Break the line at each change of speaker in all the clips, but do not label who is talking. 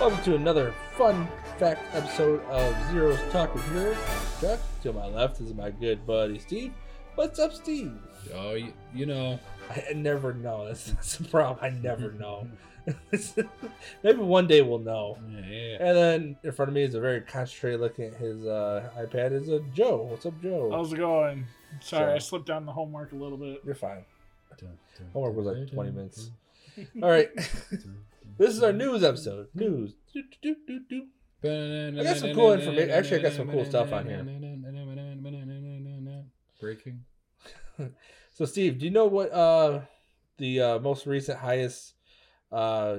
Welcome to another fun fact episode of Zero's Talk with Heroes. Chuck, to my left is my good buddy Steve. What's up, Steve?
Oh, you, you know,
I, I never know. That's, that's the problem. I never know. Maybe one day we'll know.
yeah, yeah.
And then in front of me is a very concentrated looking at his uh, iPad is a Joe. What's up, Joe?
How's it going? Sorry,
Sorry.
I slipped down the homework a little bit.
You're fine.
Dun, dun,
Homework was
dun,
like
dun,
20
dun,
minutes.
This
All right.
dun, dun, dun,
This is our
dun.
news episode. News. Do, do, do, do, do.
I
got some cool informa- actually, I got some cool stuff on here.
Breaking.
So, Steve, do you know what uh, the uh, most recent highest uh,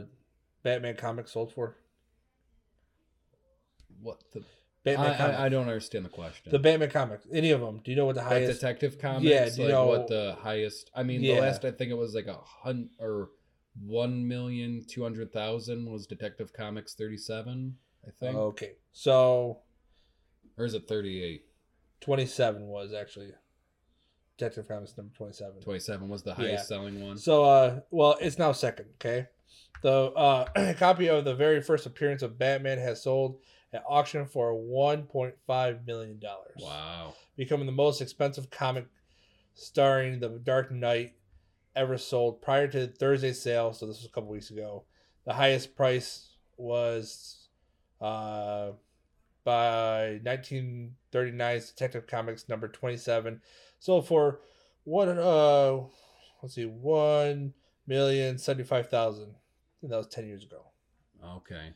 Batman comic sold for?
What the?
Batman
I,
comic.
I, I don't understand the question.
The Batman comics, any of them. Do you know what the
like
highest?
detective comics.
Yeah,
like
do you know-
what the highest? I mean,
Yeah.
the last I think it was like a hundred or one million two hundred thousand was Detective Comics thirty seven. I think,
okay, so
or is it thirty eight?
twenty-seven was actually Detective Comics number twenty-seven.
Twenty seven was the
Yeah.
highest selling one.
So, uh, well, it's now second. Okay, the uh, copy of the very first appearance of Batman has sold at auction for one point five million dollars.
Wow.
becoming the most expensive comic starring the Dark Knight ever sold prior to Thursday's sale. So this was a couple weeks ago. The highest price was uh, by 1939's Detective Comics number 27, sold for one. Uh, let's see, one million seventy-five thousand. And that was ten years ago.
Okay.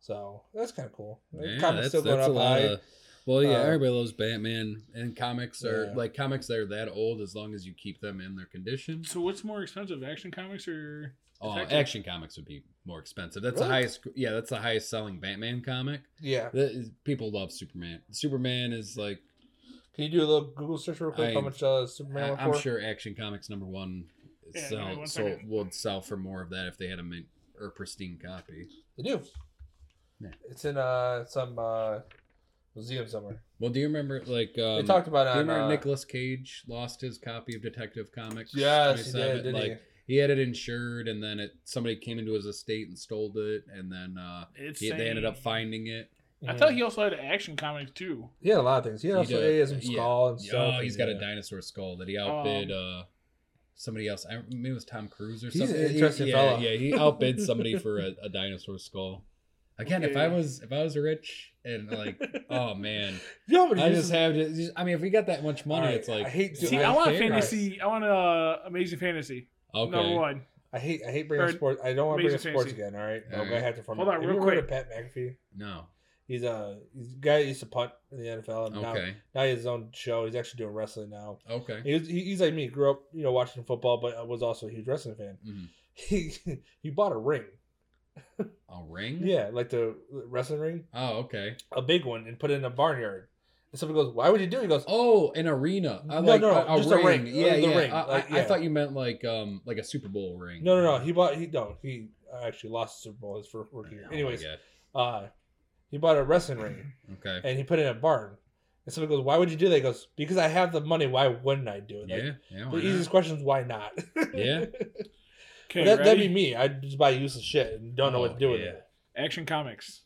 So that's kind of cool.
Yeah,
Comics
that's, that's a lot of. Well, yeah,
Uh,
everybody loves Batman, and comics are
yeah.
like comics that are that old as long as you keep them in their condition.
So, what's more expensive, Action Comics or?
Oh,
Detective-
action comics would be more expensive. That's
Really?
the highest. Yeah, that's the highest selling Batman comic.
Yeah.
That is- people love Superman. Superman is like
Can you do a little Google search real quick? how
I-
much uh,
I,
Superman? went
am
for?
sure Action Comics number one
Yeah, give me
sell,
one
so
second.
would sell for more of that if they had a mint or pristine copy.
They do.
Yeah.
It's in uh some uh museum somewhere.
Well, do you remember like um,
they talked about
do
it
you
on
remember
uh,
Nicolas Cage lost his copy of Detective Comics?
Yes, he
27?
did, didn't
like he had it insured, and then it somebody came into his estate and stole it, and then uh,
It's
he, they ended up
saying-
finding it.
he?
I thought he also had Action Comics too.
he had a lot of things. He had,
He
also,
did,
he had some
yeah.
skull and stuff.
Oh, he's got
yeah.
a dinosaur skull that he
Um,
outbid uh, somebody else. I maybe it was Tom Cruise or
He's an
something.
interesting
yeah,
fella.
yeah, he outbid somebody for a, a dinosaur skull. Again, if I
Okay.
was if I was rich and like, oh man,
Yeah, but
I
he's
just have to. just- I mean, if we got that much money,
Alright,
it's like
I hate to-
See,
I
I, want
care.
fantasy. I want uh, Amazing Fantasy.
Okay,
Number one.
I hate I hate bringing
Or
sports. I don't want to bring up
Amazing
sports
Fantasy.
again. All right,
All
I'm gonna
right.
have to form.
Hold on,
Have
real
you ever heard
quick.
of Pat McAfee.
no,
He's a he's a guy that used to punt in the NFL, and now,
okay,
now he has his own show. He's actually doing wrestling now.
okay.
He was, he, he's like me, grew up you know watching football, but was also a huge wrestling fan.
Mhm.
He he bought a ring,
A ring?
yeah, like the wrestling ring.
Oh, okay.
a big one and put it in a barnyard. And somebody goes, "Why would you do?" it?" He goes,
Oh, an arena.
No,
I like
no,
a, a
just a
ring.
ring,
Yeah,
the
yeah.
ring,
I,
like,
I, I
yeah.
thought you meant like um like a Super Bowl ring.
"No, no, no." He bought he no he actually lost the Super Bowl his first rookie year.
Oh my
Anyways,
God.
uh, he bought a wrestling ring
okay.
and he put it in a barn. And somebody goes, "Why would you do that?" He goes, "Because I have the money. Why wouldn't I do it?" Like,
yeah, yeah.
The
why not?
easiest question is why not?
Yeah.
Okay,
that, that'd
ready?
be me. I just buy useless shit and don't know what to
Oh,
do with
yeah.
it.
Action Comics.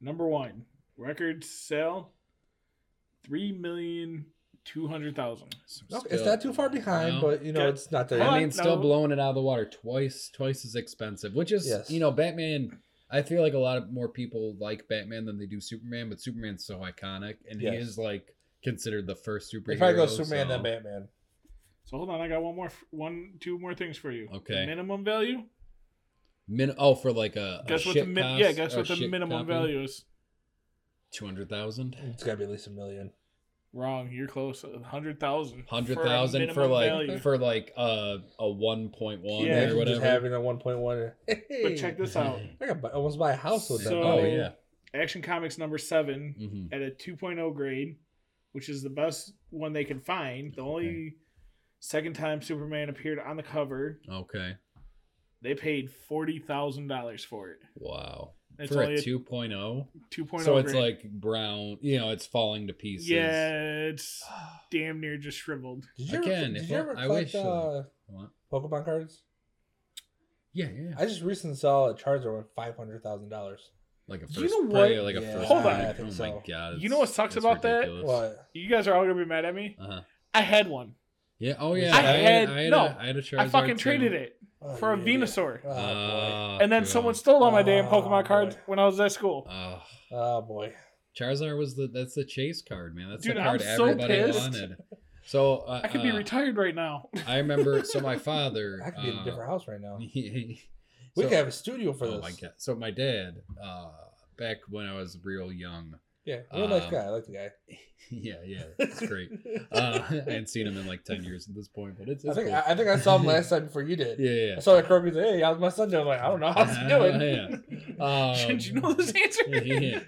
Number one. Record sale. Three million two hundred thousand.
No,
Still-
it's not too far behind,
No.
but you know,
Okay.
it's not there.
Hold
I
on,
mean, still
no.
blowing it out of the water twice, twice as expensive, which is,
Yes.
you know, Batman. I feel like a lot of more people like Batman than they do Superman, but Superman's so iconic, and he
Yes.
is like considered the first superhero.
If I go Superman,
so-
then Batman.
So hold on, I got one more, f- one, two more things for you.
Okay.
Minimum value.
Min- oh, for like a
Guess what the min- yeah. Guess what the minimum value is.
Two hundred thousand.
It's got to be at least a million.
Wrong. You're close. A hundred thousand.
Hundred
For a
thousand for
minimum
like
value.
for like uh, a one point one
Yeah,
or
Imagine just
whatever.
having a one point one.
But check this out.
I could buy, almost buy a house with that.
So-
oh
money.
yeah.
Action Comics number 7
hmm
at a 2.0 grade, which is the best one they can find. The only second time Superman appeared on the cover,
Okay.
they paid forty thousand dollars for it.
Wow.
It's
for
only
a
a
2.0?
2.0.
So it's
grade.
like brown, you know, it's falling to pieces.
yeah, it's damn near just shriveled.
Did you
Again,
ever, did
if
you
I-
ever
I
collect
wish, like-
uh,
What?
Pokemon cards?
Yeah, yeah.
I just recently saw a Charizard with five hundred thousand dollars.
Like a first
You know what?
print, like a
Yeah,
first
hold
print.
on. I
think
oh
so.
my god.
You know what sucks about that?
What?
You guys are all gonna be mad at me.
that? Uh-huh.
I had one.
Yeah. Oh yeah.
I
had-
I had
no,
A, I had a Charizard
I fucking
too.
traded it
Oh,
for a
you idiot.
Venusaur.
Oh, boy.
Ah,
and then
God.
someone stole all my damn
Oh,
Pokemon cards
boy.
when I was at school.
Ah.
Oh boy.
Charizard was the that's the chase card, man. That's
Dude,
the
I'm
card
so
everybody
pissed.
wanted. So uh,
I could be
uh,
retired right now.
I remember. So my father.
I could be in a
uh,
different house right now. We
so-
could have a studio for
oh
this.
my god! So my dad, uh, back when I was real young,
Yeah, real nice
Um,
guy. I like the guy.
yeah, yeah, it's great. Uh, I hadn't seen him in like ten years at this point, but it's.
I
it's
think
cool.
I, I think I saw him last time before you did.
yeah, yeah.
I saw that Kirby's like, hey, how's my son doing? I'm like, I don't know. How's he doing?
yeah. Um,
Did you know this answer?
yeah.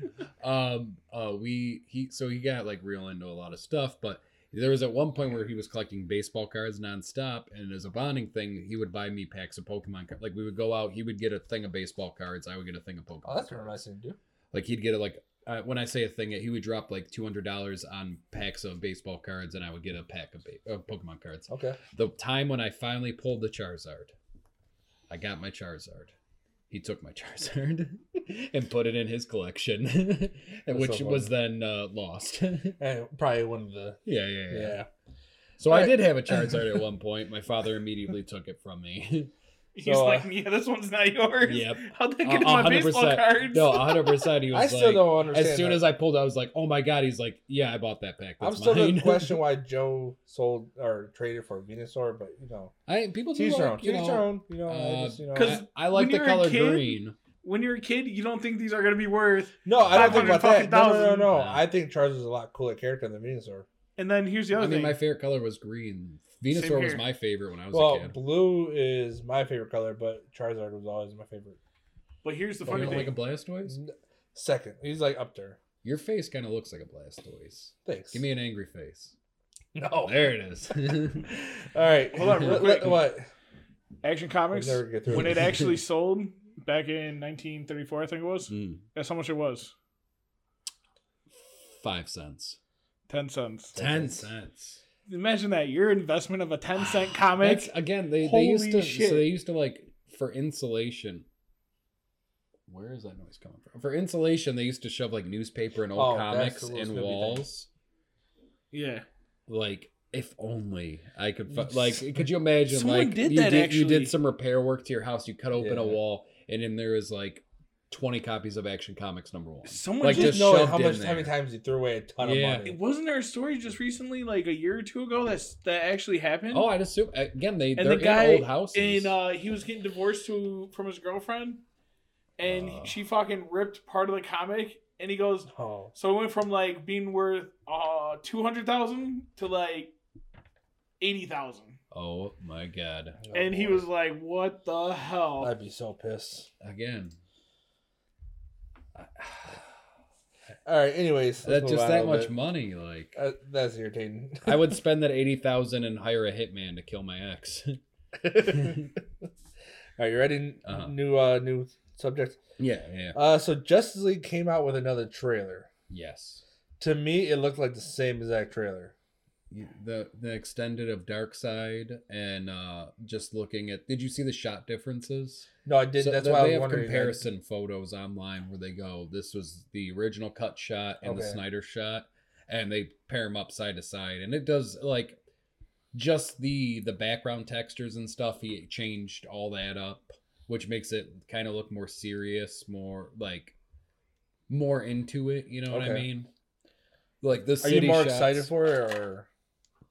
Um. Uh. We he so he got like real into a lot of stuff, but there was at one point where he was collecting baseball cards nonstop, and as a bonding thing, he would buy me packs of Pokemon cards. Like we would go out, he would get a thing of baseball cards, I would get a thing of Pokemon.
Oh, that's a
cards.
nice thing to do.
Like he'd get a like. Uh, when I say a thing, he would drop like two hundred dollars on packs of baseball cards, and I would get a pack of ba- of Pokemon cards.
Okay.
The time when I finally pulled the Charizard, I got my Charizard. He took my Charizard and put it in his collection, and
That's
which
so
was then uh, lost. yeah,
And probably one of the.
yeah, yeah.
Yeah.
So I
Alright.
did have a Charizard at one point. My father immediately took it from me.
He's
So, uh,
like, yeah, this one's not yours.
yep.
How'd they
Uh,
get in my baseball
100%.
cards?
No, 100%. He was
I
like,
still don't understand.
as soon
that.
as I pulled, I was like, oh my God. He's like, yeah, I bought that pack. That's
I'm still
mine.
gonna question why Joe sold or traded for Venusaur, but you know,
I, people do
teach their own.
like, you
Teach their
know,
own. You know, I
uh,
just, you know,
'cause-
I, I like the
when you're a
color
kid-
green.
When you're a kid, you don't think these are gonna be worth.
no, I don't think about that. No, no, no,
500,000.
no.
Yeah.
I think Charizard's a lot cooler character than Venusaur.
And then here's the
I
other
mean,
thing.
my favorite color was green.
Same
Venusaur was
here.
my favorite when I was a
Well,
kid.
blue is my favorite color, but Charizard was always my favorite.
but here's the
Oh,
You
funny
don't
thing.
like a Blastoise?
N- Second, he's like up there.
Your face kind of looks like a Blastoise.
Thanks.
Give me an angry face.
no.
Oh.
There it is.
All right,
Hold on, real
Let-
quick.
What?
Action
We'll
Comics.
never get through
When
it.
it actually sold back in 1934, I think it was.
Mm,
Guess how much it was?
Five cents.
Ten cents.
Ten cents.
Imagine that your investment of a ten cent comic.
That's, again, they, they used
Holy
to
shit.
so they used to like for insulation. Where is that noise coming from? For insulation, they used to shove like newspaper and old
Oh, that's
comics
the little
in
Scooby thing.
walls.
Yeah.
like if only I could fi- like could you imagine
Someone
like
did
you
that,
did you
actually.
did some repair work to your house you cut open
Yeah.
a wall and then there is like 20 copies of Action Comics number 1
Someone
Like,
Just,
just.
just
know
shoved
how
in
much
there.
how many times he threw away a ton
Yeah.
of money.
wasn't there a story just recently, like a year or two ago, that's that actually happened?
oh I'd assume again they
the
they're
guy
in old houses
and uh, he was getting divorced to from his girlfriend, and
Uh.
she fucking ripped part of the comic. And he goes,
Oh,
so it went from like being worth uh two hundred thousand to like eighty thousand.
oh my god
oh,
and he
boy.
was like, "What the hell?"
I'd be so pissed.
again
All right. Anyways,
that
let's move
just
on a
that
little
much
bit.
money like
Uh, that's irritating.
I would spend that 80,000 and hire a hitman to kill my ex
Are you ready?
Uh-huh.
New uh new subject.
yeah yeah
Uh so Justice League came out with another trailer.
yes
To me it looked like the same exact trailer.
you- the the extended of dark side and uh just looking at did you see the shot differences
No, I didn't.
So
That's
they-
why I
they
was
have
wondering.
comparison photos online where they go this was the original cut shot and the
Okay.
snyder shot and they pair them up side to side and it does like just the the background textures and stuff he changed all that up which makes it kind of look more serious more like more into it you know what i
Okay.
mean like the
Are
city
you more
shots-
excited for it or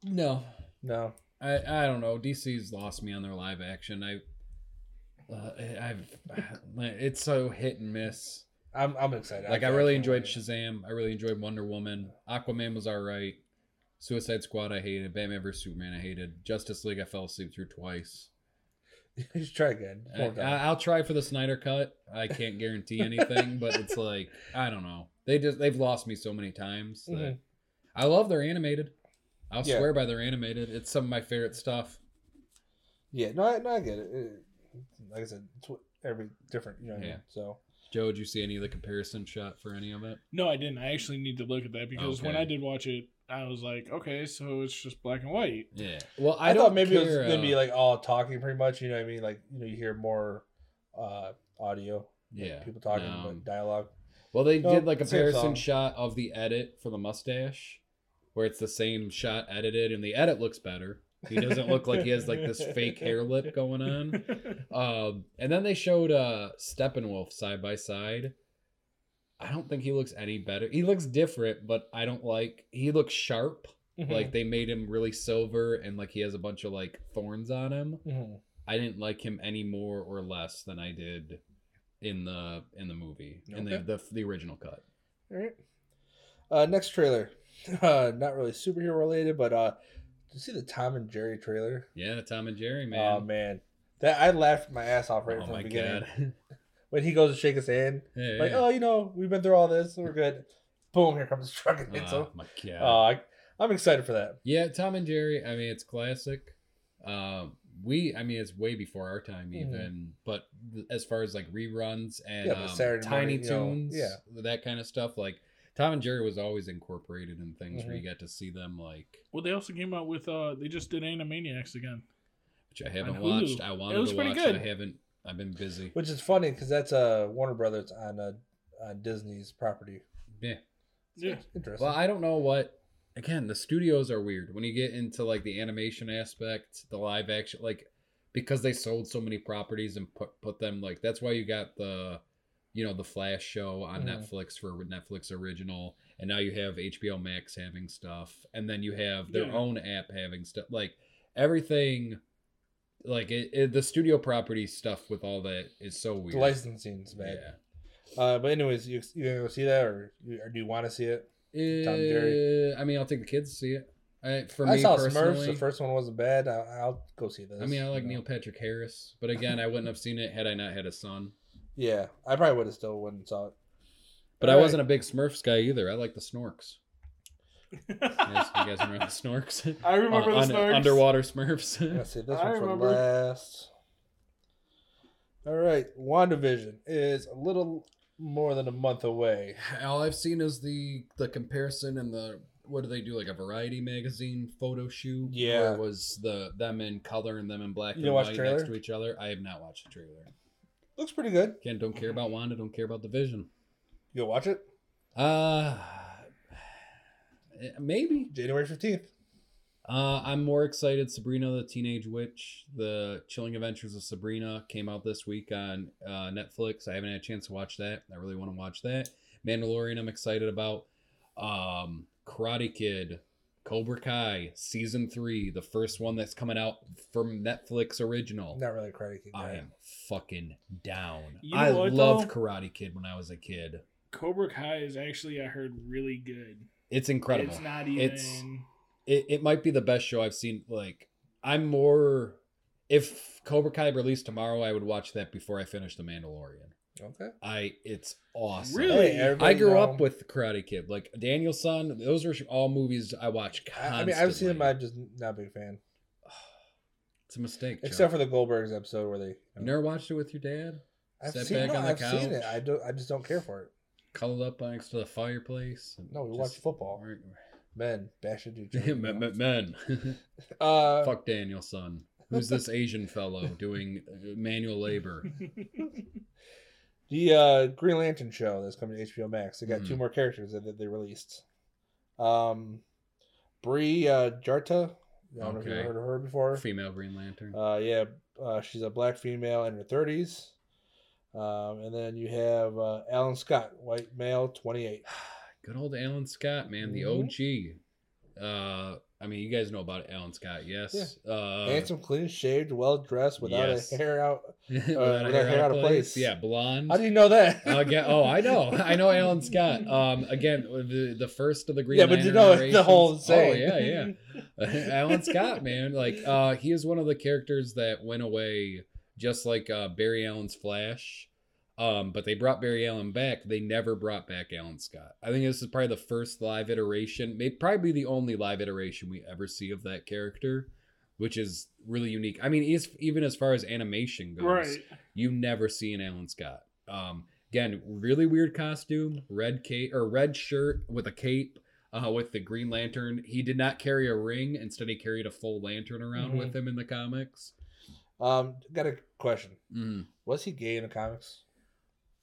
no
no?
I I don't know. DC's lost me on their live action. I uh, I've it's so hit and miss.
I'm I'm excited.
Like I really
can't
enjoyed
wait.
Shazam. I really enjoyed Wonder Woman. Aquaman was all right. Suicide Squad I hated. Batman vs Superman I hated. Justice League I fell asleep through twice.
You should try again.
I,
One more time.
I- I'll try for the Snyder cut. I can't guarantee anything, but it's like I don't know. They just they've lost me so many times. That
Mhm.
I love their animated. I'll
Yeah.
swear by their animated. It's some of my favorite stuff.
yeah, no, I, no, I get it. It- Like I said, it's what- every different, you know. what I mean?
Yeah.
So
Joe, did you see any of the comparison shot for any of it?
no, I didn't. I actually need to look at that because when
Okay.
I did watch it, I was like, "Okay, so it's just black and white."
Yeah. Well,
I,
I, don't
thought maybe it was
care,
gonna be
uh,
like all talking pretty much. You know what I mean? Like you know, you hear more uh audio. like,
yeah.
people talking,
no.
but dialogue.
Well, they
Nope,
did like a
same
comparison
song.
shot of the edit for the mustache, where it's the same shot edited, and the edit looks better. He doesn't look like he has like this fake hair lip going on. Um, and then they showed uh, Steppenwolf side by side. I don't think he looks any better. He looks different, but I don't like. He looks sharp.
Mm-hmm.
Like they made him really silver, and like he has a bunch of like thorns on him.
Mhm.
I didn't like him any more or less than I did in the in the movie in the,
Okay.
the the original cut.
All right. Uh, next trailer. Uh, not really superhero related, but uh, did you see the Tom and Jerry trailer?
Yeah, Tom and Jerry, man.
Oh man, that I laughed my ass off right
oh
from
my
the beginning.
god.
When he goes to shake his hand,
Yeah,
like,
yeah.
oh, you know, we've been through all this, we're good. Boom, here comes the truck and hits him.
Oh my god.
Oh, I, I'm excited for that.
yeah, Tom and Jerry. I mean, it's classic. Um, we, I mean, it's way before our time
Mhm.
even. But th- as far as like reruns and
Yeah, but
um,
Saturday
Tiny
morning, you know,
Tunes, that kind of stuff, like Tom and Jerry was always incorporated in things where
Mhm.
you got to see them like.
well, they also came out with uh, they just did Animaniacs again.
Which I haven't
Hulu.
watched.
It
I wanted
was
to
pretty
watch.
good.
I haven't. I've been busy.
Which is funny because that's uh, Warner Brothers on uh, on Disney's property.
Yeah.
Yeah,
Interesting.
Well, I don't know what. Again, the studios are weird when you get into like the animation aspect, the live action, like because they sold so many properties and put put them like that's why you got the, you know, the Flash show on
Mhm.
Netflix for Netflix original, and now you have HBO Max having stuff, and then you have their
Yeah.
own app having stuff like everything. Like it, it, the studio property stuff with all that is so weird.
the licensing's bad.
Yeah.
Uh, but anyways, you you gonna go see that, or, you, or do you want to see it?
Tom
and Jerry.
Uh, I mean, I'll take the kids to see it. I, for
I
me
saw
personally,
Smurfs. The first one wasn't bad. I, I'll go see this.
I mean, I like
you know.
Neil Patrick Harris, but again, I wouldn't have seen it had I not had a son.
Yeah, I probably would have still wouldn't saw it.
But I
Alright.
wasn't a big Smurfs guy either. I like the Snorks. You guys, you guys remember the Snorks?
I remember
Uh, Un-
the
un-
Snarks.
underwater Smurfs.
I'm gonna save this
I
one for
remember.
last. All right, WandaVision is a little more than a month away.
All I've seen is the the comparison and the what do they do like a variety magazine photo shoot?
Yeah.
where it was the them in color and them in black
You
and
didn't watch
white
the
next to
trailer?
each other? I have not watched the trailer.
Looks pretty good.
Again, don't care about Wanda. Don't care about the Vision.
You gonna watch it
Uh maybe.
January fifteenth.
Uh I'm more excited Sabrina the Teenage Witch, The Chilling Adventures of Sabrina came out this week on uh Netflix. I haven't had a chance to watch that. I really want to watch that. Mandalorian I'm excited about. Um Karate Kid, Cobra Kai season 3, the first one that's coming out from Netflix original.
Not really a credit. Kid
I
guy.
am fucking down.
You know
I
what,
loved
though?
Karate Kid when I was a kid.
Cobra Kai is actually I heard really good.
It's incredible.
It's not even.
It's- it, it might be the best show I've seen. Like, I'm more. If Cobra Kai released tomorrow, I would watch that before I finish The Mandalorian.
Okay.
I it's awesome.
Really?
I
everybody
grew
know-
up with Karate Kid, like Daniel's Son. Those are all movies I watch
I,
constantly.
I mean, I've seen them. I'm just not a big fan,
It's a mistake.
except for the Goldbergs episode where they.
you never watched it with your dad.
I've
Step
seen,
back
no,
on the
I've seen it.
couch.
I don't. I just don't care for it.
Cuddled up next to the fireplace. and
No, we
just-
watch football. Men bash into each other.
Men, men, men.
Uh,
Fuck Daniel's son. Who's this Asian fellow doing uh, manual labor?
The uh, Green Lantern show that's coming to HBO Max. They got two
Mhm.
more characters that, that they released. Um, Brie uh, Jarta. I don't know if you've
Okay.
heard of her before.
Female Green Lantern.
Uh, yeah, uh, she's a black female in her thirties. Um, and then you have uh, Alan Scott, white male, twenty eight.
Good old Alan Scott, man, the
Mm-hmm.
OG. Uh, I mean, you guys know about Alan Scott, yes. Uh,
Handsome, clean shaved, well dressed, without
yes.
a hair out.
without
without
a hair out of place. Yeah, blonde.
How do you know that?
Uh, yeah, oh, I know, I know Alan Scott. Um, again, the, the first of the Green
yeah, but you
Lantern
know the whole
iterations.
saying.
Oh yeah, yeah. Alan Scott, man, like uh, he is one of the characters that went away, just like uh, Barry Allen's Flash. Um, but they brought Barry Allen back. They never brought back Alan Scott. I think this is probably the first live iteration, may probably be the only live iteration we ever see of that character, which is really unique. I mean, he's, even as far as animation goes,
right.
you never see an Alan Scott. Um, again, really weird costume, red cape or red shirt with a cape, uh, with the Green Lantern. He did not carry a ring; instead, he carried a full lantern around
Mhm.
with him in the comics.
Um, got a question.
Mm.
Was he gay in the comics?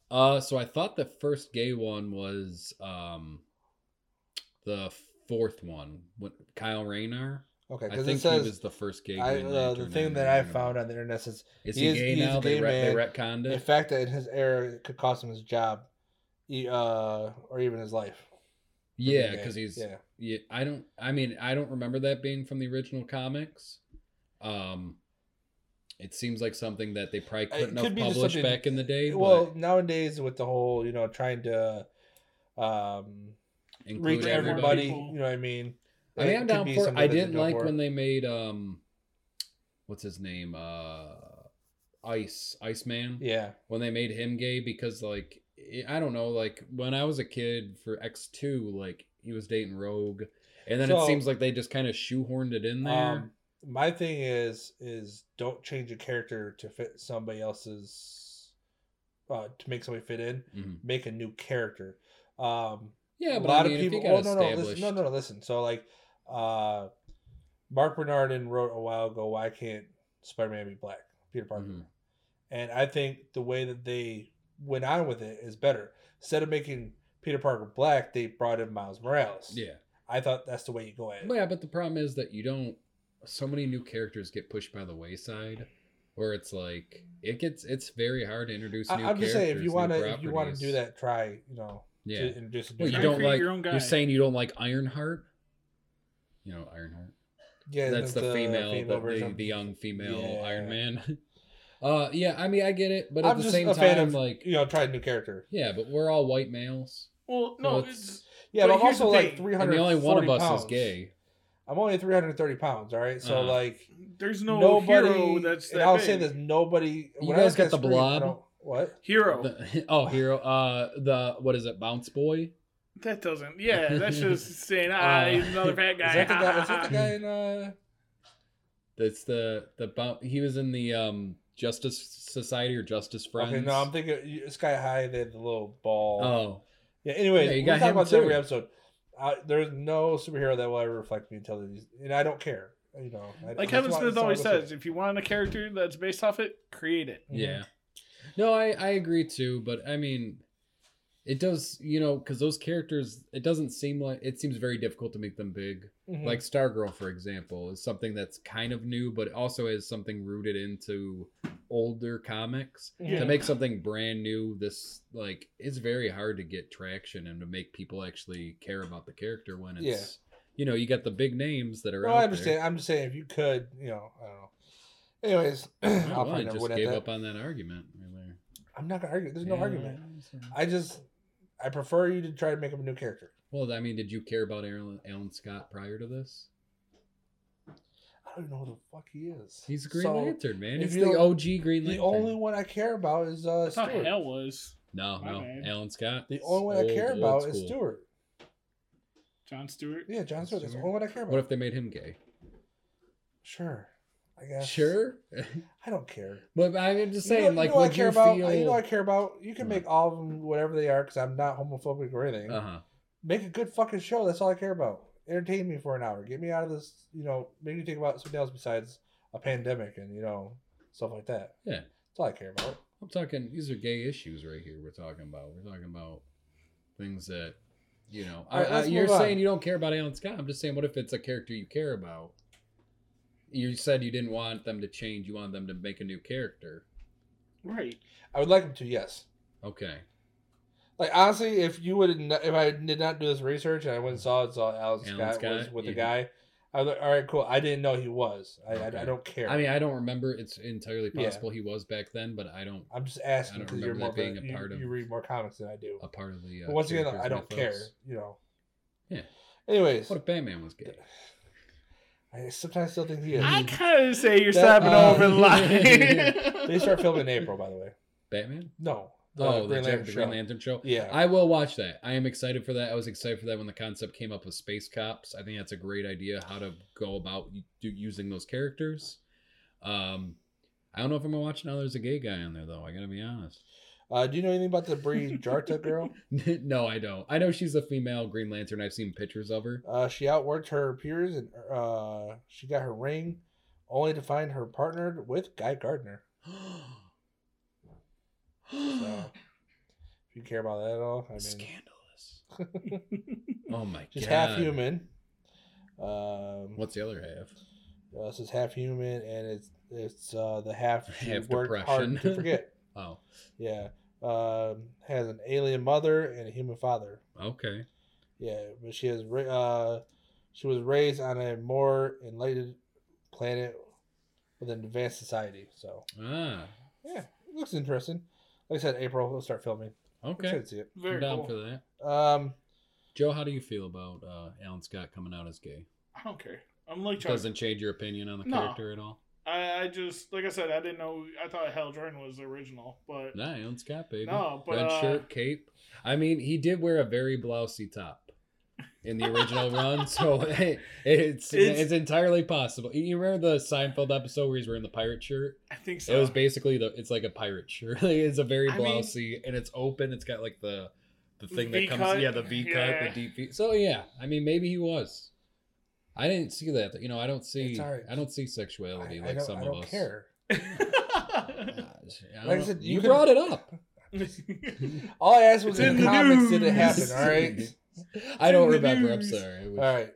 Uh, so I thought the first gay one was um, the fourth one, what Kyle Rayner.
Okay,
I
because it
think he
says
was the first gay.
I,
Green
uh, the
Lantern
thing
and
that I
don't know.
found on the internet says
is
he
he,
is-
gay
he's a
now?
gay
they, re- they
man.
retconned
the
it.
fact that in his error it could cost him his job, e- uh, or even his life. for being
Yeah,
gay.
because he's
yeah.
Yeah, I don't. I mean, I don't remember that being from the original comics. Um, it seems like something that they probably
Uh, it
couldn't
could
have
be just
published
something-
back in the day.
Well,
but
nowadays with the whole you know trying to um,
include
reach
Include
everybody,
everybody.
people.
you know what I mean.
I mean,
It
I'm
could
down
be
for.
something
I
that they
didn't
go
like
for.
when they made um, what's his name? Uh, Ice Iceman.
yeah,
When they made him gay because like it- I don't know like when I was a kid for X two like he was dating Rogue, and then it
So-
seems like they just kind of shoehorned it in there.
Um, my thing is is don't change a character to fit somebody else's uh, to make somebody fit in.
Mhm.
Make a new character. Um,
Yeah,
a
but
lot
I mean,
of people.
If you got
oh no, no,
established,
listen, no, no, no, listen. So like, uh, Mark Bernardin wrote a while ago, "Why can't Spider-Man be black?" Peter Parker,
Mhm.
and I think the way that they went on with it is better. Instead of making Peter Parker black, they brought in Miles Morales.
Yeah,
I thought that's the way you go at it.
But yeah, but the problem is that you don't. So many new characters get pushed by the wayside, where it's like it gets. It's very hard to introduce.
I,
new
I'm just saying, if
characters,
you
new
want to, if you want to
properties.
do that, try you know,
yeah.
to introduce. A
well, you
different-
Try
don't
create
like.
your own guy.
You're saying you don't like Ironheart. You know Ironheart.
Yeah,
That's the, female, the, the,
version.
the young female
Yeah.
Iron Man. Uh, yeah. I mean, I get it, but at
I'm
the
just
same
a fan
time,
of-
like,
you know, try a new character.
yeah, but we're all white males,
Well,
Well,
no,
it's-
it's
Yeah,
But
but, I'm
here's the
also like
thing,
300.
and the only one of us
pounds.
is gay.
I'm only 330 pounds. All right, so
Uh-huh.
like
there's no
nobody.
hero that's
and
that
I'll
big.
say this: nobody.
You
I
guys
look at
got the
screen, I
blob?
don't- What?
hero.
The- oh, hero. Uh, the what is it? Bounce boy.
That doesn't. Yeah, that's just saying, ah,
Uh,
he's another fat guy.
Is that the
ha,
guy?
ha,
Is that the
ha.
guy in? Uh,
That's the the bounce. He was in the um Justice Society or Justice Friends.
okay, no, I'm thinking uh, Sky High. They had the little ball.
Oh,
yeah. Anyways,
Yeah, you
we
got
talk
him
about this every
too.
episode. Uh, there's no superhero that will ever reflect me until these, and I don't care. You know, I-
Like
that's
Kevin
why-
Smith
that's all
always
I'm gonna
says, if you want a character that's based off it, create it.
Mhm.
yeah. No, I I agree too, but I mean, it doys you know because those characters it doesn't seem like it seems very difficult to make them big.
Mhm.
Like Stargirl, for example, is something that's kind of new, but also has something rooted into older comics.
Mhm.
to make something brand new this like it's very hard to get traction and to make people actually care about the character when it's you know you got the big names that are
No,
out
I understand.
there
I'm just saying, if you could, you know, I don't know. Anyways,
I, don't
I'll
know, I
probably never
just
win
gave
at
up
that.
on that argument right there.
I'm not gonna argue. There's no
Yeah,
argument.
so-
I just, I prefer you to try to make up a new character.
well i mean did you care about Alan, Alan scott prior to this
I don't even know who the fuck he is.
he's a green
So,
lantern man
if
he's
you
the
don't-
og green
The
lantern
only one I care about is uh,
I thought
Stewart.
hell was
no
My
no
bad.
alan scott
The only one I
Old-
care
old
about is
school.
Stewart.
John Stewart.
Yeah, John Stewart. That's the
Stewart.
only one I care about.
what if they made him gay
sure, I guess.
sure
I don't care.
but i'm just
You know-
saying like
you know what
would
I care
you
about.
feel
You know what I care about. You can
Huh.
make all of them whatever they are because I'm not homophobic or anything.
uh-huh
Make a good fucking show. That's all I care about. Entertain me for an hour. Get me out of this. You know, make me think about something else besides a pandemic and you know stuff like that.
Yeah.
that's all I care about.
I'm talking these are gay issues right here. We're talking about. We're talking about things that you know. I,
All right,
I,
let's
you're
move on.
saying you don't care about Alan Scott. I'm just saying, what if it's a character you care about? You said you didn't want them to change. You wanted them to make a new character.
Right.
I would like him to. Yes.
Okay.
Like honestly, if you would not if I did not do this research and I went and saw it, saw Alan,
Alan
Scott,
Scott,
was with the
yeah.
guy, I was like, all right, cool. I didn't know he was. I I,
Okay.
I don't care.
I mean, I don't remember. It's entirely
Yeah.
possible he was back then, but I don't
I'm just
I
asking
don't
because you're more
remember
of
that
a-
being a
you,
part of-
you read more comics than I do.
a part of the. Uh,
But once again,
characters
I don't
mythos.
care. You know.
Yeah.
Anyways,
What if Batman was gay?
I sometimes still think he is.
Hmm.
I kind of say you're
That-
stepping
uh,
over the
They
line.
start filming in April, by the way.
Batman?
No. The
Oh,
Green
the,
Lantern
the
show.
Green Lantern show.
Yeah.
I will watch that. I am excited for that. I was excited for that when the concept came up with Space Cops. I think that's a great idea how to go about u- do- using those characters. Um, I don't know if I'm gonna watch now. There's a gay guy on there though. I gotta be honest.
Uh, do you know anything about the Bree Jarta girl?
no, I don't. I know she's a female Green Lantern. I've seen pictures of her.
Uh, she outworked her peers and uh, she got her ring, only to find her partnered with Guy Gardner. So You care about that at all? I mean,
Scandalous. oh my
just
god.
half human. Um,
What's the other half?
uh, this is half human, and it's it's uh, the half she
Half
worked
depression.
hard to forget.
Oh,
Yeah, um, has an alien mother and a human father.
okay.
Yeah, but she has ra- uh, she was raised on a more enlightened planet with an advanced society. So
Ah,
yeah, it looks interesting. Like I said, April we'll start filming. I
okay.
should see it.
I'm
Very
down
cool.
for that.
Um,
Joe, how do you feel about uh, Alan Scott coming out as gay?
I don't care. I'm like Chuck.
Doesn't change your opinion on the
No.
character at all?
I, I just like I said, I didn't know. I thought Hal Jordan was original, but
Nah, Alan Scott, baby.
no. But
Red
uh,
shirt, cape. I mean, he did wear a very blousy top in the original run, so it's, it's
It's-
entirely possible. You remember the Seinfeld episode where he's wearing the pirate shirt?
I think so.
It was basically the it's like a pirate shirt. Like, it's a very
I mean-
blousy, and it's open. It's got like the the thing
V
that comes,
cut?
yeah, the V cut,
Yeah.
the deep V. So yeah, I mean, maybe he was. I didn't see that. You know, I don't see.
It's all right.
I don't see
I,
sexuality
I
like
don't,
some
I
of
don't
us.
care.
Uh, I don't
Like I
know.
said, you
you
could-
brought it up.
All I asked was
It's
in
in
the
the
comics did it
news.
happen. All right.
I don't
It's in the
remember. I'm
news.
sorry. It was-
All right.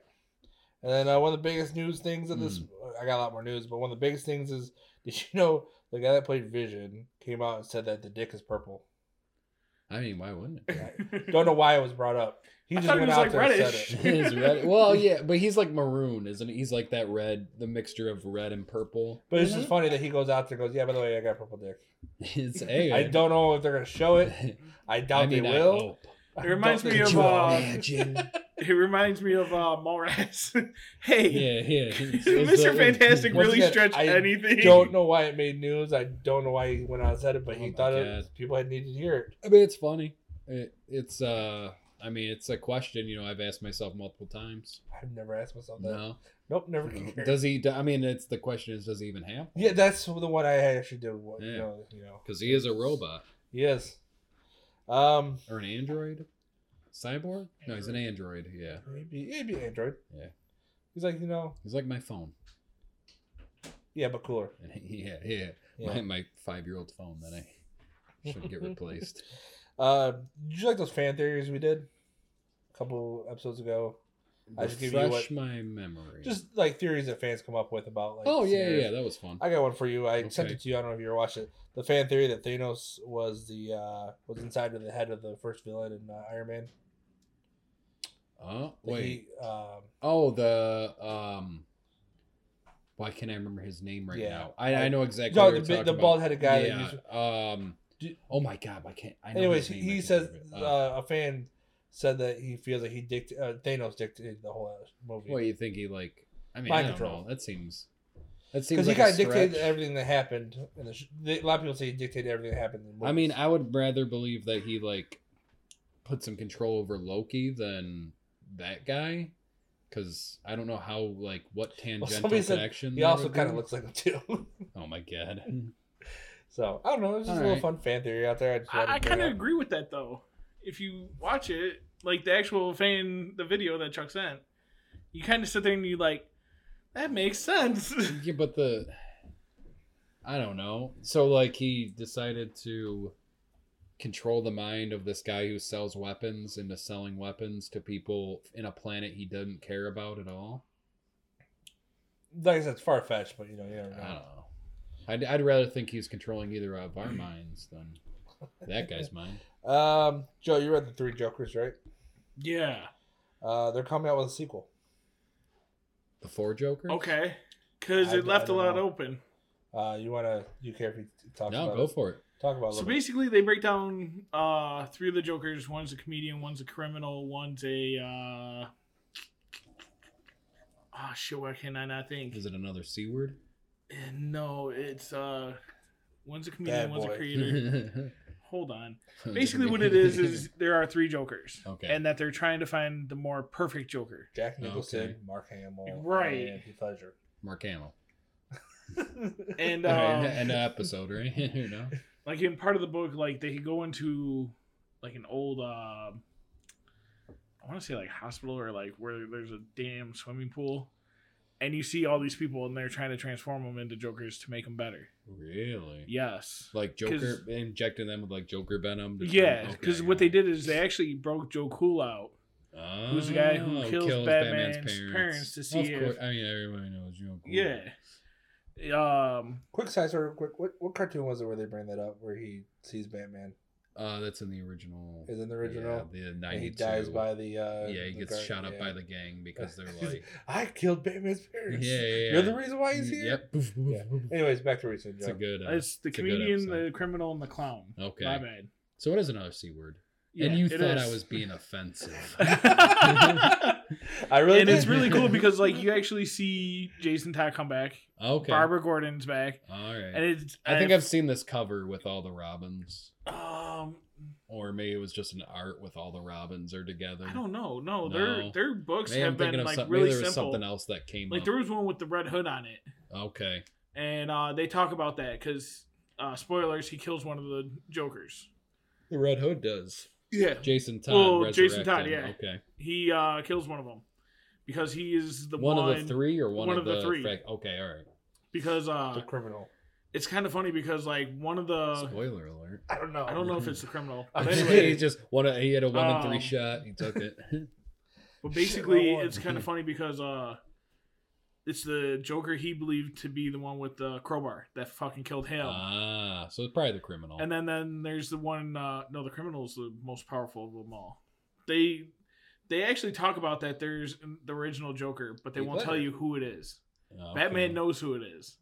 And then uh, one of the biggest news things of
Hmm.
this, I got a lot more news, but one of the biggest things is, did you know the guy that played Vision came out and said that the dick is purple?
I mean, why wouldn't it?
Don't know why it was brought up. He
I
just
thought he
went
was,
out
like,
there and
reddish.
said it.
He's red. Well, yeah, but he's like maroon, isn't he? He's like that red, the mixture of red and purple.
But it's
Mhm.
just funny that he goes out there and goes, "Yeah, by the way, I got purple dick."
It's a.
I don't know if they're gonna show it. I doubt
mean,
they
I
will.
hope.
I
It reminds
doubt
me
they
of,
will.
uh,
imagine?
it reminds me of uh, Mallrats. hey,
yeah, yeah.
Mr. Fantastic
Once
really
again,
stretched
I
anything.
don't know why it made news. I don't know why he went out and said it, but
Oh
he
my
thought it,
God.
people had needed to hear it.
I mean, it's funny. It, it's uh, I mean, it's a question. You know, I've asked myself multiple times.
I've never asked myself that.
No,
Nope, never. cared.
does he? I mean, it's the question is, does he even have?
Yeah, that's the one I actually did. What,
Yeah.
you, know, you know,
Because he is a robot
yes. Um,
or an android, cyborg. No, he's an android. Yeah,
maybe it'd be Android.
Yeah.
He's like, you know,
he's like my phone.
yeah, but cooler.
Yeah, yeah.
Yeah.
My, my five year old phone that I should get replaced.
Uh, did you like those fan theories we did a couple episodes ago? I just give you
Refresh
what-
my memory.
Just like theories that fans come up with about like.
oh yeah, yeah,
scenarios.
yeah, that was fun.
I got one for you. I sent
Okay.
it to you. I don't know if you were watching it. The fan theory that Thanos was the uh was inside of the head of the first villain in uh, Iron Man.
oh
That
wait.
He, um,
Oh the um. Why can't I remember his name right
Yeah,
now? I, I
I-
know exactly.
no,
what
the,
you're
big-
talking
the
about.
bald headed guy. That
Yeah.
used,
um.
Do-
Oh my god, I can't. I know
Anyways,
his name, I
he
can't
says
think
uh,
of it. Uh,
a fan said that he feels like he dict- uh, Thanos dictated the whole uh, movie
what you think he like? I mean,
Mind
I don't
control.
know. That seems. That
because
seems like
he kind
a
of dictated
stretch.
everything that happened. In the sh- they, a lot of people say he dictated everything that happened. In the
I mean,
movies.
I would rather believe that he like put some control over Loki than that guy, because I don't know how like what tangential
somebody said
connection.
he
there
also
would
kind of
be.
looks like him too.
Oh my god.
so I don't know. It's just a
All
little
right.
fun fan theory out there. I, just wanted
I, I
to
kind
bring
of
it up.
agree with that though. If you watch it, like the actual fan, the video that Chuck sent, you kind of sit there and you like, that makes sense.
yeah, but the I don't know. So like he decided to control the mind of this guy who sells weapons into selling weapons to people in a planet he doesn't care about at all.
Like I said, it's far fetched, but you know, you never
I don't
know.
know. I'd, I'd rather think he's controlling either of our minds than that guy's mind.
Um, Joe, you read the Three Jokers, right?
yeah.
Uh, they're coming out with a sequel.
The four Joker?
Okay. Because
I-
it
I
left a
don't
lot
know.
open.
Uh, you want to? You care if we t- talk
No,
about
go
it?
for it.
talk about it a
So
little bit.
basically, they break down uh, three of the Jokers. One's a comedian, one's a criminal, one's a. Uh... Oh, shit, why can I not think?
Is it another C word?
Eh, No, it's. uh One's a comedian,
Bad
one's
boy.
a creator. Hold on. Basically, what it is is there are three Jokers,
Okay.
and that they're trying to find the more perfect Joker.
Jack Nicholson,
Okay.
Mark Hamill,
Right.
and Heath Ledger.
Mark Hamill.
And
All right,
um,
End of episode, right? you know?
like in part of the book, like they go into like an old, um I want to say like hospital or like where there's a damn swimming pool, and you see all these people and they're trying to transform them into Jokers to make them better.
Really?
Yes.
Like Joker injecting them with like Joker venom. to turn-
Yeah,
okay,
because what
yeah.
they did is they actually broke Joe Cool out, who's the guy who
Oh,
kills Batman's parents to see
Of course,
if-
I mean, everybody knows Joe. Cool.
Yeah. Um,
Quick side story, quick. What, what cartoon was it where they bring that up where he sees Batman?
Uh, that's in the original.
Is in the original.
Yeah, the
and
92.
he dies by the. Uh,
yeah, he
the
gets
guard-
shot up
yeah.
by the gang because they're
He's
like,
I killed Batman's
yeah,
parents.
yeah, yeah. Mm,
You're the reason why he's here.
Yep. Boof, boof,
Yeah.
boof.
Anyways, back to recent
It's a
Joe.
good. Uh,
it's the
it's a good
comedian,
episode.
the criminal, and the clown.
okay.
My bad.
So what is another c word?
Yeah,
and you
it
thought I
is.
was being offensive.
I really
and it's
did.
really cool because like you actually see Jason Todd come back,
okay.
Barbara Gordon's back,
All right.
and it's
I think I've seen this cover with all the robins,
um
or maybe it was just an art with all the robins are together.
I don't know
No.
no, their their books
Maybe I'm
have
thinking
been
of
like
something.
really
maybe there was
simple
something else that came
like
up.
there was one with the red hood on it
Okay.
and uh they talk about that because uh spoilers he kills one of the jokers
The Red Hood does.
yeah
Jason Todd.
Oh, Jason Todd,
resurrected.
yeah.
Okay.
he uh kills one of them because he is the
one,
one,
of the three or one, of, the, three. okay, all right.
because
the
uh
criminal.
it's kind of funny because like one of the
Spoiler alert.
I don't know.
I don't know if it's the criminal
I
but
just-
Uh, anyway
he just one. He had a one and three
Um,
shot. He took it.
But
Shit,
basically,
I won.
it's kind of funny because uh, it's the Joker he believed to be the one with the crowbar that fucking killed him.
ah, so it's probably the criminal.
and then then there's the one. Uh, no, the criminal's the most powerful of them all. They they actually talk about that. There's the original Joker, but they
Heath
won't tell
Ledger.
you who it is.
Okay.
Batman knows who it is,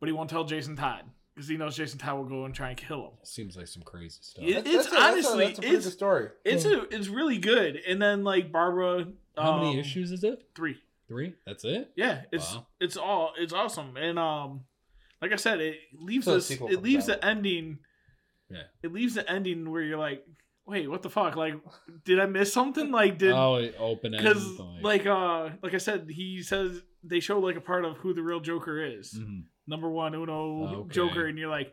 but he won't tell Jason Todd because he knows Jason Todd will go and try and kill him.
Seems like some crazy stuff.
Yeah.
That's- that's
it's
a- that's a-
honestly-
that's a pretty
it's-
good story.
It's a, it's really good. And then like Barbara,
How many
um,
issues is it?
Three.
Three. That's it.
Yeah, it's
Wow.
it's all it's awesome, and um, like I said, it leaves
So the
us
sequel
it
comes
leaves
out.
the ending.
Yeah.
It leaves the ending where you're like, wait, what the fuck? Like, did I miss something? Like, did
oh, it open ended.
because like uh like I said, he says they show like a part of who the real Joker is.
Mhm.
Number one, Uno
Okay.
Joker, and you're like,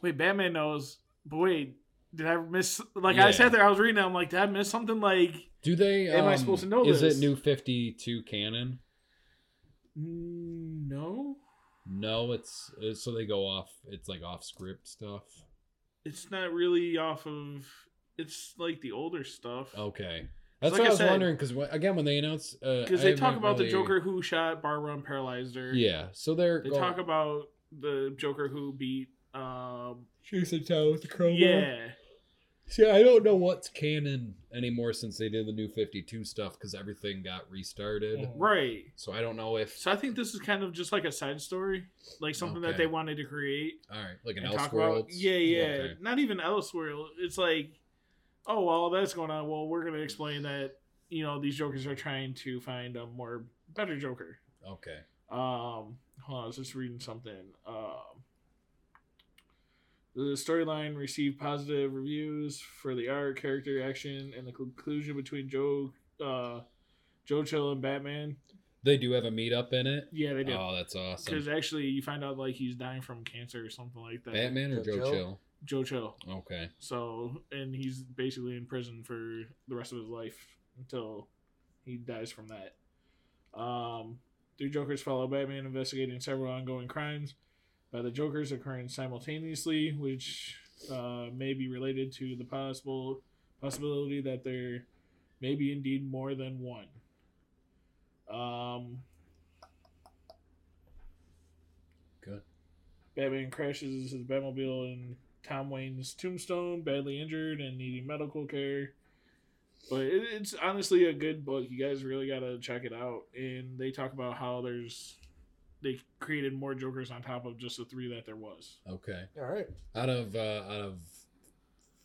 wait, Batman knows, but wait. Did I miss? Like I
Yeah.
sat there, I was reading. it, I'm like, did I miss something? Like,
do they?
am I
um,
supposed to know
Is
this?
it new Fifty Two canon?
mm, no,
No, it's, it's so they go off. It's like off script stuff.
it's not really off of. It's like the older stuff.
Okay, that's
like
what
I
I was
said-
wondering. Because again, when they announce, uh, because
because they talk about the Joker who shot Barbara and paralyzed her.
Yeah, so they're
they talk about the Joker who beat. Um,
Jason Todd with the crowbar.
Mhm.
yeah,
See, I don't know what's canon anymore since they did the new 52 stuff because everything got restarted.
Mhm.
right.
So I don't know if.
So I think this is kind of just like a side story, like something that
Okay.
they wanted to create
All right, like an
and talk
Elseworlds.
about. Yeah, yeah.
Okay.
Not even Elseworld. It's like, oh well, that's going on. Well, we're gonna explain that. You know, these Jokers are trying to find a more better Joker.
Okay.
Um, hold on, I was just reading something. Um, the storyline received positive reviews for the art, character, action, and the conclusion between Joe, uh, Joe Chill and Batman.
They do have a meetup in it.
Yeah, they do.
Oh, that's awesome.
Because actually, you find out like he's dying from cancer or something like that.
Batman or
Joe
Joe,
Chill?
Chill?
Joe Chill.
Okay.
So, and he's basically in prison for the rest of his life until he dies from that. Um, three Jokers follow Batman investigating several ongoing crimes by the Jokers occurring simultaneously, which uh, may be related to the possible possibility that there may be indeed more than one. Um,
Good.
Batman crashes his Batmobile in Tom Wayne's tombstone, badly injured and needing medical care. But it, it's honestly a good book. You guys really gotta check it out. And they talk about how there's they created more Jokers on top of just the three that there was.
Okay.
All right.
Out of uh, out of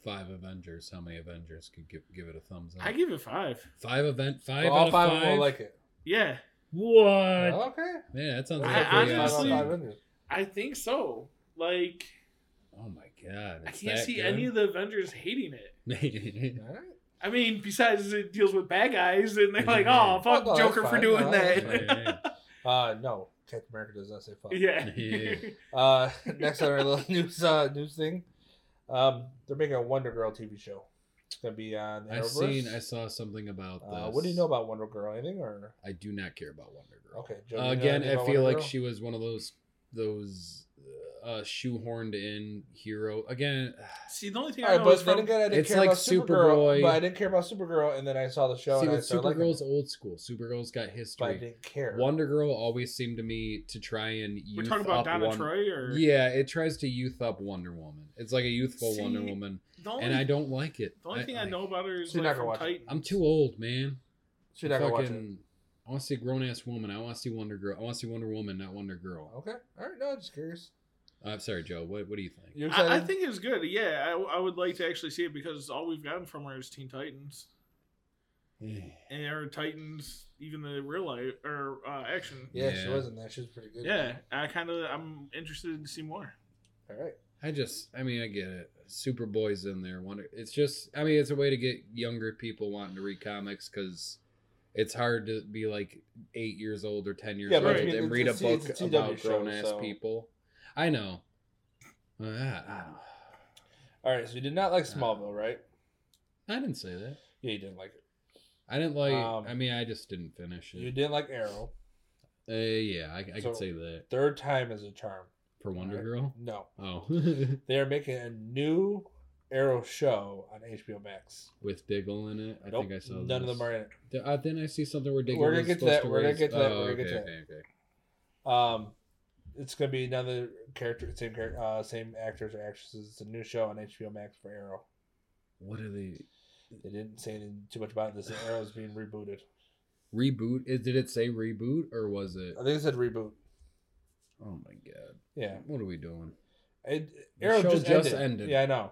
five Avengers, how many Avengers could give, give it a thumbs up?
I give it five.
five event five.
So
out
all
of
five
five
of them will like it.
Yeah,
What?
Oh, Okay.
Yeah, that sounds.
I
like a pretty
honestly-
awesome-
Five out of five.
I think so. Like
Oh my god!
I can't see any of the Avengers hating it.
the.
All right.
I mean, besides it deals with bad guys, and they're like,
Yeah.
"Oh, fuck
Oh, no,
Joker
that's
for
fine.
doing
No, that's
that."
Uh, no, Captain America does not say fuck.
yeah.
Yeah.
Uh, next on our little news uh, news thing, um, they're making a Wonder Girl TV show. gonna be on.
I've
Arrowverse.
seen. I saw something about this.
Uh, what do you know about Wonder Girl? Anything or
I do not care about Wonder Girl.
okay? Joe,
Uh,
do you know
again,
anything
I
about
feel
Wonder
like
Girl?
she was one of those those uh, shoehorned in hero. Again,
See, the only thing
All
I
right,
know
but
is
then
from,
again, I didn't
It's
care
like
about Supergirl.
Superboy.
But I didn't care about Supergirl, and then I saw the show
see,
and I
with
started Supergirl's
Supergirl's old school. Supergirl's got
but I
history.
didn't care.
Wonder Girl always seemed to me to try and youth
we're talking about
up
Donna
Won-
Troy or
Yeah, it tries to youth up Wonder Woman. It's like a youthful Wonder
See,
Woman,
The only,
and I don't like it.
The only thing I
like-
know about her is
She's not
like
gonna
from
watch it.
Titan.
I'm too old, man.
She's not gonna watch it.
Fucking- I want to see a grown ass woman. I want to see Wonder Girl. I want to see Wonder Woman, not Wonder Girl.
Okay, all right. No, I'm just curious. Oh.
I'm sorry, Joe. What What do you think?
You excited?
I, I think it's good. Yeah, I, I would like to actually see it because all we've gotten from her is Teen Titans and her Titans, even the real life or uh, action.
yeah, she
Yeah.
wasn't that. She was pretty good.
Yeah, I kind of I'm interested to see more.
All right.
I just, I mean, I get it. Superboy's in there. Wonder. It's just, I mean, it's a way to get younger people wanting to read comics because it's hard to be like eight years old or ten years
Yeah,
old
but
I
mean,
and read a
it's- it's-
book
it's a CW
about
show,
grown ass
so-
people. I know. Uh, I,
All right. So you did not like Smallville, right?
I didn't say that.
Yeah, you didn't like it.
I didn't like.
Um,
I mean, I just didn't finish
You
it.
didn't like Arrow.
Uh, yeah, I, I
So-
could say that
Third time is a charm.
for Wonder
Alright.
Girl.
No,
Oh,
they are making a new Arrow show on HBO Max.
with Diggle in it. I
nope,
think I saw
none of
this.
them are in it.
Th- Uh, then I see something where Diggle.
We're gonna
was
get to
supposed
that, we're gonna
raise-
get to that,
Oh,
we're gonna
okay,
get to that.
okay, okay.
Um, it's gonna be another character, same character, uh, same actors or actresses. It's a new show on HBO Max for Arrow.
What are they
They didn't say anything too much about it. This Arrow's being rebooted.
reboot? Is did it say reboot or was it?
I think it said reboot.
Oh my god!
Yeah,
What are we doing?
it,
The
Arrow
show
just,
just
ended.
ended.
Yeah, I know.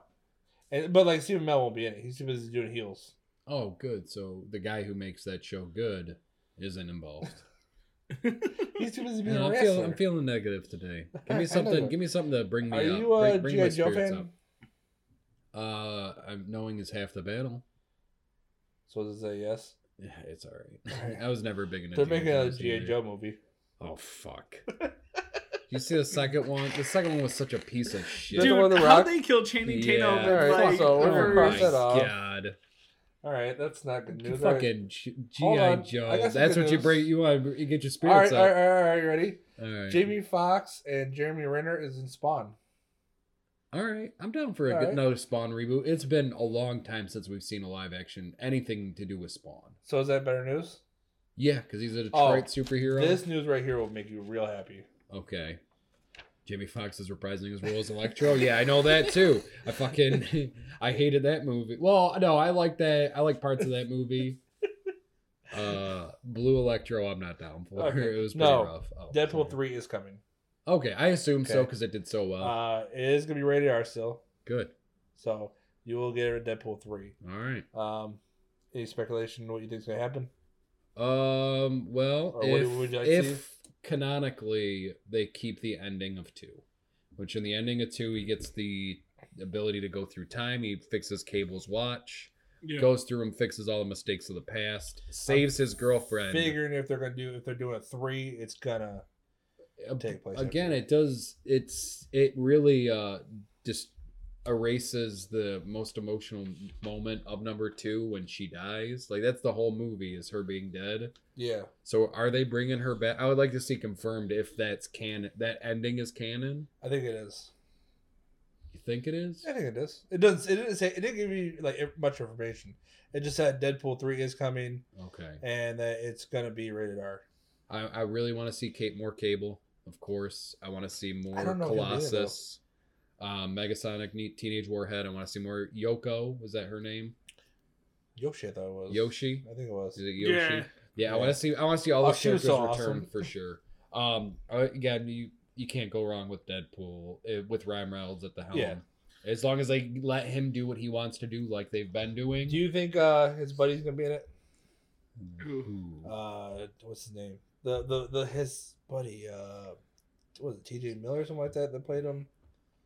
And, but like Stephen Mel won't be in it. He's too busy doing heels.
Oh, good. So the guy who makes that show good isn't involved.
He's too busy being
Man,
a
I'm,
wrestler.
feeling, I'm feeling negative today. Give
I know
me something.
that.
Give me something to bring me
Are
up.
you a
bring, bring my
GI Joe
spirits
fan?
up. Uh, I'm, knowing is half the battle.
So does it say yes?
Yeah, it's all right.
Alright.
I was never big into.
They're
G.I.
making a
Joes
GI
either.
Joe movie.
Oh fuck! you see the second one? The second one was such a piece of shit.
Is that the
Dude,
one with The Rock?
how'd they kill Channing Tatum?
Yeah. Oh
with,
Alright,
like,
so we're gonna
her-
cross that off.
God.
All right, that's not good news. All right.
Fucking G-
Hold
G.I.
on. I got
Joe.
some
That's
good
what you
news.
bring. You want to get your
All right,
spirits
all right,
up.
all right, all right, you ready?
All right.
Jamie Foxx and Jeremy Renner is in Spawn.
All right. I'm down for a
All
good,
right.
another Spawn reboot. It's been a long time since we've seen a live action anything to do with Spawn.
So is that better news?
Yeah, because he's a
Oh,
Detroit superhero.
This news right here will make you real happy.
Okay. Jamie Foxx is reprising his role as Electro. Yeah, I know that too. I fucking I hated that movie. Well, no, I like that. I like parts of that movie. Uh, Blue Electro, I'm not down for.
Okay.
It was pretty
No.
rough. Oh,
Deadpool
sorry.
three is coming.
Okay, I assume so
Okay.
because it did so well.
Uh, it is gonna be rated R still,
Good.
so you will get a Deadpool three.
All right.
Um, any speculation on what you think's gonna happen?
Um. Well,
Or what
if,
do- would you like to
if canonically they keep the ending of two, which in the ending of two he gets the ability to go through time. He fixes Cable's watch.
Yeah.
goes through and fixes all the mistakes of the past, saves his girlfriend.
Figuring if they're gonna do if they're doing a three, it's gonna
Uh,
take place
Again,
after.
it does. It's it really uh just erases the most emotional moment of number two when she dies. Like that's the whole movie is her being dead.
yeah.
So are they bringing her back? I would like to see confirmed if that's canon. That ending is canon.
I think it is.
You think it is?
I think it is. It doesn't. It didn't say. It didn't give you like inf- much information. It just said Deadpool three is coming
Okay.
and that it's gonna be rated R.
I, I really want to see Kate more Cable, of course. I want to see more
don't know if he'll be in it, though.
Colossus, um, Megasonic Ne- Teenage Warhead. I want to see more Yoko. Was that her name?
Yoshi, I thought it was
Yoshi.
I think it was.
Is it Yoshi?
Yeah.
Yeah, I want to see. I want to see all
Oh,
those
she was
characters
so
return
awesome.
for sure. Um, uh, again, you you can't go wrong with Deadpool uh, with Ryan Reynolds at the helm.
Yeah.
As long as they let him do what he wants to do, like they've been doing.
Do you think uh, his buddy's gonna be in it?
Ooh.
Uh, what's his name? The the the his buddy. Uh, was it T.J. Miller or something like that that played him?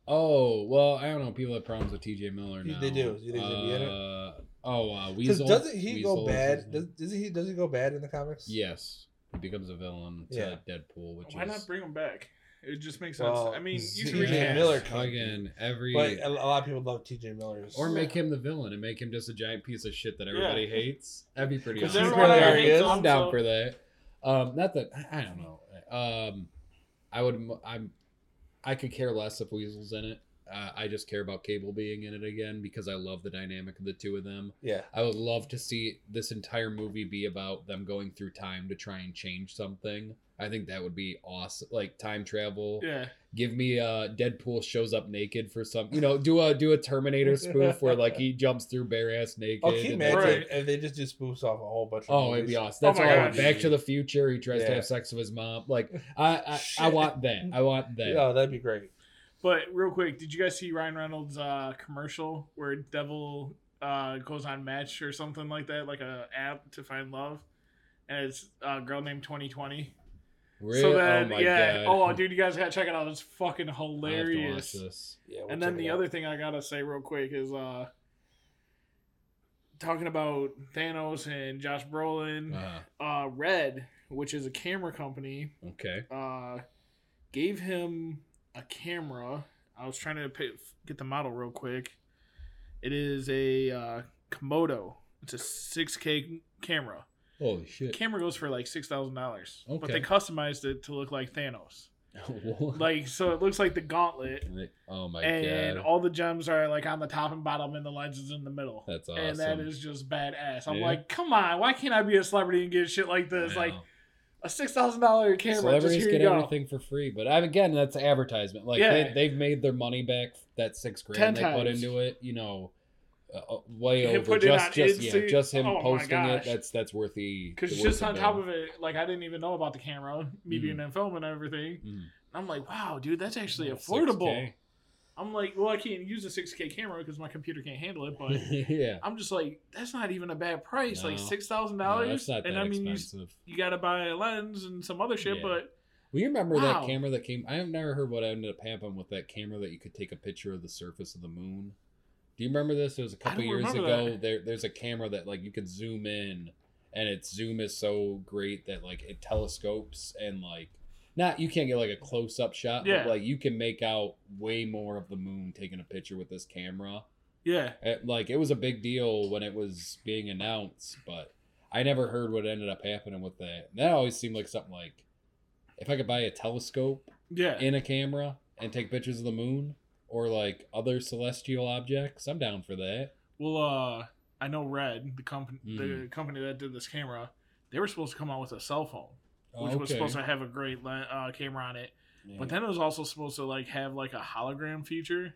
Oh well, I don't know. People have problems with T.J. Miller
You-
now.
they do. You think they'd be in it?
Uh, oh, uh,
Because
Weasel.
doesn't he
Weasel
go
is his
bad?
name.
Does, doesn't he? Does he go bad in the comics?
yes, he becomes a villain to
Yeah.
Deadpool, which
Why
is
not bring him back? It just makes sense.
Well,
I mean, you can
T.J.
recast.
Miller can't be.
Again, every
But a a lot of people love T.J. Miller's.
or make him the villain and make him just a giant piece of shit that everybody
Yeah.
hates. That'd be pretty
Because
awesome.
everyone already
I'm
hates
I'm
him,
down
so-
for that. Um, not that I I don't know. Um, I would. m- I'm. I could care less if Weasel's in it. Uh, I just care about Cable being in it again because I love the dynamic of the two of them.
yeah,
I would love to see this entire movie be about them going through time to try and change something. I think that would be awesome, like time travel.
Yeah,
Give me uh Deadpool shows up naked for some, you know, do a do a Terminator spoof where like he jumps through bare ass naked.
oh, can you
and-
imagine
Right.
if they just do spoofs off a whole bunch of
Oh, it'd
movies?
be awesome. That's
Oh
all
my
I want.
gosh.
Back to the Future. He tries to
Yeah.
have sex with his mom. Like I, I, I
Shit.
want that. I want that.
Yeah, that'd be great.
but real quick, did you guys see Ryan Reynolds' uh, commercial where Devil uh, goes on Match or something like that, like a app to find love, and it's a girl named Twenty Twenty.
Really?
So then,
oh my god.
yeah. Oh, dude, you guys gotta check it out. It's fucking
I have to watch
hilarious.
this.
Yeah, we'll
and
check
then
it
the
out.
other thing I gotta say real quick is uh talking about Thanos and Josh Brolin,
Uh,
uh Red, which is a camera company,
okay.
uh gave him a camera. I was trying to pay, get the model real quick. It is a uh, Komodo. It's a 6K camera.
Holy shit.
Camera goes for like six thousand dollars, but
Okay.
they customized it to look like Thanos. Like so, it looks like the gauntlet,
oh my
and
god.
all the gems are like on the top and bottom, and the lens is in the middle.
That's awesome.
And that is just badass. I'm
Yeah.
like, come on, why can't I be a celebrity and get shit like this? Like a six thousand dollar camera.
celebrities
just here
get
you go.
everything for free, but I, again, that's advertisement. Like
Yeah.
they, they've made their money back that six
Ten
grand they put
times.
into it. You know, uh, uh, way
Him
over
putting it
just
on
just yeah,
Etsy?
just him
Oh my
posting it.
gosh.
That's that's worth the
Because
the
just
worth
on top of it, like I didn't even know about the camera, me
Mhm.
being in film and everything.
it. Mm.
I'm like, wow, dude, that's actually
Yeah,
affordable.
6K.
I'm like, well, I can't use a 6K camera because my computer can't handle it, but
yeah,
I'm just like, that's not even a bad price, like
No.
six thousand
no,
dollars.
that's not that
And I mean, you,
expensive.
you gotta buy a lens and some other shit,
Yeah.
but
Well, you remember that
Wow.
camera that came? I've never heard what ended up happening with that camera that you could take a picture of the surface of the moon. Do you remember this? It was a couple
don't
years
remember
ago.
that.
There, there's a camera that like you could zoom in, and its zoom is so great that like it telescopes and like not you can't get like a close up shot,
Yeah.
but like you can make out way more of the moon taking a picture with this camera.
yeah,
It, like it was a big deal when it was being announced, but I never heard what ended up happening with that. And that always seemed like something like if I could buy a telescope
yeah.
in a camera and take pictures of the moon or like other celestial objects, I'm down for that.
well, uh, I know Red, the company, the
Mhm.
company that did this camera, they were supposed to come out with a cell phone, Oh, which was supposed to have a great le- uh, camera on it,
Yeah.
but then it was also supposed to like have like a hologram feature.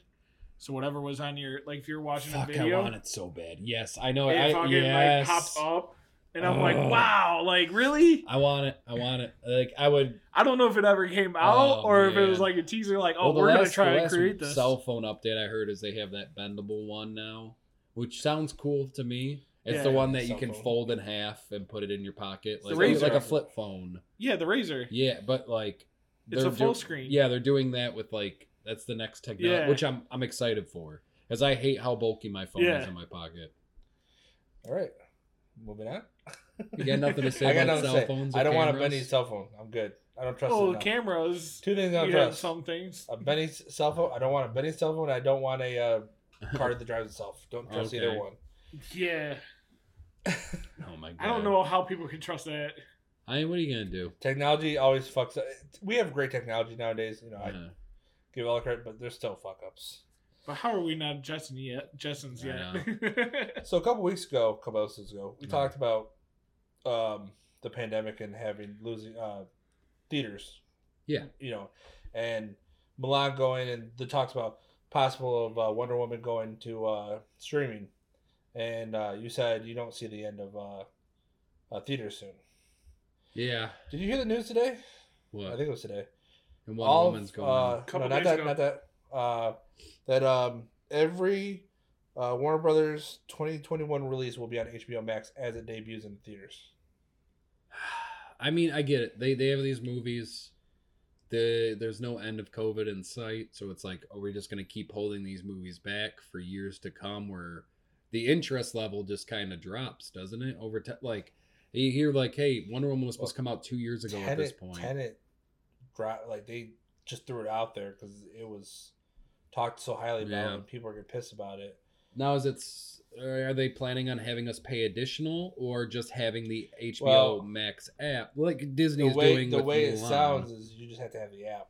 So whatever was on your like, if you're watching
Fuck,
a
I
video,
want
it
it so bad. Yes, I know. I,
fucking
yes. Oh.
like popped up, and I'm like,
Ugh.
wow, like really?
I want it. I want it. Like I would.
I don't know if it ever came
Oh,
out or if it was
man.
like a teaser, like, oh,
Well, the
we're gonna
last- the
try and
last
create this.
Cell phone update I heard is they have that bendable one now, which sounds cool to me. It's the
Yeah.
one that you
Cell
can
phone.
fold in half and put it in your pocket,
the
like, it's like a
razor.
flip phone.
yeah, the razor.
Yeah, but like
It's
they're
a full
do-
screen.
Yeah, they're doing that with like that's the next technology,
Yeah.
which I'm I'm excited for because I hate how bulky my phone
Yeah.
is in my pocket.
All right, moving on.
You got nothing to say
I got
about
nothing to
cell
say.
phones. Or
I don't want a
cameras?
Benny's cell phone. I'm good. I don't trust. it
Oh,
enough.
cameras.
Two things I don't
You have
trust:
some things.
a Benny's cell phone. I don't want a Benny's cell phone. I don't want a uh, card that drives itself. Don't trust either
Okay.
one.
Yeah,
Oh my god!
I don't know how people can trust that.
I mean, what are you gonna do?
Technology always fucks up. We have great technology nowadays. You know, I
Uh,
give all the credit, but there's still fuck ups.
But how are we not Jetson yet? Jetsons
I
yet?
So a couple weeks ago, a couple episodes ago, we
Mhm.
talked about um, the pandemic and having losing uh, theaters.
Yeah.
you know, and Milan going and the talks about possible of uh, Wonder Woman going to uh, streaming, and uh, you said you don't see the end of uh, uh, theaters soon.
yeah.
Did you hear the news today?
What?
I think it was today.
and one
All
woman's
of,
going.
Uh,
on.
Couple
no, not
days
that.
ago.
Not that. Uh, that um, every uh, Warner Brothers 2021 release will be on HBO Max as it debuts in theaters.
I mean, I get it. They they have these movies. The there's no end of COVID in sight, so it's like, are we just gonna keep holding these movies back for years to come? Where the interest level just kind of drops, doesn't it? Over time, like you hear, like, hey, Wonder Woman was supposed to come out two years ago at this
Tenet,
point.
Tenet, drop like they just threw it out there because it was talked so highly about
Yeah.
and people are getting pissed about it.
Now is it's are they planning on having us pay additional or just having the HBO
Well,
Max app like Disney
The
is
way
doing
the
with
way it
Mulan?
sounds is you just have to have the app.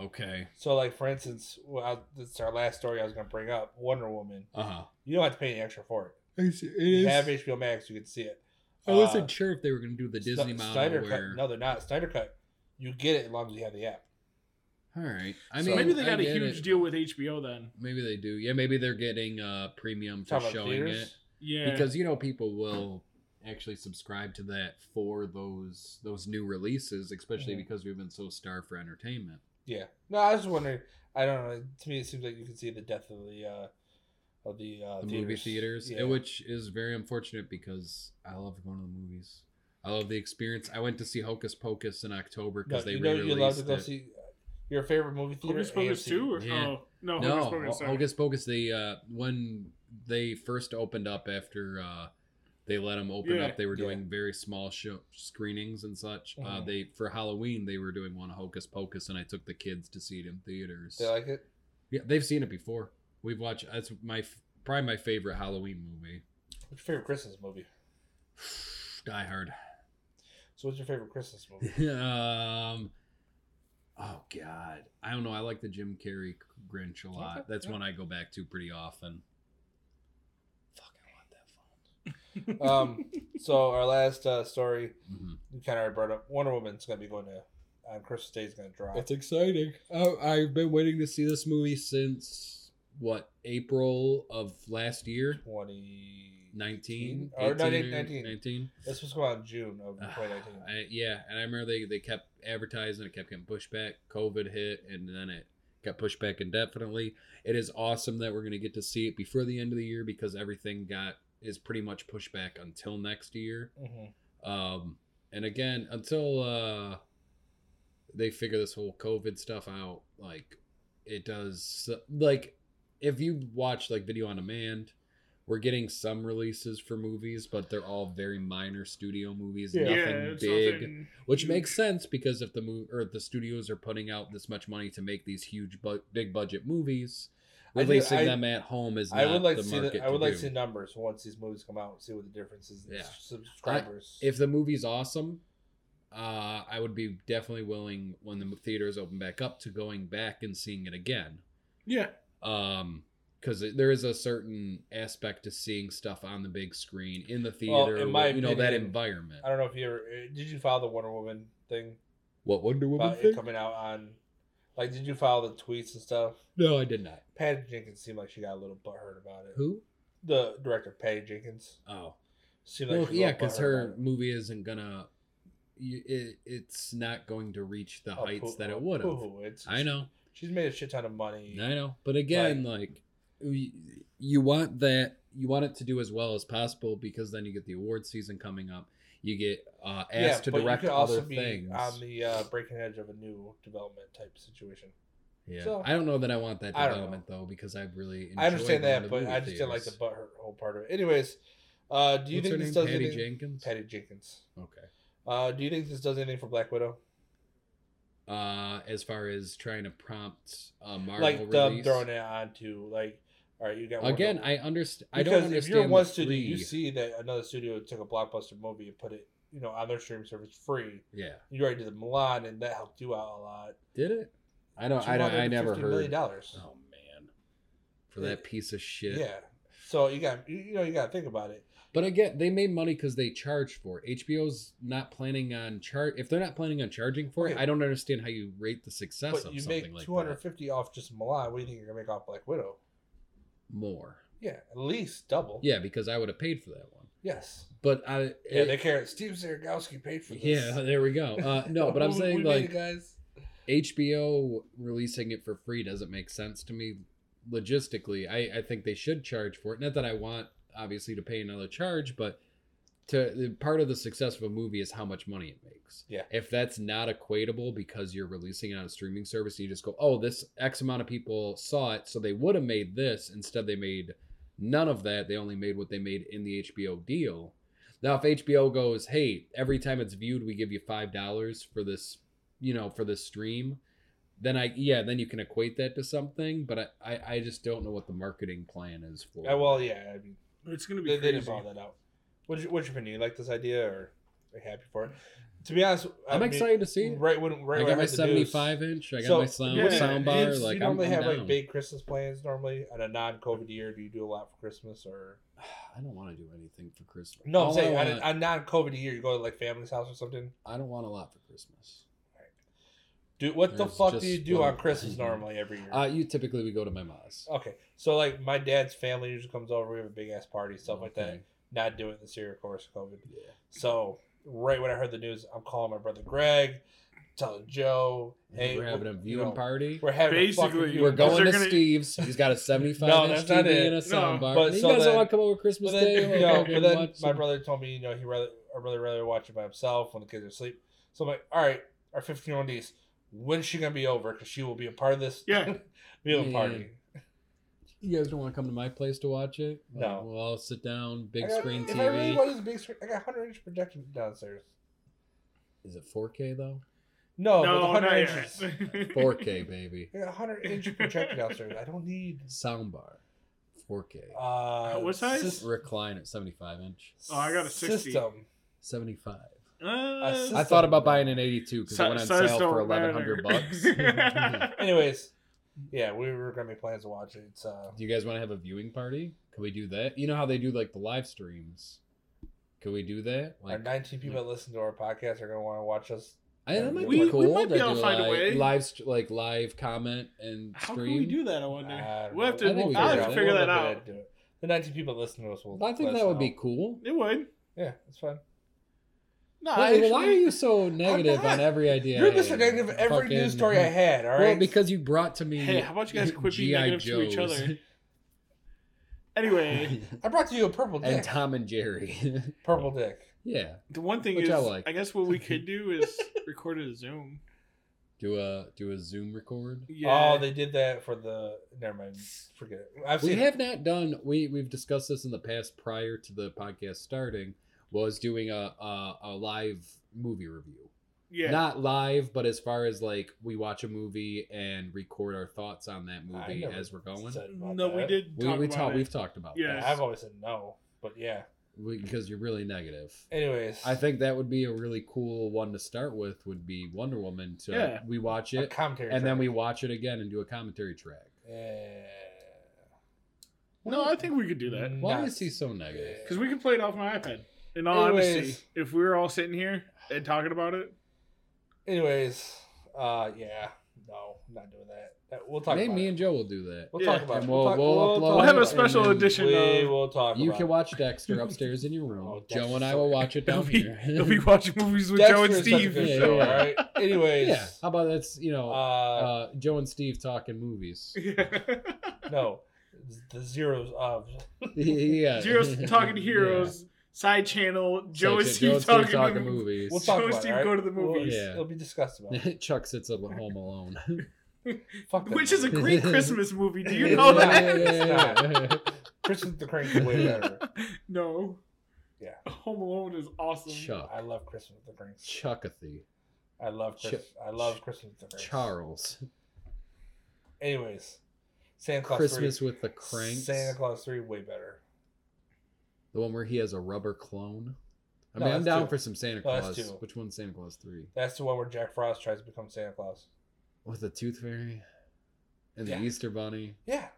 Okay.
So like for instance, well, I, this is our last story I was going to bring up Wonder Woman.
Uh huh.
You don't have to pay any extra for it.
It
You
is.
have HBO Max, you can see it.
I wasn't
uh,
sure if they were going to do the
Sn-
Disney model
Snyder
where.
Cut. No, they're not Snyder Cut. You get it as long as you have the app.
All right. I
So
mean,
maybe they
I
got a
get
huge
it.
deal with HBO then.
Maybe they do. Yeah, maybe they're getting uh premium for
Talking about
showing
theaters.
it
Yeah,
because you know people will actually subscribe to that for those those new releases, especially
Mhm.
because we've been so starved for entertainment.
Yeah. No, I was just wondering. I don't know. To me, it seems like you can see the death of the uh, of the, uh,
the movie theaters,
Yeah.
which is very unfortunate because I love going to the movies. I love the experience. I went to see Hocus Pocus in October
No,
because they
you know you love
re-released
to go
it.
see uh, your favorite movie theater.
Hocus Pocus
AMC.
two or
Yeah.
oh no,
no,
Hocus
Ho-
Pocus.
Hocus
sorry.
Pocus, They uh, when they first opened up after uh, they let them open
Yeah.
up, they were
Yeah.
doing very small show screenings and such. Uh,
Mhm.
they for Halloween they were doing one Hocus Pocus, and I took the kids to see it in theaters.
They like it.
yeah, they've seen it before. We've watched. That's my f- probably my favorite Halloween movie.
What's your favorite Christmas movie?
Die Hard.
So, what's your favorite Christmas movie?
um oh god i don't know i like the jim carrey grinch a lot
Okay,
that's
yeah.
one i go back to pretty often fuck i want that phone
um, so our last uh, story
Mhm.
we kind of already brought up. Wonder Woman's gonna be going to on Christmas Day. It's gonna drop.
that's exciting I, i've been waiting to see this movie since what april of last year
Twenty.
19
Or
18,
19, 19.
19?
That's supposed to come out in June of
Ah,
2019.
I- yeah and i remember they, they kept advertising it kept getting pushed back covid hit and then it got pushed back indefinitely it is awesome that we're going to get to see it before the end of the year because everything got is pretty much pushed back until next year
Mhm.
um and again until uh they figure this whole covid stuff out like it does like if you watch like video on demand we're getting some releases for movies but they're all very minor studio movies
Yeah.
nothing
it's
big
nothing
which
huge.
makes sense because if the move or if the studios are putting out this much money to make these huge bu- big budget movies
I do-
releasing
I-
them at home is not
I would like
the
to see.
market
The, I would like
do.
to see numbers once these movies come out. and See what the difference is in
Yeah.
subscribers.
if the movie's awesome, uh, I would be definitely willing when the theaters open back up to going back and seeing it again.
Yeah,
Um, because there is a certain aspect to seeing stuff on the big screen in the
Well,
theater,
in my
you know, that
opinion,
environment.
I don't know if you ever eh, did. You follow the Wonder Woman thing
What Wonder Woman
about it
thing?
coming out on. Like, did you follow the tweets and stuff?
No, I did not.
Patty Jenkins seemed like she got a little butthurt about it.
Who?
The director, Patty Jenkins,
Oh,
seemed
well,
she was a
yeah,
little
because
butthurt
her
about it.
movie isn't gonna. y- It, it's not going to reach the
Oh,
heights
poo-
that
oh,
it would have.
poo-hoo. It's-
I know.
she's made a shit ton of money.
I know, but again, like, y you want that you want it to do as well as possible because then you get the award season coming up. You get uh, asked to
but you
direct
could
other things.
on the uh, breaking edge of a new development type situation.
yeah,
so-
I don't know that I want that
I don't know.
development though because I really enjoy
I understand
going to
that, but
movie
I just didn't like the
theaters.
butthurt whole part of it. Anyways, uh, do you
What's
think
her
this
name?
does
Patty
anything?
Jenkins.
Patty Jenkins.
Okay.
Uh, do you think this does anything for Black Widow?
Uh, as far as trying to prompt a Marvel
like them
release,
throwing it onto like, all right, you got Wonder
again,
Woman.
I understand. I
Because
don't understand.
if you're one
the
studio, you
free-
see that another studio took a blockbuster movie and put it, you know, on their streaming service free.
yeah,
You already did the Milan, and that helped you out a lot.
did it? I don't. I don't. I never
$250 million
heard.
dollars.
Oh man, for
Yeah.
that piece of shit.
Yeah. So you got you- you know you got to think about it.
But again, they made money because they charge for it. HBO's not planning on charge. If they're not planning on charging for it,
Okay.
I don't understand how you rate the success
But
of
you
something
make
like
two hundred fifty off just Milan. What do you think you're gonna make off Black Widow?
that. More,
Yeah, at least double.
yeah, because I would have paid for that one.
Yes.
But I,
Yeah,
it-
they care. Steve Zaragowski paid for this.
yeah, there we go. Uh, no, but I'm
We
saying
made it,
like
guys.
HBO releasing it for free doesn't make sense to me logistically. I, I think they should charge for it. Not that I want obviously to pay another charge, but to the part of the success of a movie is how much money it makes.
Yeah.
If that's not equatable because you're releasing it on a streaming service, you just go, oh, this X amount of people saw it, so they would have made this. Instead, they made none of that. They only made what they made in the HBO deal. Now, if HBO goes, hey, every time it's viewed, we give you five dollars for this, you know, for this stream, then I yeah, then you can equate that to something, but I I, I just don't know what the marketing plan is for.
Uh, well, yeah, I mean,
It's gonna be
they, they
crazy.
didn't follow that out. What's your, what's your opinion? You like this idea, or are you happy for it? To be honest, I
I'm
mean,
excited to see. it.
Right when right
I
when
got my
heard the news-
75 inch. I got
So,
my sound
yeah,
sound
Do you-
bar.
do
Like
you
I'm,
normally
I'm
have
down.
like big Christmas plans normally on a non-COVID year? Do you do a lot for Christmas or
I don't want to do anything for Christmas.
no? I'm
All
saying
I,
on
want,
a, on non-COVID year, you go to like family's house or something.
I don't want a lot for Christmas.
Do what the
There's
fuck do
just
you do
little
on Christmas
things.
normally every year?
Uh, you typically we go to my mom's.
okay, so like my dad's family usually comes over. We have a big ass party, stuff like that.
Okay.
Not doing it this year, of course, COVID.
Yeah.
So right when I heard the news, I'm calling my brother Greg, telling Joe, "Hey,
we're having a
you
viewing
know,
party.
We're having a fucking
Basically,
viewing
We're
party."
going to
They're gonna-
Steve's. He's got a 75
No,
inch
that's not
TV
it.
and a sound bar.
but
you
so
guys
then-
don't want to come over Christmas
But then,
Day?
you know,
Okay,
but then
watch
my
some-
brother told me, you know, he rather I'd rather rather watch it by himself when the kids are asleep. So I'm like, all right, our 15 year old niece, when's she gonna be over? Because she will be a part of this
Yeah.
viewing
Yeah.
party.
You guys don't want to come to my place to watch it? Like,
No.
We'll all sit down,
I
big
got-
screen
If I really
TV.
wanted a big screen, I got 100 inch projection downstairs.
Is it 4K though? Oh,
No, no
no,
100
not
inches.
yet.
4K, baby.
I got 100 inch projection downstairs. I don't need.
Sound bar. 4K.
Uh,
What size?
sys-
Recliner, 75 inch.
Oh, I got a 60.
System.
75.
Uh,
I thought about buying an 82 because
si-
it went on
size
sale for
don't
1100
matter.
bucks.
Anyways, yeah, we were gonna make plans to watch it. It's uh,
Do you guys want to have a viewing party? Can we do that? You know how they do like the live streams. Can we do that?
our
Like,
19 people that listen to our podcast are gonna want to watch us
I, that might
We-
be
we
cool.
might be
to
able
do
to find a
live,
way.
live st- like live comment and
How
stream.
can we do that? I wonder.
I don't
Oh, we'll have
know.
to.
I think we
I'll
figure it
have to
out.
figure
We'll look
that
at
out.
it, do it. The 19 people listening to us will.
I think
let us
that would
know.
be cool.
It would.
Yeah, it's fun.
No,
Why-
actually,
why are you so negative
not.
on every idea?
You're
I
just
have?
negative of every news
Fucking-
story I had. All right.
Well, because you brought to me.
Hey, how about you guys quit being
G.I.
negative to each
Joes
other? Anyway,
and
I brought to you a purple dick.
Tom and Jerry.
purple dick.
yeah,
the one thing
Which
is,
I
I,
like.
guess what we could do is record a Zoom.
do a do a Zoom record.
Yeah.
Oh, they did that for the. Never mind. Forget it. I've
we
seen.
have not done we we've discussed this in the past prior to the podcast starting was doing a a, a live movie review
yeah.
not live but as far as like we watch a movie and record our thoughts on that
I
movie
never
as we're going
said about
no, we
that.
did.
we,
talk
we
about
talk,
it.
we've talked about
Yeah,
Yes.
that
I've always said no, but yeah.
We- because you're really negative
Anyways,
i think that would be a really cool one to start with would be wonder woman to
Yeah.
we watch
a
it
commentary.
and then we
track.
watch it again and do a commentary track
Yeah.
No, I think we could do that
why
Nuts.
is he so negative
because we could play it off my iPad. In all
Anyways.
honesty, if we were all sitting here and talking about it,
Anyways, uh, yeah. No, not doing that. That- We'll talk.
Maybe
about
me
it.
and joe will do that
We'll
Yeah.
talk about.
And
it.
we'll-
talk-
we'll
talk
upload
about
we'll have
it.
a
and
special
then
edition.
We
of-
will talk.
You
about
can
it.
watch Dexter upstairs in your room.
Oh,
Joe and I
Dexter's
will
so-
watch it
They'll
down
be,
here.
they'll be watching movies with Joe and
Dexter is such a
Steve.
good
Yeah,
show,
yeah.
all right? Anyways,
yeah, how about that's you know uh,
uh,
Joe and Steve talking movies. uh,
no, the zeros of
yeah,
Zero's talking to heroes. Side channel.
Yeah.
Joe
So
and
Joe
Steve talking, to movies.
movies.
we'll talk
Joe and
about it,
Steve
all right?
go to the
We'll-
movies.
Yeah.
It'll be discussed about.
Chuck sits up at home alone.
Fuck that
Which is a
movie.
great Christmas movie. Do you
Yeah,
know
yeah,
that?
Christmas the Crank is way better.
No.
Yeah.
Home Alone is awesome.
Chuck,
I love Christmas with the Crank.
Chuckathy,
I love Chris.
Ch-
I love Christmas with the Crank.
Charles,
Anyways, Santa Claus
Christmas
three.
with the Cranks,
Santa Claus three way better.
the one where he has a rubber clone. I
No,
mean, I'm
that's
down
two.
for some Santa
No, that's
Claus.
two.
Which one's Santa Claus three?
That's the one where Jack Frost tries to become Santa Claus.
With the Tooth Fairy and the
Yeah.
Easter Bunny.
Yeah.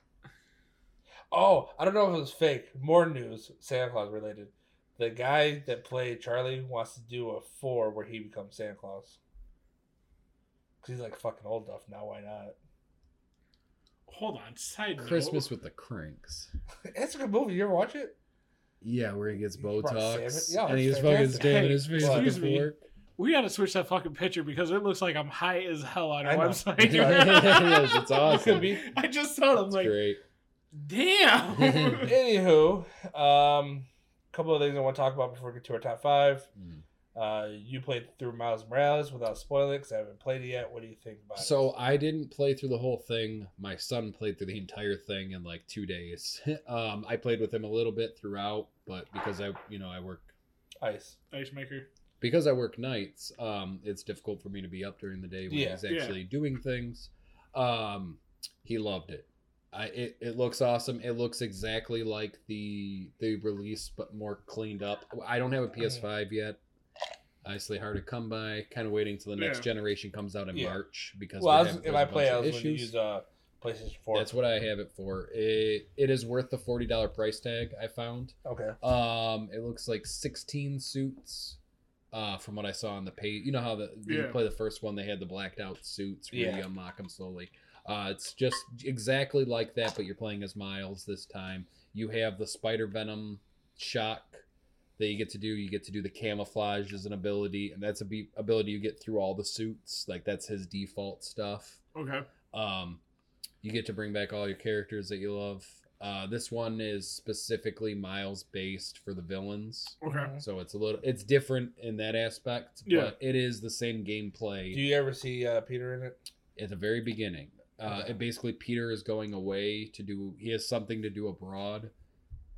Oh, I don't know if it was fake. More news, Santa Claus related. The guy that played Charlie wants to do a four where he becomes Santa Claus. Cause he's like fucking old enough now. Why not?
Hold on. Side note.
Christmas with the Cranks.
It's a good movie. You ever watch it?
Yeah, where he gets
He's probably
Botox
saving- yeah,
and
it's
he's fucking
fantastic.
stabbing
Hey,
his face
excuse
with
me.
a fork.
We gotta switch that fucking picture because it looks like I'm high as hell on
I
our
know.
website.
Yes, it's awesome.
Could be.
I just saw it. I'm
That's
like,
great.
damn.
Anywho, um, couple of things I want to talk about before we get to our top five.
Mm.
Uh, you played through Miles Morales without spoiling because I haven't played it yet. What do you think about it?
So I didn't play through the whole thing. My son played through the entire thing in like two days. Um, I played with him a little bit throughout, but because I, you know, I work
ice.
Ice maker.
because I work nights, um, it's difficult for me to be up during the day when
Yeah.
he's
Yeah.
actually doing things. Um, he loved it. I, it, it looks awesome. It looks exactly like the the release, but more cleaned up. I don't have a PS5 yet. Obviously, hard to come by. Kind of waiting till the next
Yeah.
generation comes out in
Yeah.
March because
Well, I
we're
was,
having-
if
there's
I
a bunch
play, I
of
was going to
issues.
use uh, PlayStation 4.
That's what I have it for. It it is worth the forty dollar price tag I found.
Okay.
Um, it looks like sixteen suits. Uh, from what I saw on the page, you know how the you
Yeah.
play the first one, they had the blacked out suits where
Yeah.
you unlock them slowly. Uh, it's just exactly like that, but you're playing as Miles this time. You have the spider venom shock that you get to do. You get to do the camouflage as an ability, and that's a be- ability you get through all the suits. Like that's his default stuff.
Okay.
Um, you get to bring back all your characters that you love. Uh, this one is specifically Miles based for the villains,
Okay.
so it's a little it's different in that aspect,
Yeah.
but it is the same
Do
gameplay
you ever see uh, Peter in it?
at the very beginning. Uh, and basically, Peter is going away to do he has something to do abroad,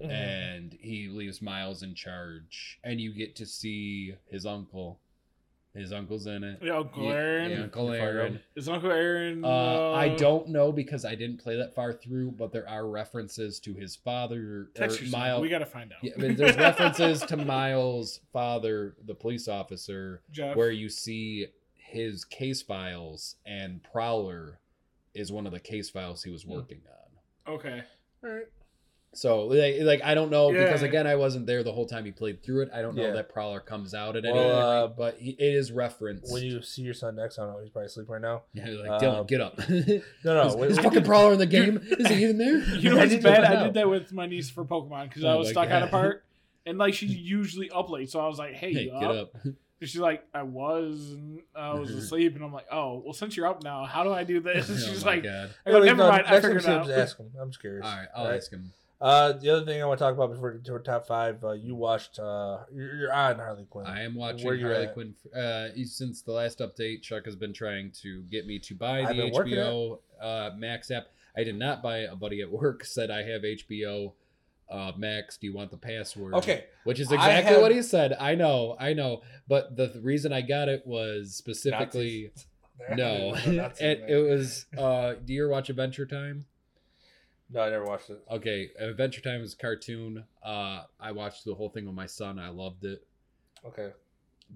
Mm-hmm.
and he leaves Miles in charge, and you get to see his uncle. His uncle's in it.
Yeah, Uncle Aaron.
Yeah, Uncle
If I
Aaron.
remember.
Is Uncle Aaron?
Uh, I don't know because I didn't play that far through, but there are references to his father or
Text Miles.
Miles.
We gotta find out.
yeah, I mean, there's references to Miles' father, the police officer,
Jeff.
where you see his case files, and Prowler is one of the case files he was
Hmm.
working on.
Okay.
All right.
So, like, like, I don't know because
Yeah.
again, I wasn't there the whole time he played through it. I don't know
Yeah.
that Prowler comes out at any,
Well, uh,
but he, it is referenced.
When you see your son next, I don't know. He's probably asleep right now.
Yeah, like, Dylan,
um,
get up.
No,
is,
no.
is
when-
fucking Prowler in the game? Is he in there?
You know
I
what's
didn't
bad?
find
I
out.
did that with my niece for Pokemon because I
Oh
was
my
stuck on a
God.
part, and like she's usually up late, so I was like, "Hey,
Hey,
you
get
up?"
up.
And she's like, "I was, and I was asleep," and I'm like, "Oh, well, since you're up now, how do I do this?" And
Oh
she's
my
like,
God.
I go,
No,
"Never
no,
mind, I
next time you
figured
see
it
him,
out."
just ask him. I'm just curious.
all right, I'll
All right.
ask him.
Uh, the other thing I want to talk about before we get to our top five, uh, you watched. Uh, you're, you're on Harley Quinn.
I am watching
Where you
Harley
at?
Quinn. Uh, since the last update, Chuck has been trying to get me to buy
I've
the
been working
HBO uh, Max app. I did not buy it. A buddy at work said I have HBO uh, Max. Do you want the password?
Okay.
Which is
I
exactly
have-
what he said. I know, I know. But the th- reason I got it was specifically
Nazis.
no.
Nazis,
it,
man.
it was. Uh, do you watch Adventure Time?
no, I never watched it.
okay adventure time is a cartoon uh i watched the whole thing with my son i loved it
Okay.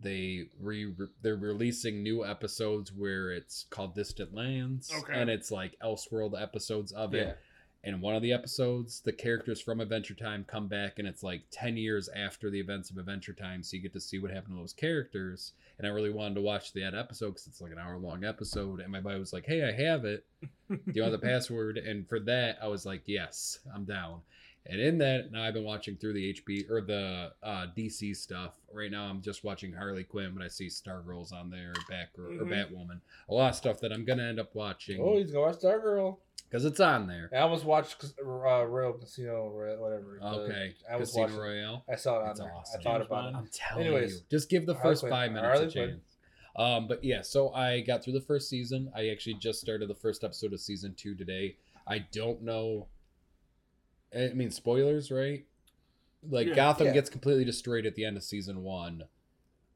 they re they're releasing new episodes where it's called distant lands
Okay.
and it's like elseworld episodes of
Yeah.
it and one of the episodes the characters from adventure time come back and it's like 10 years after the events of adventure time so you get to see what happened to those characters and i really wanted to watch that episode because it's like an hour long episode and my buddy was like hey i have it do you want the password? And for that, I was like, yes, I'm down. And in that, now I've been watching through the HP or the uh, DC stuff. Right now, I'm just watching Harley Quinn, but I see Stargirl's on there, Batgirl or
Mhm.
Batwoman, a lot of stuff that I'm gonna end up
Oh,
watching
he's gonna watch Stargirl.
because it's on there.
I almost watched uh, Royal Casino, Royale, whatever. The-
Okay,
I was
Casino
watching.
Royale.
I saw it on
It's
there.
awesome.
I thought
James
about
Bond.
I'm telling
Anyways,
you, just give the
Harley
first
Quinn,
five minutes
Harley
a
Quinn.
chance. Um, but yeah, so I got through the first season. I actually just started the first episode of season two today. I don't know. I mean, spoilers, right? Like
Yeah.
Gotham
Yeah.
gets completely destroyed at the end of season one.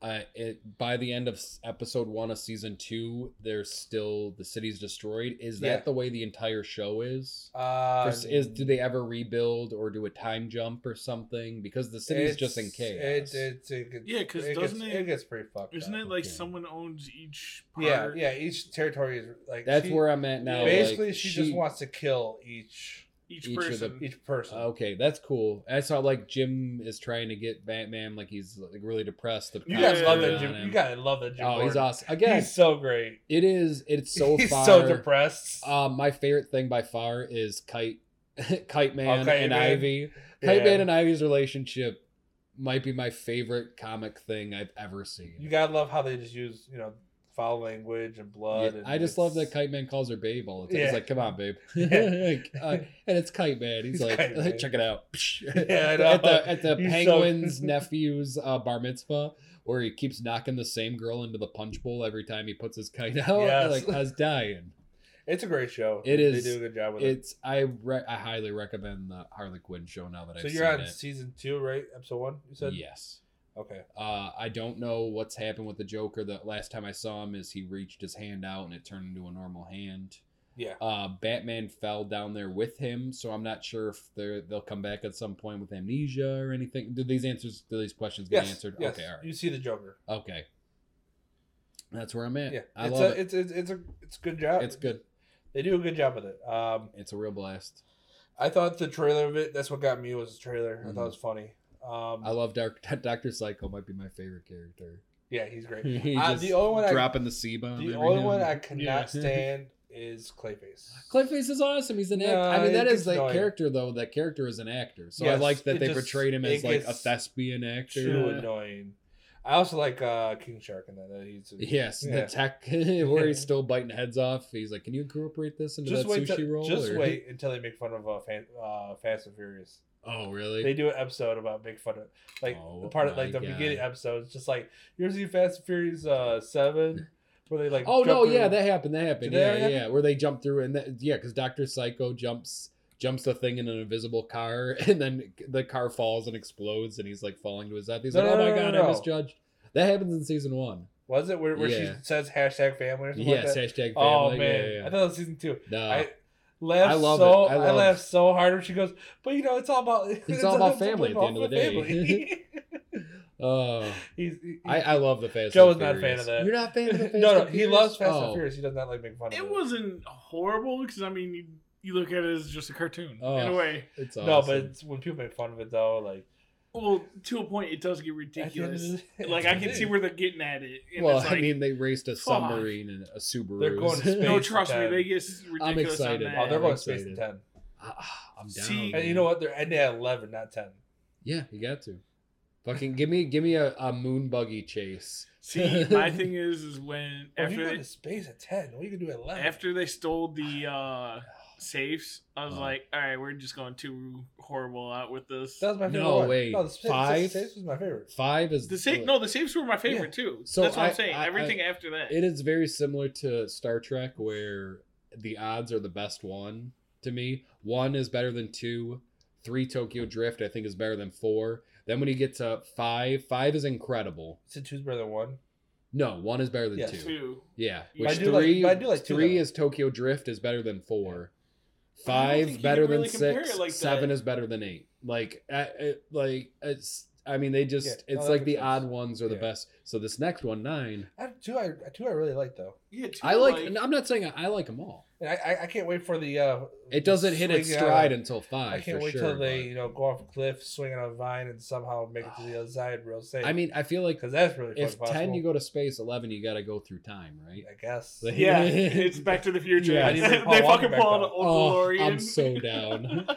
Uh, it by the end of s- episode one of season two, there's still the city's destroyed. Is that
Yeah.
the way the entire show is?
it. Uh,
Or s- is do they ever rebuild or do a time jump or something? Because the city's just in
it's-
chaos.
It, it, it gets,
Yeah, 'cause
it
doesn't
gets,
it-
it gets pretty fucked?
Isn't
up.
it like
Okay.
someone owns each part?
Yeah, yeah. Each territory is like
That's
she-
where I'm at now.
Basically,
like,
she, just wants to kill each
Each,
Each of the-
person.
each person.
Okay, that's cool. I saw like Jim is trying to get Batman, like he's like really depressed. The
You
cops
guys love
are
that
on
Jim.
him.
You gotta love that Jim.
oh, he's
Gordon.
awesome. Again,
He's so great.
it is. It's so
he's
far.
so depressed.
Uh, my favorite thing by far is Kite, Kite Man
Oh, Kite
and
Man.
Ivy. Kite Man and Ivy's relationship might be my favorite comic thing I've ever seen.
you gotta love how they just use you know foul language and
Yeah,
blood. and
I just love that
it's-
Kite Man calls her babe all the time. He's
Yeah.
like, "Come on, babe,"
Yeah.
Uh, and it's Kite Man.
He's
He's, like,
Kite Man.
"Check it out."
Yeah, I know.
at the at the
He's so-
Penguins nephew's uh, bar mitzvah, where he keeps knocking the same girl into the punch bowl every time he puts his kite out.
Yes.
Like I was dying.
It's a great show.
It is-
They do a good job with it.
It's I re- I highly recommend the Harley Quinn show now that
So
I've
you're
seen
on
it.
season two, right? Episode one. You said.
yes.
Okay.
Uh, I don't know what's happened with the Joker. The last time I saw him is he reached his hand out and it turned into a normal hand.
Yeah.
Uh, Batman fell down there with him, so I'm not sure if they they'll come back at some point with amnesia or anything. Did these answers? Do these questions get
Yes,
answered?
yes.
Okay, all right.
You see the Joker.
Okay, that's where I'm at.
Yeah.
I
it's
love
a,
it.
It's, it's it's a it's a good job.
It's good.
They do a good job with it. Um,
It's a real blast.
I thought the trailer of it. That's what got me was the trailer. I thought it was funny. Um,
Mm-hmm. I love Dark Doctor Psycho. Might be my favorite character.
yeah, he's great.
He
Uh,
just
the only one I-
dropping the C bomb.
The
every
only
now
one
and
I
then.
cannot
Yeah.
stand is Clayface.
Clayface is awesome. He's an actor.
No,
I mean, that
it
is
gets
that
annoying.
character though. That character is an actor. So I
Yes,
like that
it
they
just-
portrayed him
it
as like a
gets
thespian
Too
actor.
annoying. I also like uh, King Shark in that. that he's
Yes,
Yeah.
the tech where he's still biting heads off. He's like, "Can you incorporate this into
Just
that
wait,
sushi
till-
roll?"
just
or-
wait until they make fun of uh, fan, uh, Fast and Furious.
Oh, really?
They do an episode about make fun of like
Oh
the part of
my
like the
God.
beginning episode. It's just like you ever seen Fast and Furious uh, Seven where they like
oh
jump
no, yeah,
through-
that happened. That happened.
Did that
Yeah,
happen?
yeah, where they jump through and that, yeah, because Doctor Psycho jumps jumps the thing in an invisible car, and then the car falls and explodes, and he's like falling to his death. He's
No,
like,
no,
"Oh
no,
my
no,
god,
no.
I misjudged." That happens in season one.
was it where, where
Yeah.
she says hashtag family or something like
Yes,
that?
hashtag family.
Oh
yeah,
man,
yeah,
I thought it was season two.
No.
I laughed
I love
so
it. I
I,
love-
laughed so hard when she goes, but you know it's all about it's,
all about family at the end of the
about
day."
family."
oh,
He's he-
I, I love the Fast.
Joe
and
is not a fan
Furious.
of that.
You're not a fan of the Fast.
no, no,
and
he
Furious?
loves Fast
Oh.
and Furious. He does not like making fun of it.
It wasn't horrible because I mean, you, you look at it as just a cartoon in
Oh.
a way.
It's
no, but
awesome.
it's, when people make fun of it though, like
Well, to a point, it does get
at the end of
ridiculous.
the day-
Like I can see where they're getting at it. And
well,
it's like,
I mean, they raced a
fuck.
submarine and a Subaru.
They're going to space.
no, trust me,
Ten.
they get s- ridiculous on
excited.
that.
Oh, they're
I'm
going space in
excited.
ten,
Ah, I'm down.
See-
and you know what? They're ending at eleven, not ten.
Yeah, you got to. Fucking give me give me a, a moon buggy chase.
See, my thing is, is when
Well, if
after
you're going
they,
Oh, to space at ten, what are you gonna do at eleven?
after they stole the uh, safes, I was
Oh.
like, all right, we're just going too horrible out with this.
that was my favorite.
No,
one.
wait,
no, the space,
five?
space was my favorite.
Five is
The safe, no, the safes were my favorite too.
So
that's what I,
I-
am saying.
I-
Everything after that,
It is very similar to Star Trek, where the odds are the best one to me. One is better than two. Three Tokyo Drift, I think, is better than four. Then when you get to five, five is incredible.
It's a two's better than one.
No, one is better than
Yes.
two.
too.
Yeah,
But I
which
do like-
three?
but I do like two,
three
though.
is Tokyo Drift is better than four.
I don't
Five
think you
better
can
than
really compare
six.
it like
seven
that.
is better than eight. Like, I, it, like it's. I mean, they just.
Yeah, no,
it's
that
like
makes
the
sense.
odd ones are the
Yeah.
best. So this next one, nine.
I, two, I two, I really like though,
Yeah, two,
I like. I'm not saying I, I like them all.
and I, I I can't wait for the. uh
It doesn't hit its
swing, uh,
stride until five.
I can't
for
wait
sure,
till they you know go off a cliff, swing on a vine, and somehow make it to the other side real safe.
but- I mean, I feel like
because that's really
if
fucking
ten
possible.
you go to space, eleven you got to go through time, right?
I guess.
Like-
Yeah, it's Back to the Future.
Yeah, I
they
need
to make Paul Walker
fucking
back
pull out an
up.
old
Oh,
DeLorean.
I'm so down.
Vin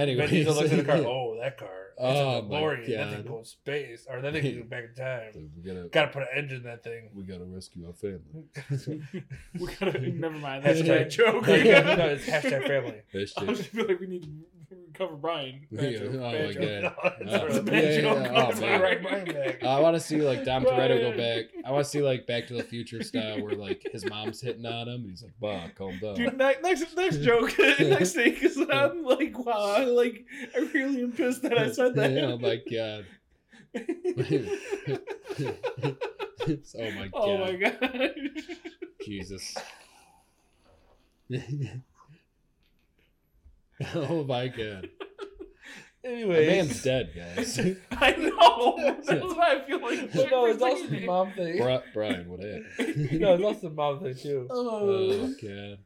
Anyway,
Diesel looks at the car. Oh, that car. That's
Oh,
a
my
DeLorean. That thing
God.
goes space, or that thing can go back in time. Got to put an engine in that thing.
We gotta rescue our family.
we gotta never mind. That's
Hashtag-
a joke.
no, yeah, no, it's hashtag family.
I was just feel like we need to recover Brian.
Yeah,
Bad joke,
oh
bad
my
joke.
Yeah.
No, it's really-
Yeah. Yeah, yeah, yeah. Oh,
It's
man.
right, right back.
I want to see like Dom Toretto go
Brian.
back. I want to see like Back to the Future style, where like his mom's hitting on him, and he's like, "Bah, calm
Dude,
down."
ne- next next joke, next thing is that I'm like, wow, I like I really am pissed that I said that.
oh my god! It's- oh my god!
oh my god.
Jesus! oh my god! The man's
Anyways,
dead, guys.
I know. That's why I feel like
But
shit
no,
for
it's also
saying
the
it.
mom thing.
Bri- Brian, what happened?
No, it's also the mom thing too.
Oh.
Oh god!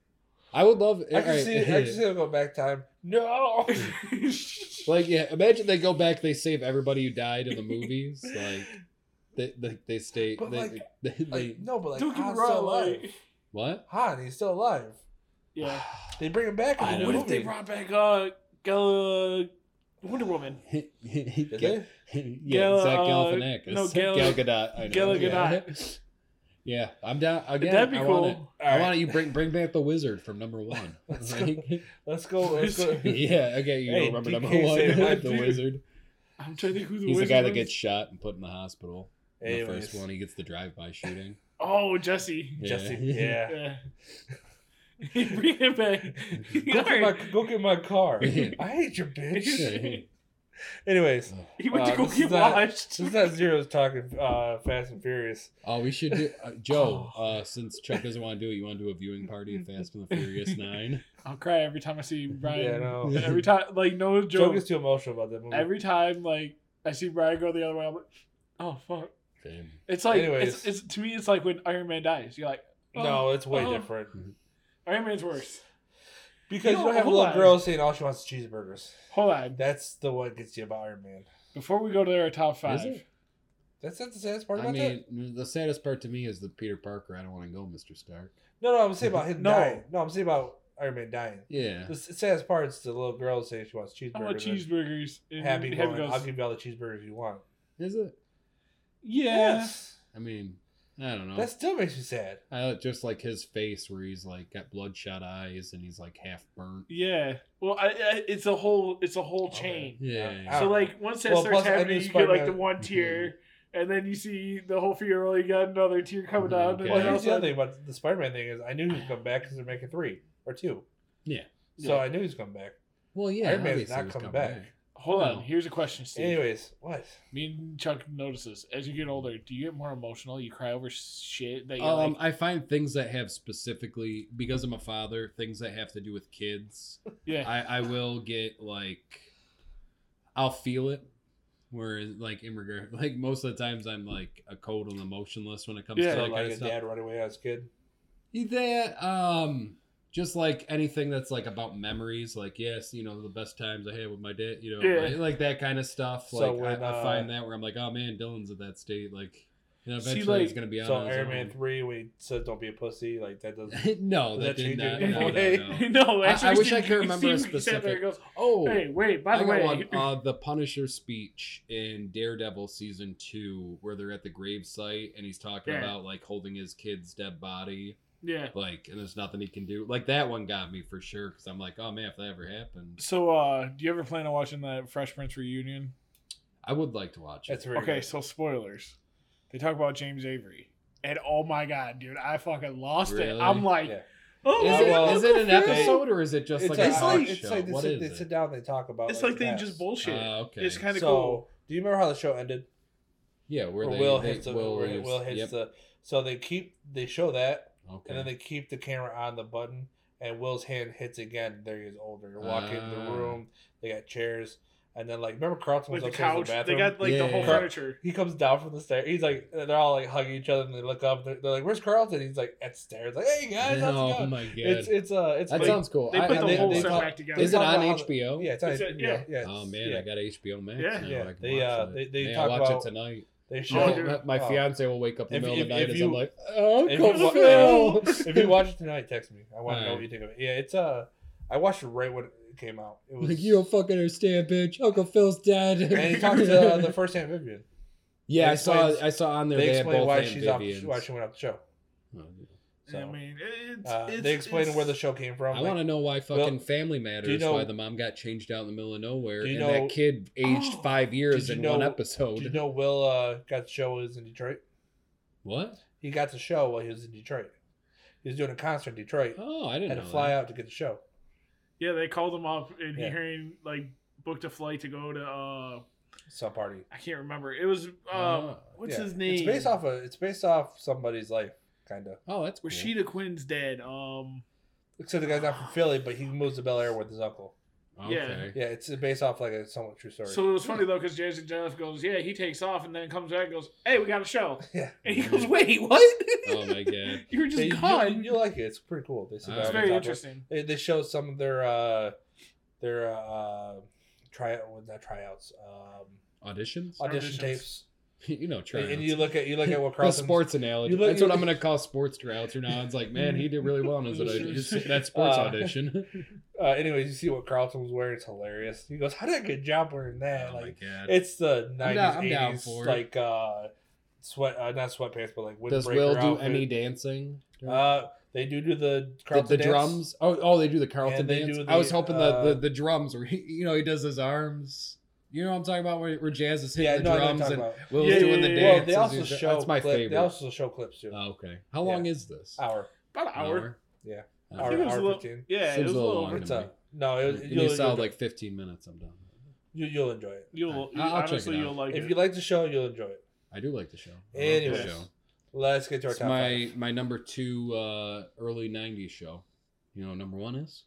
I would love.
I can
alright.
see. I can see them go back time.
Uh.
No.
Like, yeah, imagine they go back, they save everybody who died in the movies. Like, they they, they stay.
But,
they,
like,
they, they-
Like, no, but like
Don't get me
Han's
wrong.
still alive.
Like,
what?
Han, he's still alive.
yeah.
They bring him back.
I
In the
What
movie.
if they brought back uh, Gal- Wonder Woman?
Did
Did
they?
they?
Yeah,
Gal-
Zach
uh,
Galifianakis.
no, Gal-
Gal Gadot. I know,
Gal
yeah. Yeah, I'm down again.
That'd be
I
cool.
want it. I want it. You bring bring back the wizard from number one.
Let's
Like,
Let's go. Let's go.
yeah, okay, you
Hey,
don't remember number
DK saved my
one, the
dude.
wizard.
I'm trying to think who the
He's the
wizard
guy that
was.
gets shot and put in the hospital. in The
Anyways,
first one, he gets the drive-by shooting.
Oh, Jesse.
Jesse. Yeah.
Yeah. Bring it back.
Go, get my, go get my car.
Yeah.
I hate your bitch.
Yeah.
Anyways,
He went
Uh,
to go
this is
get
not-
washed.
this is not Zero's talking uh, Fast and Furious.
Oh, we should do uh, Joe. Uh, since Chuck doesn't want to do it, you want to do a viewing party of Fast and the Furious Nine?
I'll cry every time I see Brian.
Yeah, no.
Every time, like no
Joke
joke.
is too emotional about that movie.
Every time, like I see Brian go the other way, I'm like, oh fuck.
Damn.
It's like
Anyways.
it's, it's to me, it's like when Iron Man dies. You're like, oh,
no, it's way
oh.
different.
Iron Man's worse.
Because you
No,
don't have a
hold
little
on.
girl saying all she wants is cheeseburgers.
Hold on.
That's the one that gets you about Iron Man.
Before we go to our top five,
it?
That's not the saddest part
I
about that.
mean, the saddest part to me is the Peter Parker. I don't want to go, Mister Stark.
No, no, I'm saying about him
No.
dying. No, I'm saying about Iron Man dying.
Yeah.
The s- saddest part is the little girl saying she wants
I
cheeseburgers.
want
and
cheeseburgers. And
Happy,
Happy
going,
goes,
I'll give you all the cheeseburgers you want.
Is it?
yeah.
I mean, I don't know.
That still makes me sad.
I just like his face where he's like got bloodshot eyes and he's like half burnt.
Yeah. Well, I, I, it's a whole it's a whole
Okay.
chain.
Yeah.
I
So
don't
like once that
Well,
starts
plus, I
happening,
knew
you get like the
Spider-Man-
one tier, and then you see the whole funeral. You got another tier coming down.
Okay.
And
Well,
then
Yeah.
here's
also,
the other thing about the Spider-Man thing is I knew he'd come back because they're making three or two.
Yeah.
So
Yeah.
I knew he's coming back.
Well, yeah.
Iron Man's
obviously
not
he's
coming back.
Hold
No.
on. Here's a question, Steve.
Anyways, what?
Me and Chuck notice this. As you get older, do you get more emotional? You cry over shit that you
Um,
like.
I find things that have specifically because I'm a father, things that have to do with kids.
Yeah.
I, I will get like, I'll feel it. Where like in regard, like most of the times I'm like a cold and emotionless when it comes to
Yeah,
So
that
like
kind
a
of stuff.
dad running away as a kid.
That um, just like anything that's like about memories, like yes, you know the best times I had with my dad, you know,
Yeah.
like, like that kind of stuff.
So
Like
when,
I, I
uh,
find that where I'm like, oh man, Dylan's at that state, like, you know,
See,
eventually he's
like,
gonna be out
so
on his
Iron
own.
Man three, when he says "Don't be a pussy," like that doesn't.
no,
Does
that,
that
did
change
not.
it in any
No, no,
way?
no.
no,
I- I
actually,
wish I
Steve-
could remember a
Steve sat
specific-
there and Goes,
Oh,
hey, wait. By
I
the
got
way,
one. Uh, the Punisher speech in Daredevil season two, where they're at the gravesite and he's talking
Yeah.
about like holding his kid's dead body,
yeah.
like, and there's nothing he can do. Like that one got me for sure because I'm like, oh man, if that ever happened,
So, uh, do you ever plan on watching that Fresh Prince reunion?
I would like to watch it.
That's very
Okay,
good.
so spoilers. They talk about James Avery, and oh my god, dude, I fucking lost it.
Really?
I'm like,
Yeah.
oh
Is
my
it,
god,
well,
is
Uncle
it an
Phil.
episode or is it just
It's
like
like,
a
it's
talk
like,
show?
it's like they,
What
sit,
is
they
it?
sit down, they talk about.
It's like
the
they
past.
just bullshit.
Ah, okay.
It's kind of
Uh, so,
cool.
do you remember how the show ended?
yeah, where
Where
they,
Will
they
hits the
Will,
where
is-
Will hits
yep,
the. So they keep they show that,
okay.
and then they keep the camera on the button, and Will's hand hits again. There he is, older. You're walking
Ah.
the room. They got chairs, and then like remember Carlton was
Like the
upstairs in
couch,
the bathroom.
they got like
Yeah,
the whole
yeah.
yeah,
furniture.
He comes down from the stairs. He's like, they're all like hugging each other, and they look up. They're, they're like, "Where's Carlton?" He's like, "At the stairs." Like, "Hey guys, how's
oh
it going?"
my god,
It's it's uh it's
that
like-
sounds cool.
They
I-
put
I
the
they-
whole
they
set
talk-
back together.
Is it
talk
on
about how the-
HBO?
yeah, it's on,
It's a-
yeah, yeah.
Oh
it's-
man,
yeah.
I got HBO Max.
Yeah.
now.
Yeah,
I can
they,
watch
uh,
it.
they- they
Hey,
talk
I watch
about-
it tonight.
They
Oh,
show.
dude.
my my
oh.
fiance will wake up in
If-
the middle of
if-
the night
if
and
you-
I'm like, oh,
if
Uncle
you-
Phil.
if you watch it tonight, text me. I want to know what
Alright.
you think of it. Yeah, it's uh, I watched it right when it came out. It was
like you don't fucking understand, bitch. Uncle Phil's dead.
and he talked to uh, the first amphibian.
yeah, I saw.
explains-
I saw on there
They
they, had
explained
both
why she's off.
amphibians.
Why she went off the show.
Oh, yeah.
So,
I mean, it's,
uh,
it's,
they explained
it's-
where the show came from.
I
like,
want to know why fucking
Well,
Family Matters.
know-
why the mom got changed out in the middle of nowhere,
Do
and
you know-
that kid aged
Oh,
five years
did you
in one
know-
episode.
Did you know Will uh, got the show when he was in Detroit?
what?
He got the show while he was in Detroit. He was doing a concert in Detroit.
Oh, I didn't
Had
know.
to fly
that.
out to get the show.
Yeah, they called him up, and
Yeah.
he hearing like booked a flight to go to uh,
Some party.
I can't remember. It was uh,
Ah,
what's
Yeah.
his name?
It's based off of. It's based off somebody's life, kind of.
Oh, that's cool.
Rashida Quinn's dad. Um,
Except the guy's not from Philly, but he moves to Bel Air with his uncle.
Okay.
Yeah, it's based off like a somewhat true story.
so it was funny though because Jason Jones goes, "Yeah, he takes off," and then comes back and goes, "Hey, we got a show,"
yeah,
and he goes, "Wait, what?
Oh my god.
you were just
Hey, you-
gone."
You, you like it? It's pretty cool. They sit
Uh,
down
it's
and
very
talk
interesting.
about- They, they show some of their uh, their uh, tryout, well, not tryouts, um,
Auditions?
audition
Auditions.
tapes.
you know,
And,
tryouts.
and you look at you look at what
The
Carlton
sports analogy.
You look-
that's
you-
what I'm going to call sports droughts or now. It's like, man, he did really well on his, audi- his that sports
Uh,
audition.
Uh, anyways, you see what Carlton was wearing. It's hilarious. He goes, "How did I get a job wearing that?"
oh
like
my god.
it's the
I'm
nineties,
down- I'm down
eighties,
for it.
like uh, sweat, uh, not sweatpants, but like
Does
windbreaker
Will do
outfit.
any dancing?
Uh, they do do the
the,
Carlton
the
dance.
drums? Oh, oh, they do the Carlton
And they
dance.
do
I was
the,
hoping
uh,
the, the the drums where he, you know he does his arms. You know what I'm talking about where, where Jazz is hitting
Yeah,
the
no, I know what you're
drums
talking
and
about.
Will's
Yeah,
doing
yeah,
the
yeah,
Well,
dance.
they also
That's
show
my
clip-
favorite.
They also show clips too.
Oh, okay, how long is this?
hour,
About an hour.
Yeah.
An
I
hour,
think it was
hour
a little,
fifteen.
yeah,
Seems
it was a little.
long
over.
to
It's
me.
a no. It,
And you sound like 15 minutes. I'm done.
You, you'll enjoy it.
You'll
I'll- I'll check
honestly
it out.
you'll like
If
it.
you like the show, you'll enjoy it.
I do like the show. I love the
Anyways,
show.
let's get to our
It's
top
my
five.
my number two uh, early '90s show. You know, what number one is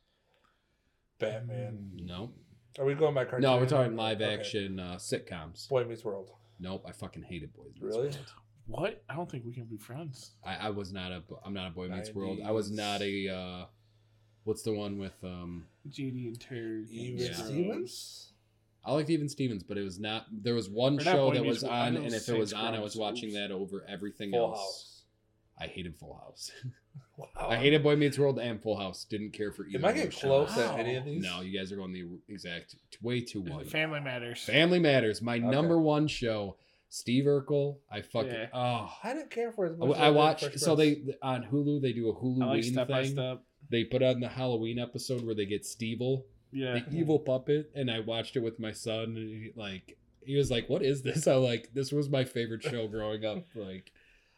Batman.
no,
Are we going by cartoon?
no. We're talking live
Okay.
action uh, sitcoms.
Boy Meets World.
Nope, I fucking hated Boys Meets
Really?
World.
what? I don't think we can be friends.
I, I was not a I'm not a Boy Meets World. I was not a uh, what's the one with um
JD and Terry.
Even
Yeah.
Stevens?
I liked even Stevens, but it was not. There was one
Or not
show
Boy
that
Meets
was
World,
on,
I know
and if it
Saints
was on, I
Row,
was watching
oops.
that over everything
Full
else.
House.
I hated Full House.
Wow.
I hated Boy Meets World and Full House. Didn't care for either.
Oh. Am I
of
getting
those
close
shows.
at any of these?
No, you guys are going the exact way too white.
Family Matters.
Family Matters, my
Okay.
number one show. Steve Urkel, I fucking
Yeah.
oh.
I didn't care for it. as
I,
much as
I
did
watched.
Fresh
So
Prince.
they on Hulu they do a Hulu
I like
thing.
Step by Step.
They put on the Halloween episode where they get Stevel,
Yeah.
the evil puppet, and I watched it with my son. And he, like he was like, "What is this?" I like this was my favorite show growing up. Like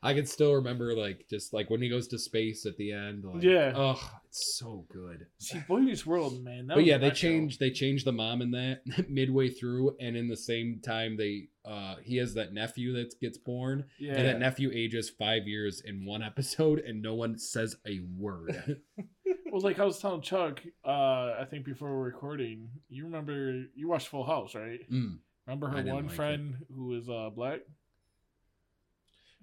I can still remember like just like when he goes to space at the end. Like,
Yeah.
oh, it's so good.
See, Boy Meets World, man. That
but
was
yeah, they
my show.
changed they changed the mom in that midway through, and in the same time they uh he has that nephew that gets born,
Yeah.
and that nephew ages five years in one episode, and no one says a word.
Well, like I was telling Chuck, uh, I think before we were recording, you remember you watched Full House, right?
Mm.
Remember
I
her
didn't
one
like it.
friend who was uh, black?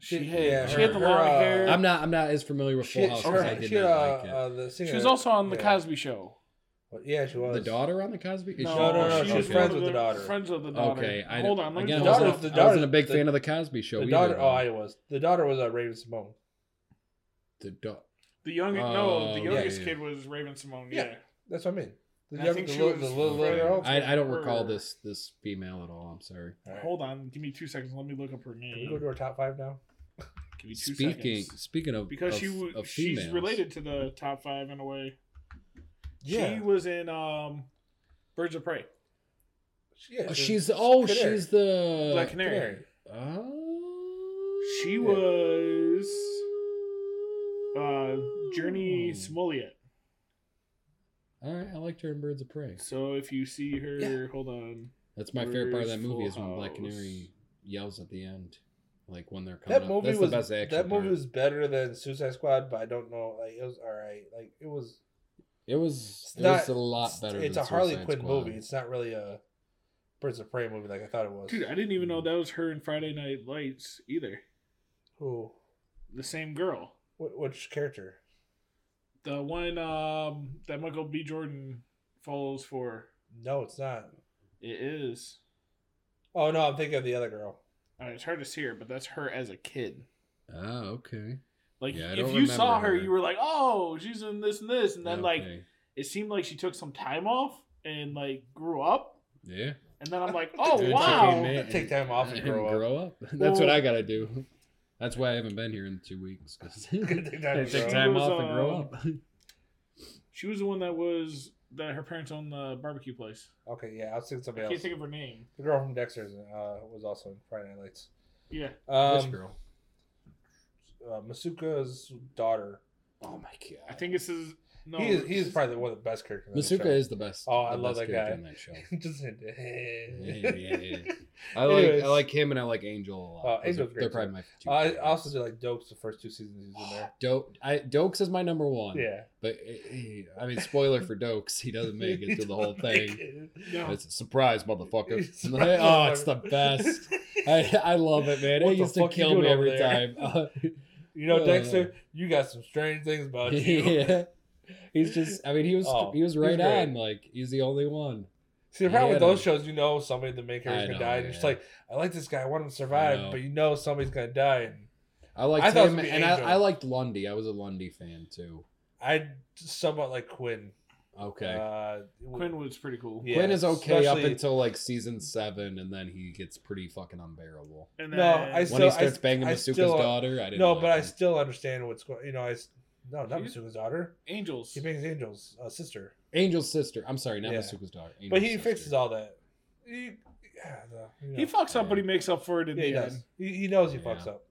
She
She-
had
yeah,
she
her-
had the
her,
long
uh,
hair.
I'm not I'm not as familiar with Full
She-
House
she-
because I
okay.
did
she
not
had,
like it.
uh, uh, the singer.
she was also on the
yeah.
Cosby Show.
Yeah, she was.
the daughter on the Cosby? is
No,
she-
no, no,
oh,
she was
okay.
friends with
one of
the daughter.
Friends with the daughter.
Okay, I
hold on. Let
again,
me
The
I
pull
daughter-
wasn't,
this up.
the
I wasn't
daughter-
a big
the-
fan of the Cosby Show.
The
either,
daughter.
though.
Oh, I was. The daughter was uh, Raven Simone.
the da-
The young, no,
Oh,
the
yeah,
youngest
yeah.
kid was Raven Simone. Yeah,
Yeah. That's what I mean. The,
I
young,
think
the,
she
little,
was
the little, little
Raven.
girl.
I, I don't recall
Or-
this this female at all. I'm sorry.
All right.
hold on. Give me two seconds. Let me look up her
Can we go
name.
to our top five now?
Give me two
Speaking
seconds.
speaking of
because
of,
she w-
of
she's
females,
related to the top five in a way. She
Yeah.
was in um, Birds of Prey.
She- yeah,
Oh, she's oh
Canary.
she's the
Uh,
Black Canary.
Oh.
She was uh,
Hmm.
Journey Smollett.
All right, I liked her in Birds of Prey.
So if you see her,
Yeah.
hold on.
That's my favorite part of that
Where's
movie is
Full
when Black
House?
Canary yells at the end, like when they're coming.
That
up.
movie
That's
was
the best action.
that movie
part.
was better than Suicide Squad, but I don't know. Like it was all right. Like it was.
It was.
It's
It
not-
was a lot better.
It's
than
a Harley
Suicide
Quinn
Squad.
movie. It's not really a Birds of Prey movie like I thought it was.
Dude, I didn't even know that was her in Friday Night Lights either.
Who?
The same girl.
Wh- Which character?
The one um, that Michael B. Jordan follows for.
No, it's not.
It is.
Oh no, I'm thinking of the other girl.
I mean, it's hard to see her, but that's her as a kid.
Oh, okay.
Like
Yeah, I
if
don't
you saw
remember
her,
her.
you were like, "Oh, she's in this and this," and then like
Okay.
it seemed like she took some time off and like grew up,
yeah.
and then I'm like, "Oh
Dude,
It took
wow!"
a minute
Take
and-
time off and grow up.
That's what
Well-
I gotta do. That's why I haven't been here in two weeks. 'cause-
Take time to
She
take
grow
time
was,
off and grow
uh,
up.
She was the one that was that her parents owned the barbecue place.
Okay, yeah, I was thinking
I
somebody
can't
else.
think of her name.
The girl from Dexter's uh, was also in Friday Night Lights.
Yeah,
Which
Um,
girl?
uh, Masuka's daughter.
Oh my god.
I think this is no.
he is he's probably one of the best characters. in the
Masuka
show.
is the best.
Oh, I
the
love
best
that
character
guy.
in that show.
Just
Yeah, yeah, yeah. I
I
like
Anyways.
I like him and I like Angel a
Oh,
lot. Those are-
Angel's great,
They're
too.
probably my two.
I
favorites.
also do like Dope's the first two seasons he's in there.
Dope. I Dokes is my number one.
Yeah,
But eh, eh, I mean, spoiler for Dokes, he doesn't make it through the whole thing.
No.
It's a surprise, motherfucker.
Surprise,
oh, it's the
motherfucker.
best. I, I love it, man.
What
it
the
used to
fuck you
kill
doing
me
over
every
there?
time. Uh,
You know,
Uh,
Dexter, you got some strange things about you.
yeah. He's just. I mean, he was
Oh,
he was
he's
right
great.
on. Like he's the only one.
See, the problem with
Yeah.
those shows, you know, somebody the main character's
I
gonna
know,
die. And you're just
yeah.
like, I like this guy, I want him to
know.
survive, but you know somebody's gonna die. And
I liked
I thought it
him,
was gonna be
and I,
Angel.
I liked Lundy. I was a Lundy fan too.
I somewhat like Quinn.
Okay.
Uh,
Quinn was pretty cool.
Yeah.
Quinn is okay up
especially-
until like season seven, and then he gets pretty fucking unbearable.
And
No,
then,
I
When
So
he starts banging
I
Masuka's
still-
daughter, I didn't.
no,
like
but I
him.
still understand what's going. You know, I s- no, not
He's-
Masuka's daughter.
angels.
He makes Angel's uh, sister,
Angel's sister. I'm sorry, not
Yeah.
Masuka's daughter. Angel's
but he
sister.
fixes all that. He, yeah, no, you know.
He fucks up, but he makes up for it in
Yeah, he
the
does.
end.
He, he knows he
Yeah.
fucks up.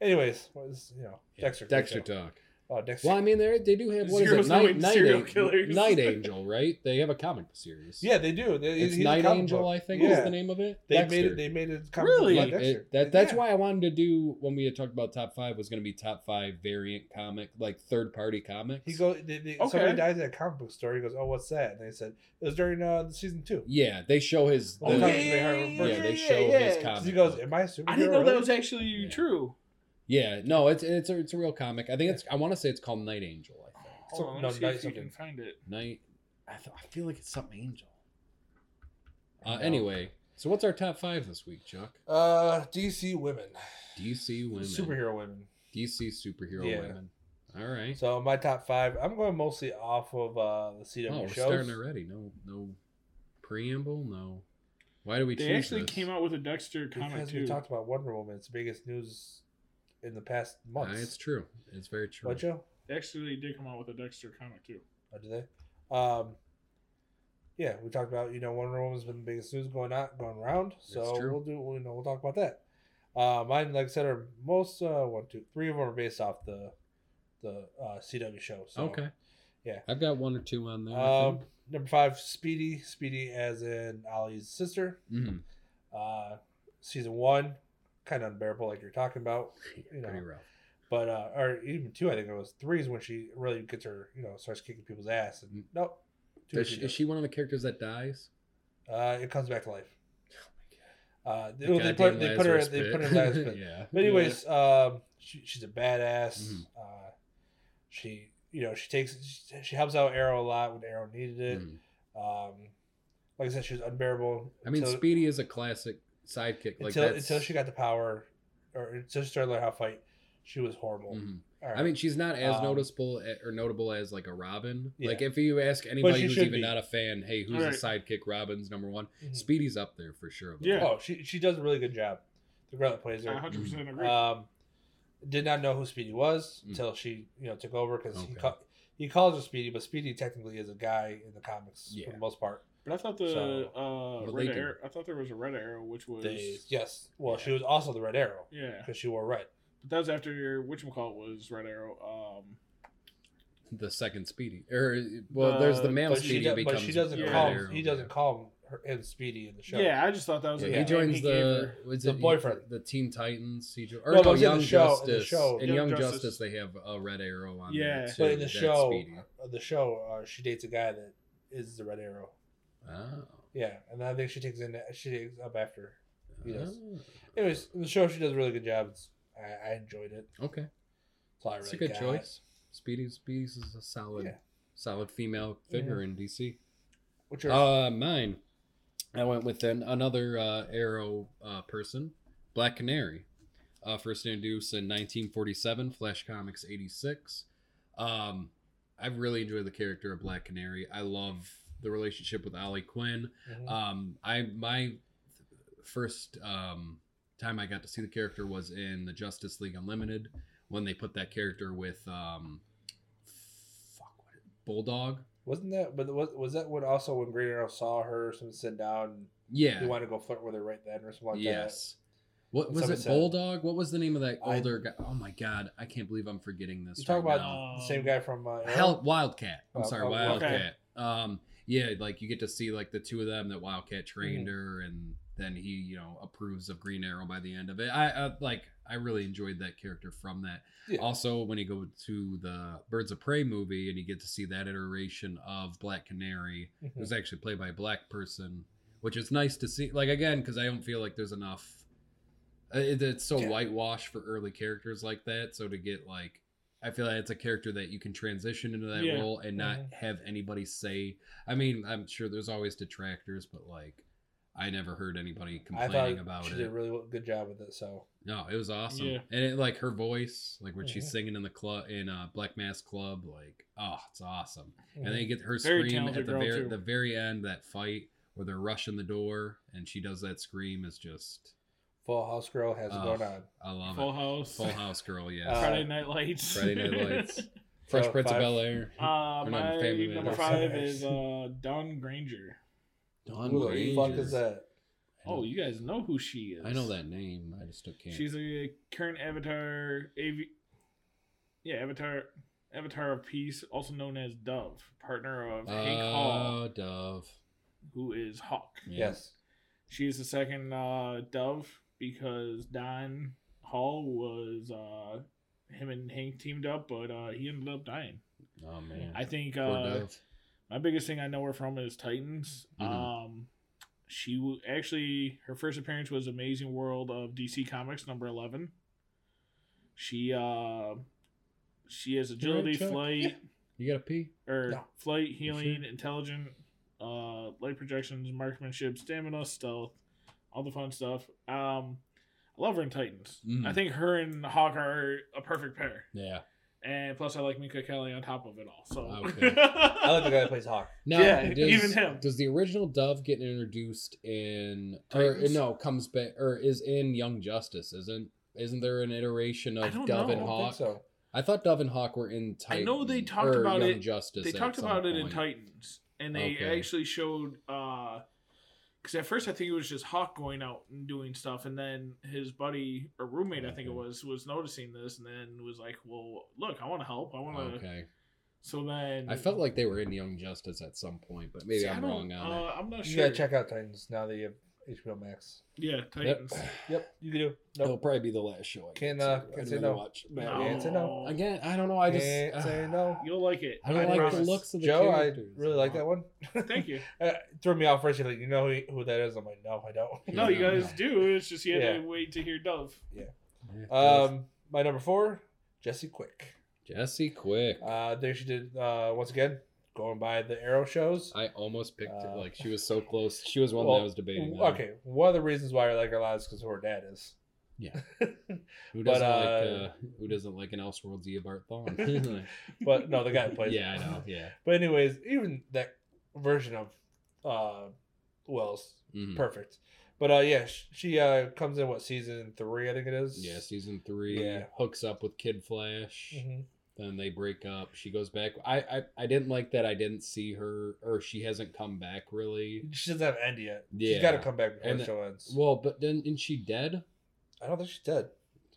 Anyways, well, this, you know,
Yeah.
Dexter. great
Dexter
show.
talk.
Oh, next
Well, I mean, they they do have what is
Zero's
it?
knowing
Night, Night,
serial
Ang-
killers.
Night Angel, right? They have a comic series.
yeah, they do. They,
it's
he's a
Night
comic
Angel,
book.
I think,
Yeah.
is the name of it.
They made
Dexter.
it. They made it.
Really?
Like, it- that, that's why I wanted to do when we had talked about top five was going to be top five variant comic, like third party comics.
He goes. They, they,
Okay.
Somebody dies at a comic book store. He goes, "Oh, what's that?" And they said it was during uh, season two.
yeah, they show his.
Oh,
the-
yeah,
yeah,
yeah,
they show his comic.
'Cause he goes,
book.
"Am I a superhero?"
I didn't know
really?"
that was actually
Yeah.
true.
no, it's it's a it's a real comic. I think it's. I want to say it's called Night Angel. I think
Hold on, let
no,
me see if
Night
you
something.
can find it.
Night. I, th- I feel like it's something Angel. Uh,
No.
Anyway, so what's our top five this week, Chuck?
Uh, DC women,
DC women,
superhero women.
DC superhero
Yeah.
women. All right.
So my top five. I'm going mostly off of uh, the CW
oh, we're
shows.
starting already. No, no preamble. No. Why do we?
They
choose
actually
this?
came out with a Dexter comic
because
too.
we talked about Wonder Woman. It's the biggest news in the past
Ah,
months.
it's true. It's very true.
What Joe?
They actually did come out with a Dexter comic too.
Or Oh, do they? Um, yeah, we talked about you know Wonder Woman's been the biggest news going on going around, so
true.
we'll do we know we'll talk about that. Uh, mine, like I said, are most uh, one, two, three of them are based off the the uh, CW show. So.
okay.
yeah.
I've got one or two on there.
Um, number five, Speedy, Speedy as in Ollie's sister.
hmm
Uh, season one, kind of unbearable, like you're talking about, you know.
Pretty rough.
But uh, or even two, I think it was three is when she really gets her, you know, starts kicking people's ass. And nope, two
Mm. Does
she
she,
does.
is she one of the characters that dies?
Uh, it comes back to life. Uh, they,
Oh The
well, they
goddamn
put they put her
Lazarus
they put her
pit.
in last pit.
yeah.
But anyways, um, she, she's a badass.
Mhm.
Uh, she you know she takes she, she helps out Arrow a lot when Arrow needed it.
Mhm.
Um, like I said, she was unbearable.
I mean,
until,
Speedy is a classic sidekick. Like
until,
that's,
until she got the power, or until she started learning how to fight, she was horrible.
Mhm.
All right.
I mean, she's not as
Um,
noticeable a- or notable as like a Robin.
Yeah.
Like if you ask anybody
she
who's
should
even
be.
not a fan, hey, who's
Right.
a sidekick? Robin's number one.
Mhm.
Speedy's up there for sure. though.
Yeah.
oh, she she does a really good job. The girl that plays
I
her,
100% agree.
uh,
Um, did not know who Speedy was
Mm.
until she, you know, took over because he
Okay.
ca- he calls her Speedy, but Speedy technically is a guy in the comics
Yeah.
for the most part.
but I thought the
so-
uh,
But
red
they do.
arrow. I thought there was a red arrow, which was
They, yes, well,
Yeah.
she was also the Red Arrow
yeah.
because she wore red.
But that was after which call was red arrow. Um,
The second Speedy, or well, there's the
Uh,
male
But she,
Speedy
do-
becomes.
but she doesn't
Red
call
Arrow,
he doesn't call her, him Speedy in the show.
yeah, I just thought that was
Yeah,
a
Yeah.
he
good name
joins
he gave
the
her.
was
The
it
boyfriend.
the Teen Titans, CJ,
No,
or no,
but it was in the
Young
show- in the
Justice.
show.
In
Young
Young,
Justice.
Justice. they have a red arrow on there
Yeah.
too.
but in the
that's
show,
Speedy.
uh, the show uh, she dates a guy that is the Red Arrow.
Oh.
Yeah, and I think she takes in she takes up after. He does.
Oh.
Anyways, in the show she does a really good job. It's, I, I enjoyed it.
Okay,
That's all I
it's
really
a good
got.
choice. Speedy, Speedy's is a solid,
Yeah.
solid female figure in DC.
What's yours?
Uh, mine. I went with an, another uh, Arrow uh, person, Black Canary. Uh, first introduced in 1947, Flash Comics 86. Um, I really enjoy the character of Black Canary. I love the relationship with Ollie Quinn.
Mhm.
Um, I my first um, time I got to see the character was in the Justice League Unlimited when they put that character with um, fuck what Bulldog.
Wasn't that? But was was that when also when Green Arrow saw her, or something sit down,
Yeah,
and he wanted to go flirt with her right then, or something like
yes. What
And
was
someone
it?
said-
Bulldog? What was the name of that
I-
older guy? Oh my god, I can't believe I'm forgetting
that.
this.
You talk
right
about
now.
the same guy from uh, Arrow?
Hell, Wildcat. I'm
Wild-
sorry,
oh,
Wildcat.
Wildcat.
Um, yeah, like you get to see like the two of them that Wildcat
Mm-hmm.
trained her, and then he, you know, approves of Green Arrow by the end of it. I, I like, I really enjoyed that character from that.
Yeah.
Also, when you go to the Birds of Prey movie and you get to see that iteration of Black Canary, it
Mhm.
was actually played by a black person, which is nice to see. Like again, because I don't feel like there's enough. uh, It, it's so
Yeah.
whitewashed for early characters like that. So to get like, I feel like it's a character that you can transition into that
Yeah.
role and not
Mhm.
have anybody say. I mean, I'm sure there's always detractors, but like, I never heard anybody
I thought
complaining about
she
it.
did a really good job with it. So
No, it was awesome.
Yeah.
And it, like her voice, like when
Mhm.
she's singing in the club in uh, Black Mass Club, like oh, it's awesome and
Mhm.
then you get her
Very
scream
talented
at the
girl,
very
too.
the very end that fight where they're rushing the door and she does that scream is just
Full House girl has it
Oh,
going on.
I love
Full
it.
House,
Full House girl, yes.
Uh,
Friday Night Lights,
Friday Night Lights.
So,
Fresh Prince
five.
of Bel Air. We're
Uh,
not
my
a family man.
number five is uh, Don Granger.
Dawn
Who the fuck
Granger.
is that?
I know-
Oh, you guys know who she is.
I know that name. I just can't.
She's a current Avatar AV. Yeah, Avatar Avatar of Peace, also known as Dove, partner of Hank Hall,
Oh, Dove.
who is Hawk.
Yeah.
Yes.
She is the second uh, Dove because Don Hall was uh, him and Hank teamed up, but uh, he ended up dying.
Oh man.
I think
Poor
uh,
Dove.
my biggest thing I know her from is Titans.
Mhm.
Um, she w- actually her first appearance was Amazing World of DC Comics number eleven. She uh, she has agility,
Chuck?
flight,
You gotta pee.
or
No.
flight,
You sure?
healing, intelligent, uh, light projections, marksmanship, stamina, stealth, all the fun stuff. Um, I love her in Titans.
Mm.
I think her and Hawk are a perfect pair.
Yeah.
And plus, I like Mika Kelly on top of it all. So
Okay.
I like the guy that plays Hawk.
Now,
Yeah,
does,
even him.
Does the original Dove get introduced in, or
Titans?
no, comes back, or is in Young Justice? Isn't isn't there an iteration
I
of
don't
Dove
know.
I
and
don't
Hawk?
think so.
I thought Dove and Hawk were in
I
Titan.
know they talked
or
about
Young
it-
Justice.
they
at
talked
some
about it in
point.
Titans, and they
Okay.
actually showed because at first I think it was just Hawk going out and doing stuff, and then his buddy or roommate I think it
Okay.
was was noticing this, and then was like, "Well, look, I want to help. I want to."
Okay.
So then
I felt like they were in Young Justice at some point, but maybe
See, I
I'm
don't-
wrong on
uh,
it.
I'm not
You
sure.
gotta check out Titans now that you have HBO Max.
Yeah,
Yep.
Titans.
Yep, you can do.
It'll
Nope.
probably be the last show. I
Can,
get,
uh,
so
can
I'd
say
rather
no.
watch.
No.
Batman.
It's a no.
Again, I don't know. I just
Can't say no.
You'll like it.
I don't like
promise.
the looks of the
Joe, I
characters.
really like that one.
Thank you.
Uh, it threw me off first. You're like, you know who, who that is? I'm like, no, I don't.
No, you guys
Yeah.
do. It's just you had
Yeah.
to wait to hear Dove.
Um, my number four, Jesse Quick.
Jesse Quick.
Uh, there she did uh, once again going by the Arrow shows.
I almost picked it.
Uh,
Like she was so close. She was one
well,
that I was debating. on.
Okay, one of the reasons why I like her a lot is because who her dad is.
Yeah. Who
But,
doesn't
uh,
like uh, Who doesn't like an Elseworlds Eobard Thawne?
but no, the guy that plays.
yeah, I
it.
know. Yeah.
But anyways, even that version of uh, Wells
Mhm.
perfect. But uh, yeah, she, she uh comes in what season three? I think it is.
Yeah. Season three
Yeah.
hooks up with Kid Flash.
Mhm.
Then they break up. She goes back. I, I I didn't like that. I didn't see her, or she hasn't come back really.
She doesn't have an end yet.
Yeah.
She's got to come back before
And
the show ends.
Well, but then isn't she dead?
I don't think she's dead.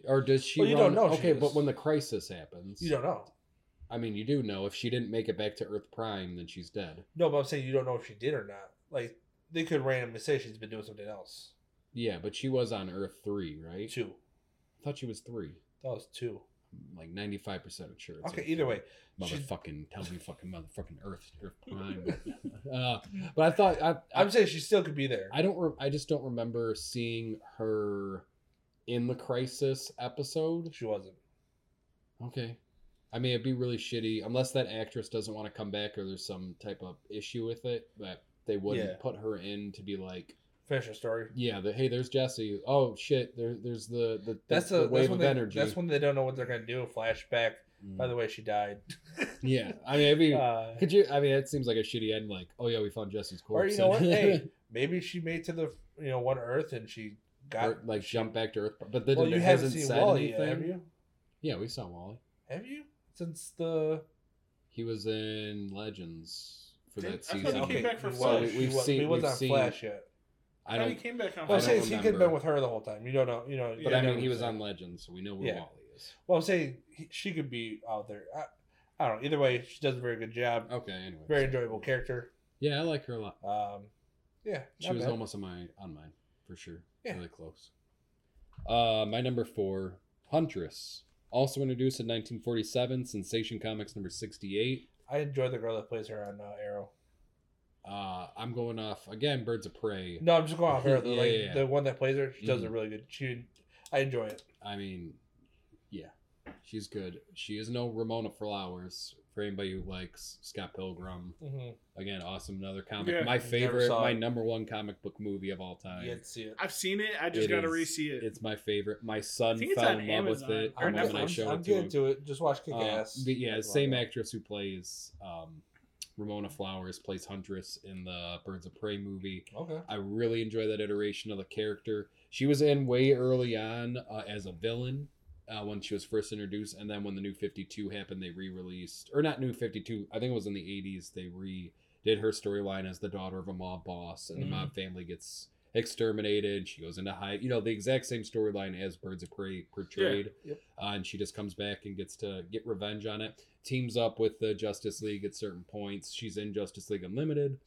Or does she?
Well, you don't
run-
know she
Okay, but
is.
when the crisis happens,
You don't know.
I mean, you do know if she didn't make it back to Earth Prime, then she's dead.
No, but I'm saying you don't know if she did or not. Like they could randomly say she's been doing something else.
Yeah, but she was on Earth three, right?
Two.
I thought she was three.
That was two.
I'm like ninety five percent sure.
Okay.
Earth
Either
three.
way, she-
motherfucking tell me fucking motherfucking Earth Earth Prime. uh, but I thought I, I
I'm saying she still could be there.
I don't. Re- I just don't remember seeing her in the Crisis episode.
she wasn't.
Okay. I mean, it'd be really shitty unless that actress doesn't want to come back or there's some type of issue with it that they wouldn't
Yeah.
put her in to be like,
Finish her story.
yeah, the, hey, there's Jesse. Oh shit, there, there's the the,
That's
the,
a
the wave
that's when
of
they,
energy.
That's when they don't know what they're gonna do. Flashback.
Mm.
By the way, she died.
yeah, I mean, it'd be.
Uh,
could you? I mean, it seems like a shitty end. Like, oh yeah, we found Jesse's
or
corpse.
you know what?
and-
Hey, maybe she made to the you know one Earth and she got
or, like jump back to Earth, but then
Well, you
it
haven't
hasn't
seen
said
Wally
anything.
yet, have you?
Yeah, we saw Wally.
Have you? Since the
He was in Legends for
Did-
that
I thought he
season.
came back for
he
Flash.
was-
We- we've
he was,
seen-
he wasn't
we've
on
seen-
Flash yet.
I
How he
don't. Oh,
came back on.
Well, I'm
don't
saying he could have been
remember.
with her the whole time. You don't know. You know.
But
you
I
know
mean,
what
he
I'm
was
saying.
on Legends, so we know where
Yeah.
Wally is.
Well, I'm saying he, she could be out there. I, I don't know. Either way, she does a very good job.
Okay. Anyway.
Very
so-
enjoyable character.
Yeah, I like her a lot.
Um, yeah.
She
not
was
bad.
almost on my on mine for sure.
Yeah.
Really close. Uh, my number four, Huntress, also introduced in 1947, Sensation Comics number 68.
I enjoy the girl that plays her on uh, Arrow.
Uh, I'm going off again. Birds of Prey.
No, I'm just going off her. The,
Yeah,
like,
yeah, yeah.
the one that plays her, she does a
Mhm.
really good. She, I enjoy it.
I mean, yeah, she's good. She is no Ramona Flowers for anybody who likes Scott Pilgrim.
hmm
Again, awesome. Another comic.
Yeah.
my
Never
favorite,
saw
my
it.
number one comic book movie of all time.
You get to see it.
I've seen it. I just
It
gotta
is-
re-see it.
It's my favorite. My
I
son
think it's
fell
on
in love with
Amazon
it. I'm
or
I'm,
when
Netflix.
I
I'm,
showed
I'm
it to
getting
him.
to it. Just watch Kick
Uh,
Ass.
but yeah, same actress who plays um, Ramona Flowers plays Huntress in the Birds of Prey movie.
Okay.
I really enjoy that iteration of the character. She was in way early on uh, as a villain uh, when she was first introduced, and then when the New Fifty Two happened, they re-released or not New Fifty Two. I think it was in the eighties. They re did her storyline as the daughter of a mob boss, and
Mhm.
the mob family gets exterminated. She goes into hide. You know, the exact same storyline as Birds of Prey portrayed.
yep.
Uh, and she just comes back and gets to get revenge on it. Teams up with the Justice League at certain points. She's in Justice League Unlimited.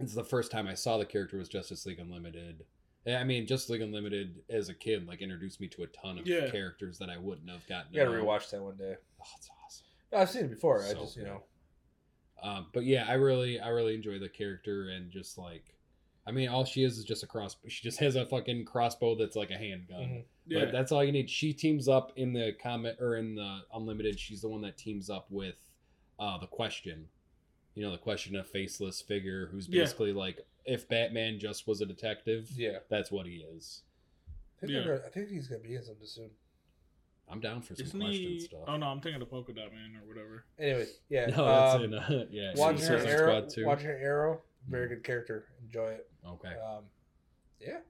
It's the first time I saw the character was Justice League Unlimited. And I mean, Justice League Unlimited as a kid like introduced me to a ton of
Yeah.
characters that I wouldn't have gotten.
You gotta
to know.
rewatch that one day.
Oh, it's awesome.
I've seen it before. I
So
just you know
Um, but yeah, I really, I really enjoy the character and just like, I mean, all she is is just a cross. She just has a fucking crossbow that's like a handgun.
Mhm.
Yeah.
But that's all you need. She teams up in the comment or in the unlimited. She's the one that teams up with uh, the question. You know, the question, a faceless figure who's
Yeah.
basically like, if Batman just was a detective,
yeah.
that's what he is.
I think, they're
Yeah.
gonna- I think he's gonna be in something soon.
I'm down for some
Isn't
question
he?
stuff.
Oh no, I'm thinking of Polka Dot Man or whatever.
Anyway, yeah.
No, that's
um,
in. Uh, yeah,
Watching her,
Suicide
Arrow,
Squad too.
watching her Arrow, very
Mm-hmm.
good character. Enjoy it.
Okay.
Um, yeah,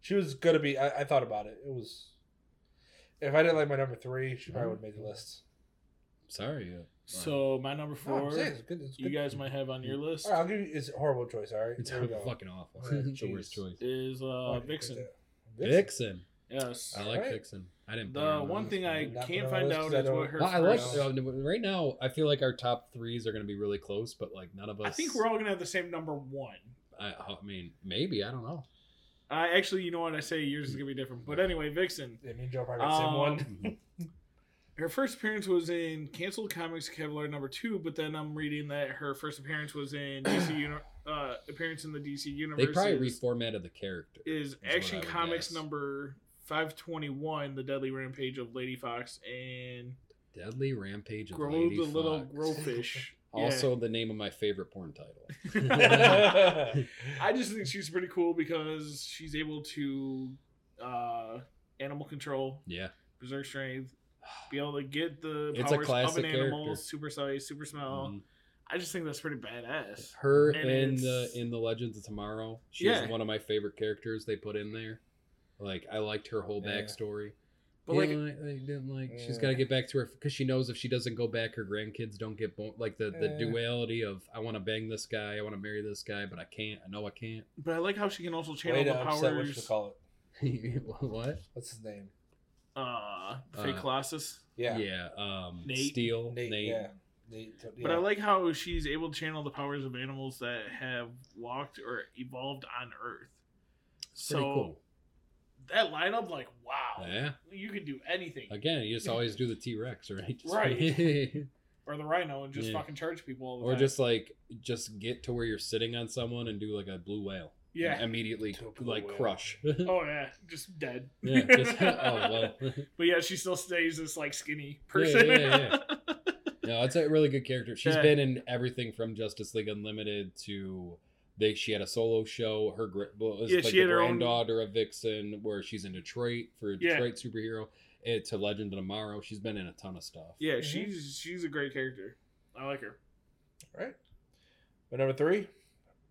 she was gonna be. I, I thought about it. It was. If I didn't like my number three, she
Mm-hmm.
probably would have made the list.
Sorry. uh,
So my number
No, I'm
four,
saying it's good. It's
you
good.
guys might have on your list
All right, I'll give you. It's a horrible choice. All right,
It's
Here we go.
fucking awful.
Yeah,
it's the
jeez.
worst choice.
is uh,
Okay,
Vixen.
good.
Vixen.
Yes.
I like
Alright.
Vixen. I didn't. put her
The
on
one
list.
thing I
Not
can't
on
find
this 'cause
out
I
is what
don't-
her.
Well, I like
first-
Yeah.
uh, right now. I feel like our top threes are going to be really close, but like none of us.
I think we're all gonna have the same number one.
I, I mean, maybe I don't know.
I actually, you know what I say, yours is gonna be different. But anyway, Vixen.
Yeah, me and Joe probably got the same
Um,
one.
Her first appearance was in canceled comics Kevlar number two, but then I'm reading that her first appearance was in DC uni- uh, appearance in the DC universe.
they probably
is-
reformatted the character.
is
what I
Action
would
Comics
guess.
number 521, The Deadly Rampage of Lady Fox and
Deadly Rampage of
Grow
Lady
the Little
Fox.
Growfish. Yeah.
Also, the name of my favorite porn title.
I just think she's pretty cool because she's able to uh, animal control,
yeah,
berserk strength, be able to get the
It's a
powers of
classic
an animal,
character.
super size, super smell.
Mhm.
I just think that's pretty badass.
her
And
in
it's-
the in the Legends of Tomorrow. She's
Yeah.
one of my favorite characters they put in there. Like I liked her whole
Yeah.
backstory.
But
yeah,
like, Mm.
like, like, then, like she's
Yeah.
got to get back to her because she knows if she doesn't go back, her grandkids don't get born. Like the, the
Mm.
Yeah.
duality of I want to bang this guy, I want to marry this guy, but I can't. I know I can't.
but I like how she can also
Way
channel
to
the
upset what you
powers.
call it.
what?
What's his name?
Uh, the fake
Uh,
Colossus.
Yeah,
um,
Nate.
Steel.
Nate,
Nate.
Yeah, Nate, t-
But I
yeah.
like how she's able to channel the powers of animals that have walked or evolved on Earth.
It's pretty
so oh.
cool.
that lineup, like, wow,
Yeah.
you could do anything.
Again, you just always do the T Rex, right? Just-
Right. or the rhino and just
Yeah.
fucking charge people all the
or
time.
just like just get to where you're sitting on someone and do like a blue whale.
yeah,
And immediately
To a blue
like
whale.
crush.
oh yeah, just dead.
yeah. Just, oh well.
But yeah, she still stays this like skinny person.
yeah, yeah, No, it's a really good character. She's
Yeah.
been in everything from Justice League Unlimited to they. She had a solo show. Her gra- well, it's
Yeah,
like
she
the
had her own-
granddaughter of Vixen, where she's in Detroit for a
Yeah.
Detroit superhero. It to Legend of Tomorrow. She's been in a ton of stuff.
Yeah,
Mhm.
she's she's a great character. I like her.
right. But number three,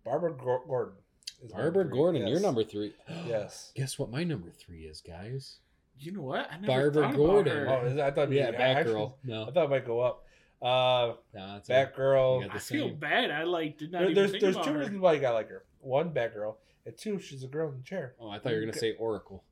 Barbara Gor- Gordon. is my
Barbara
number three.
Gordon,
Yes.
you're number three.
Yes.
Guess what my number three is, guys?
You know what? I never
Barbara
thought about
Gordon.
her.
Oh, is it- I thought
Yeah,
yeah,
Batgirl. No,
I thought it might go up. Uh,
nah, that's it.
Batgirl.
We got
I
the
feel
same.
bad. I like did not
There-
even
there's
think
there's
about
two
her.
reasons why you gotta like her. One, Batgirl, and two, she's a girl in the chair.
Oh, I thought you were gonna say Oracle.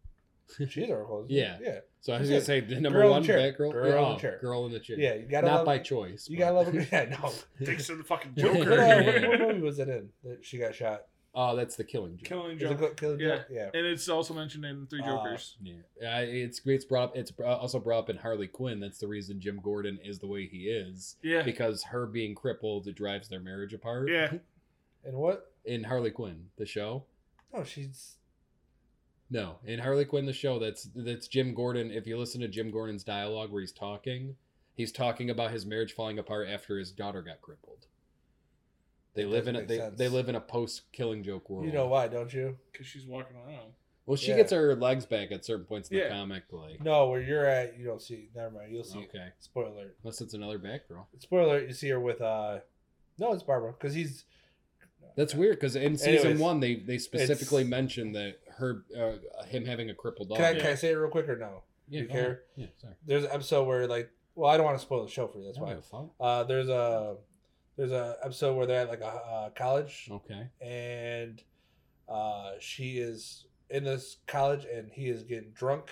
She's Oracle. isn't
Yeah.
she? yeah,
So I
She
was gonna
said,
say number
"Girl in
one,
the chair,
Batgirl.
girl in
Oh,
the chair."
Girl in the chair.
yeah. You gotta
Not
love,
by choice.
You
but-
gotta love. Yeah, no.
Thanks to the fucking
What,
Joker.
uh,
Yeah.
what movie was it in that she got shot?
Oh, that's the Killing Joke.
Killing
Is it
Joker.
Cl- Killing
Yeah.
Joke? Yeah.
And it's also mentioned in Three
Uh,
Jokers.
Yeah, uh, it's it's brought up. It's br- also brought up in Harley Quinn. That's the reason Jim Gordon is the way he is
yeah.
because her being crippled it drives their marriage apart.
Yeah.
And what?
in Harley Quinn the show.
No, she's.
No, in Harley Quinn the show, that's that's Jim Gordon. If you listen to Jim Gordon's dialogue where he's talking, he's talking about his marriage falling apart after his daughter got crippled. They
That
live in
doesn't make
a they,
sense.
they live in a post Killing Joke world.
You know why, don't you?
Because she's walking around.
Well, she
Yeah.
gets her legs back at certain points in the
Yeah.
comic. Like,
No, where you're at, you don't see. Never mind. You'll see.
okay,
Spoiler alert.
unless it's another Batgirl.
Spoiler alert. You see her with. uh No, it's Barbara because he's.
That's weird because in season
Anyways,
one they they specifically
it's-
mentioned that her uh, him having a crippled dog.
Can I,
yeah,
can I say it real quick or no? you
go ahead.
care?
Yeah, sorry.
There's an episode where like, well, I don't want to spoil the show for you. That's
I don't
why.
give a fuck.
Uh, there's
Oh.
a there's a episode where they're at like a uh, college
Okay.
and Uh, she is in this college, and he is getting drunk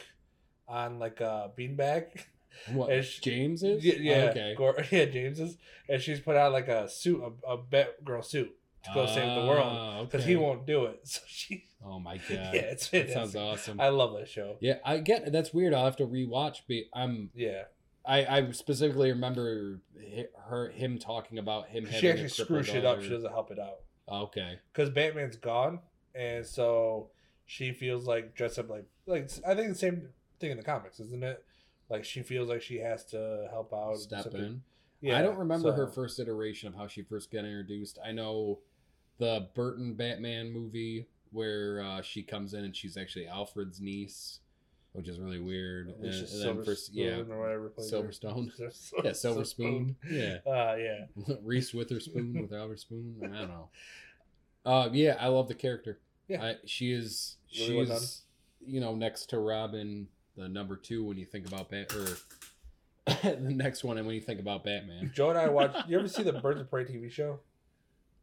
on like a beanbag.
What
And she-
James is?
Yeah, yeah,
Oh, okay.
Gor- yeah, James's, and she's put out like a suit, a, a Batgirl suit, to go save the world
Ah,
because
okay.
he won't do it. So she,
Oh my
yeah,
god.
it's
that sounds
fantastic.
awesome.
I love that show.
yeah, I get that's weird. I'll have to rewatch. Be I'm
Yeah,
I, I specifically remember hi- her him talking about him.
she
having a
actually screws
crippled
shit up. She
daughter.
doesn't help it out
Okay.
because Batman's gone, and so she feels like dressed up like like I think the same thing in the comics, isn't it? Like she feels like she has to help out. and
Step
something-
in.
Yeah,
I don't remember her
so-
first iteration of how she first got introduced. I know the Burton Batman movie where uh, she comes in and she's actually Alfred's niece, which is really weird. And,
Alicia
and
Silver
uh, then first, yeah,
Spoon or whatever plays her.
Silverstone.
Silver-
yeah, Silver Spoon. Yeah,
Uh, yeah,
Reese Witherspoon with Albert Spoon. I don't know. Uh, yeah, I love the character.
Yeah.
I, she is.
Really well
She's you know next to Robin, the number two when you think about Bat or the next one, and when you think about Batman,
Joe and I watched. You ever see the Birds of Prey TV show?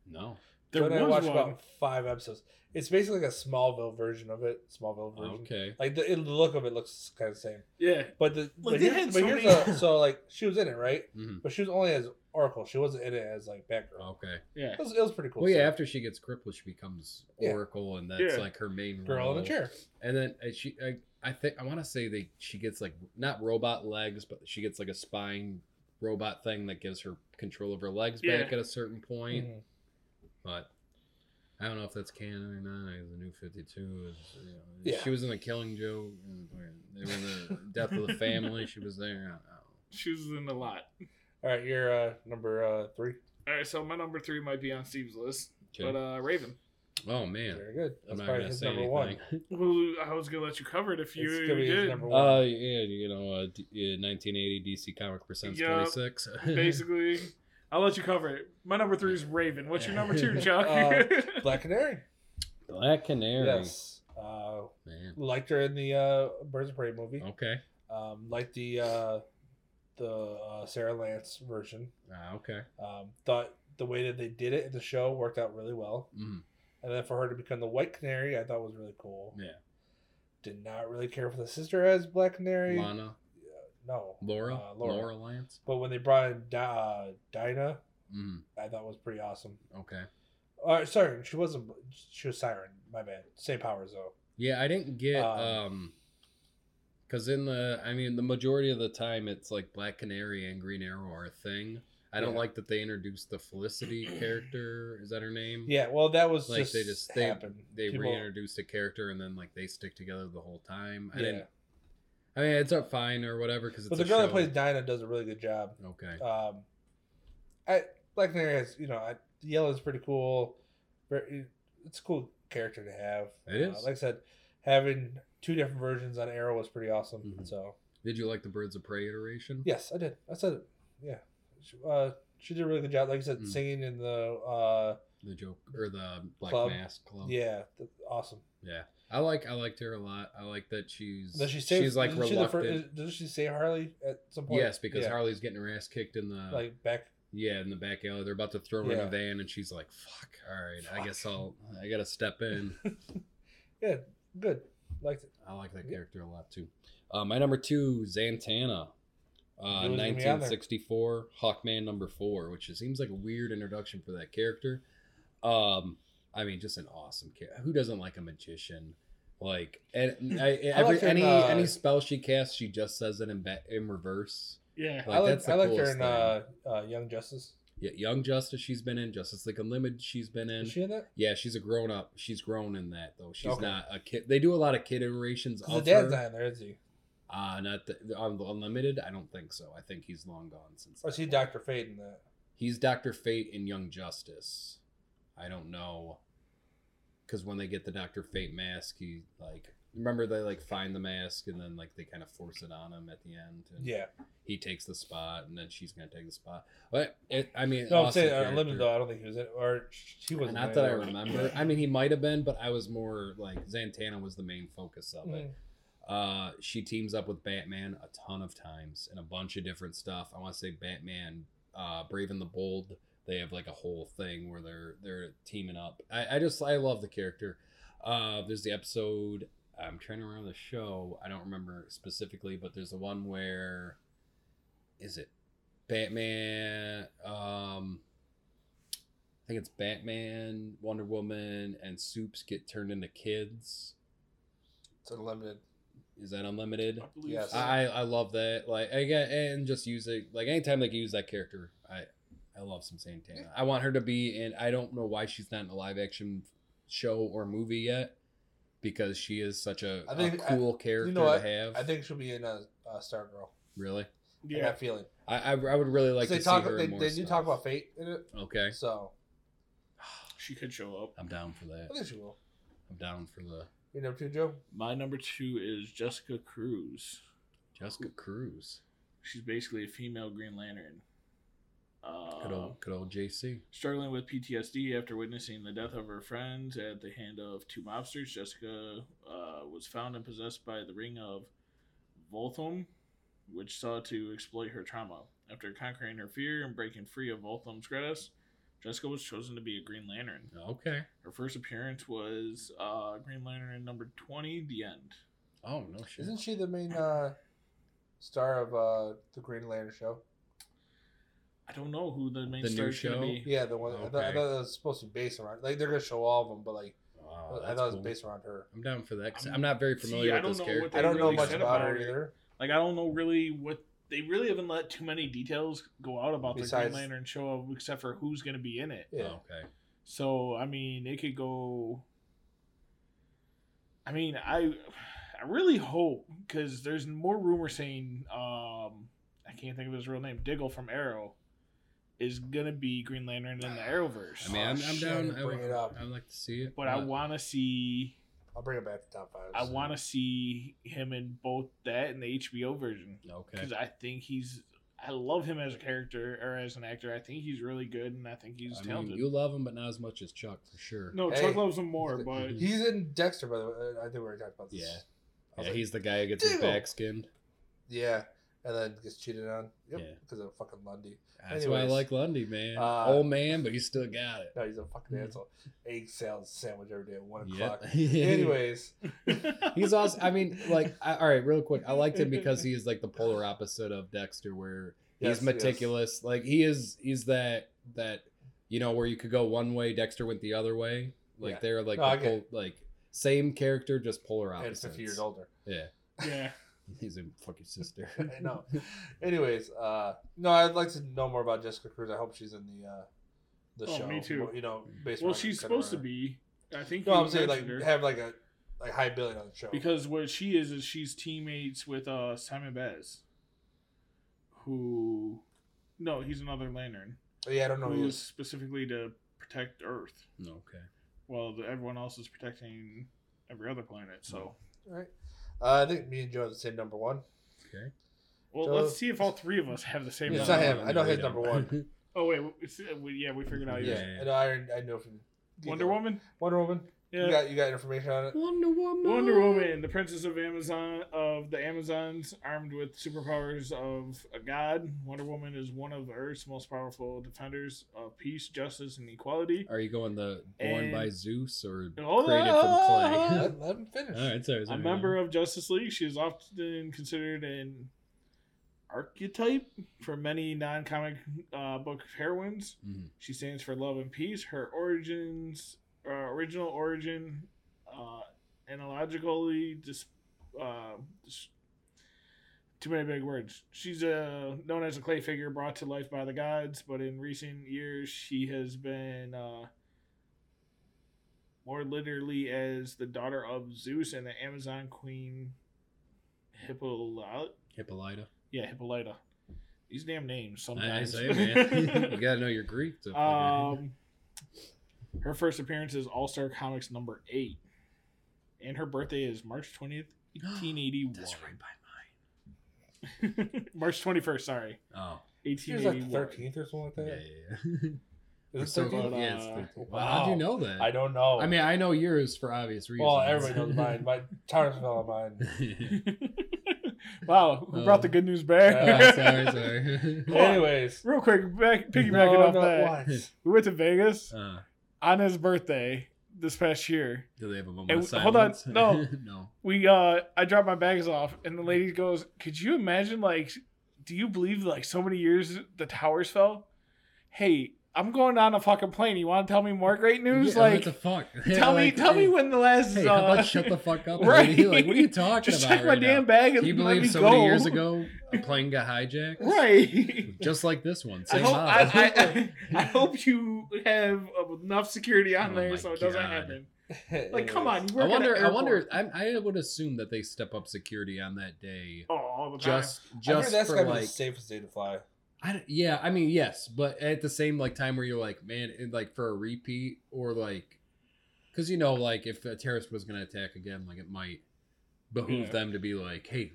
no,
There
Joe and I
was
watched
one.
about five episodes. It's basically like a Smallville version of it. Smallville version.
okay,
Like the, the look of it looks kind of the same.
yeah,
But the
Like,
but,
they
here's,
had
but
so
here's
many-
the- so like she was in it right,
Mhm.
but she was only as Oracle. She wasn't in it as like Batgirl.
okay.
yeah.
It was, it was pretty cool.
Oh. Well, yeah.
stuff.
After she gets crippled, she becomes
Yeah.
Oracle, and that's
Yeah.
like her main
girl
role.
in a chair.
And then uh, she, I, I think, I want to say they, she gets like not robot legs, but she gets like a spine robot thing that gives her control of her legs back
Yeah.
at a certain point.
Mhm.
But I don't know if that's canon or not. The New Fifty Two is, you know,
Yeah.
she was in the Killing Joke. and- or It was the Death of the Family. She was there. I don't know.
She was in a lot.
All right, you're uh, number uh, three.
All right, so my number three might be on Steve's list,
Okay.
but uh, Raven.
oh man,
Very good.
I'm
That's
not
probably
gonna
his
say
number
anything.
one.
Well, I was gonna let you cover it if you
It's gonna be his
did.
number one.
Uh, yeah, you know, uh, D- yeah, 1980 DC Comic Percents
Yup.
26.
Basically, I'll let you cover it. My number three is Raven. What's your number two, Chuck?
Uh, Black Canary.
Black Canary.
Yes. Uh,
Man.
liked her in the uh, Birds of Prey movie.
Okay. Oh.
Um, liked the uh, the uh, Sarah Lance version.
Ah, okay.
Um, thought the way that they did it in the show worked out really well.
Mm,
And then for her to become the White Canary, I thought was really cool.
yeah.
Did not really care for the sister as Black Canary.
Lana,
No.
Laura,
Uh,
Laura,
Laura.
Lance.
But when they brought in Di- uh, Dinah,
Mm,
I thought was pretty awesome.
okay.
Uh, sorry, she wasn't. She was Siren. My bad. Same powers though.
Yeah, I didn't get
Um,
um, because in the, I mean, the majority of the time it's like Black Canary and Green Arrow are a thing. I don't
Yeah.
like that they introduced the Felicity character. Is that her name?
Yeah. Well, that was
Mm. like
just
they just they
happened.
they
People-
reintroduced a character and then like they stick together the whole time. I
Yeah.
didn't. I mean, it's up fine or whatever because it's
But
a
the girl
show.
that plays Dinah does a really good job.
Okay.
Um, I Black Canary has you know I, Yellow's pretty cool. Very, it's a cool character to have. Uh,
It is.
like I said, having two different versions on Arrow was pretty awesome.
Mhm.
So
Did you like the Birds of Prey iteration?
yes, I did. I said it. Yeah, she, uh, she did a really good job. Like I said,
Mm.
singing in the uh,
The joke or the Black
Club.
Mask Club.
yeah, the, awesome.
Yeah. I like I liked her a lot. I like that she's
Does she save?
she's like
isn't she the fir-
reluctant.
is- Doesn't she save Harley at some point?
yes, because uh,
Yeah.
Harley's getting her ass kicked in the
like back.
yeah in the back alley. They're about to throw her in
Yeah.
a van, and she's like, "Fuck, all right, I
Fuck.
guess I'll I gotta step in."
Good, liked it.
I like that
Yeah.
character a lot too. Uh, my number two, Zantana, uh,
Who was gonna be on there?
1964, Hawkman number four, which it seems like a weird introduction for that character. Um, I mean, just an awesome character. Who doesn't like a magician? Like, and I, every,
liked her in,
any
uh,
any spell she casts, she just says it in ba- in reverse.
yeah,
Like,
I liked,
that's the
I liked her
coolest
in
thing.
uh, uh, Young Justice.
Yeah, Young Justice, she's been in Justice League Unlimited, she's been in.
Is she in that?
yeah, she's a grown up. She's grown in that though. She's
Okay.
not a kid. They do a lot of kid iterations.
Because
of
the dad's
her.
not in there, is he?
Uh, not the, on the Unlimited. I don't think so. I think he's long gone since.
Or is
that
he
point.
Doctor Fate in that?
He's Doctor Fate in Young Justice. I don't know, because when they get the Doctor Fate mask, he like remember they like find the mask and then like they kind of force it on him at the end. And
Yeah.
He takes the spot and then she's gonna take the spot. But it, I mean,
No, I'm
awesome
saying uh, Unlimited
character.
though. I don't think he was in, or she was
Not that I remember. I mean, he might have been, but I was more like Zantana was the main focus of it. Uh, she teams up with Batman a ton of times and a bunch of different stuff. I want to say Batman, uh, Brave and the Bold. They have like a whole thing where they're they're teaming up. I, I just I love the character. Uh, there's the episode. I'm trying to remember the show. I don't remember specifically, but there's the one where is it Batman? Um, I think it's Batman, Wonder Woman, and Soups get turned into kids.
It's unlimited.
Is that unlimited?
I believe
Yes.
so.
I I love that. Like again, and just use it. Like anytime they can use that character, I I love some Santana. I want her to be in. I don't know why she's not in a live action show or movie yet, because she is such a,
I
a
think- I-
cool character
you know what?
to have.
I think she'll be in a, a Stargirl.
really.
I got
yeah.
a feeling.
I I, I would really like to
they
see
talk.
her.
They,
in more
they do
stuff.
talk about fate in it,
Okay,
so
She could show up.
I'm down for that.
I think she will.
I'm down for the
You know, too, Joe.
My number two is Jessica Cruz.
Jessica Cruz.
She's basically a female Green Lantern. Uh,
Good old good old JC.
Struggling with PTSD after witnessing the death of her friends at the hand of two mobsters, Jessica uh, was found and possessed by the Ring of Voltham, which sought to exploit her trauma. After conquering her fear and breaking free of Voltham's grasp, Jessica was chosen to be a Green Lantern.
Okay.
Her first appearance was uh, Green Lantern number 20, The End.
Oh no shit.
Isn't she the main uh, star of uh, the Green Lantern show?
I don't know who the main
The new
star is going
show?
to be.
Yeah, the one. I, thought, I
Okay.
thought it was supposed to be based around. Like they're gonna show all of them, but like I
Wow, Oh, that's
thought it
cool.
was based around her.
I'm down for that 'cause
I'm-
I'm not very
See,
familiar
I
with
don't
this
know what
character.
They
I don't
really
know much
said
about
about
her
her.
either.
Like I don't know really what they really haven't let too many details go out about the
Besides-
Green Lantern show except for who's going to be in it.
Yeah,
Oh, okay.
So I mean, it could go. I mean, I I really hope because there's more rumor saying um I can't think of his real name Diggle from Arrow is gonna be Green Lantern in the Arrowverse.
I mean, I'm,
Oh,
I'm
shit,
down.
I
I,
bring it up.
would like to see it.
but I want to see
I'll bring it back to top five.
I want to see him in both that and the HBO version.
Okay.
because I think he's. I love him as a character or as an actor. I think he's really good, and I think he's
I mean,
talented.
you love him, but not as much as Chuck for sure.
no,
Hey.
Chuck loves him more, but
He's in Dexter, by the way. I think we already talked about this.
Yeah.
I was
Yeah,
like,
he's the guy who gets his
Diggle.
back skinned.
yeah, and then gets cheated on. Yep,
Yeah.
because of fucking Lundy.
That's why I
Anyways.
like Lundy, man.
Uh,
Old man, but he still got it.
No, he's a fucking
Yeah.
asshole. Egg salad sandwich every day at one
Yep.
o'clock. Anyways,
he's also. I mean, like, I, all right, real quick. I liked him because he is like the polar opposite of Dexter, where
yes, yes.
he's meticulous. Like he is. He's that that you know where you could go one way. Dexter went the other way. Like
Yeah.
they're like
No, I
the
get
pol- like same character, just polar
and
opposites.
fifty years older.
Yeah.
yeah,
He's a fucking sister.
I know. Anyways, uh, no, I'd like to know more about Jessica Cruz. I hope she's in the uh, the
Oh,
show.
me too.
Well, You know, based
well,
around
she's
Cut
supposed to
Runner.
be. I think
No,
you
I'm saying like
mentioned her.
have like a like high billing on the show.
because what she is is she's teammates with uh Simon Bez, who, no, he's another Lantern
yeah, I don't know. who he
who's
is.
specifically to protect Earth.
okay.
Well, the, everyone else is protecting every other planet. So,
All right. Uh, I think me and Joe have the same number one.
Okay.
well,
So-
let's see if all three of us have the same.
It's
number.
not him. I know
we
his
don't.
number one.
Oh wait, we- it's, uh, we, yeah, we figured out.
Yeah,
yours.
Yeah,
yeah, yeah.
and I I know from
Wonder Woman.
Wonder Woman.
Yeah.
You got you got information on it.
Wonder Woman.
Wonder Woman, the princess of Amazon of the Amazons, armed with superpowers of a god. Wonder Woman is one of Earth's most powerful defenders of peace, justice, and equality.
Are you going the born
And- Oh!
by Zeus or
Hold
created
on.
Let,
from
let him finish.
clay? All right, sorry.
A
sorry
member of Justice League, she is often considered an archetype for many non-comic uh, book heroines.
Mhm.
She stands for love and peace. Her origins, uh, original origin, uh, analogically, dis, uh, dis- too many big words. She's uh, known as a clay figure brought to life by the gods, but in recent years, she has been uh, more literally as the daughter of Zeus and the Amazon queen Hippolyta.
Hippolyta.
Yeah, Hippolyta. These damn names
I, I
sometimes.
say, man, you gotta know your Greek. To figure-
Um, her first appearance is All Star Comics number eight, and her birthday is March twentieth, eighteen eighty one.
that's right by mine.
March twenty first. Sorry,
Oh,
She
eighteen
was like
eighty
the
one.
thirteenth or something like
yeah,
that.
yeah. yeah.
Is it
so
13th?
good. Yeah, it's 13.
Wow.
How'd you know that?
I don't know.
I mean, I know yours for obvious reasons.
well, everybody knows mine. My tires fell on mine.
wow, who brought the good news back?
oh, sorry, sorry.
Anyways,
Real quick, back piggybacking
No,
off
no,
that,
what?
we went to Vegas
Uh,
on his birthday. this past year.
Do they have a moment
Hey,
of
w- hold on.
silence?
No.
no.
we uh I dropped my bags off and the lady goes, Could you imagine like do you believe like so many years the towers fell? Hey, I'm going on a fucking plane. You wanna tell me more great news?
Yeah,
like
what the fuck?
tell me
Like,
tell
hey,
me when the last
Hey,
uh,
how about shut the fuck up,
Right.
lady? Like, what are you talking
just
about?
check my
right
damn
now?
bag
Can
and
you
let me
believe so
go.
many years ago a plane got hijacked?
Right.
Just like this one.
I
Same
hope, I,
model.
I, I, I hope you have enough security on
Oh
there
my
so it doesn't
God.
happen. Like, come on, you
I
work
wonder.
At
I
an
wonder. I, I would assume that they step up security on that day,
airport. Oh, all the time.
just
Just
just
that's
for
gotta be
like.
the safest day to fly.
I don't- yeah, I mean yes, but at the same like time where you're like, man, it, like for a repeat or like, because you know like if a terrorist was gonna attack again, like it might behoove
Yeah.
them to be like, hey,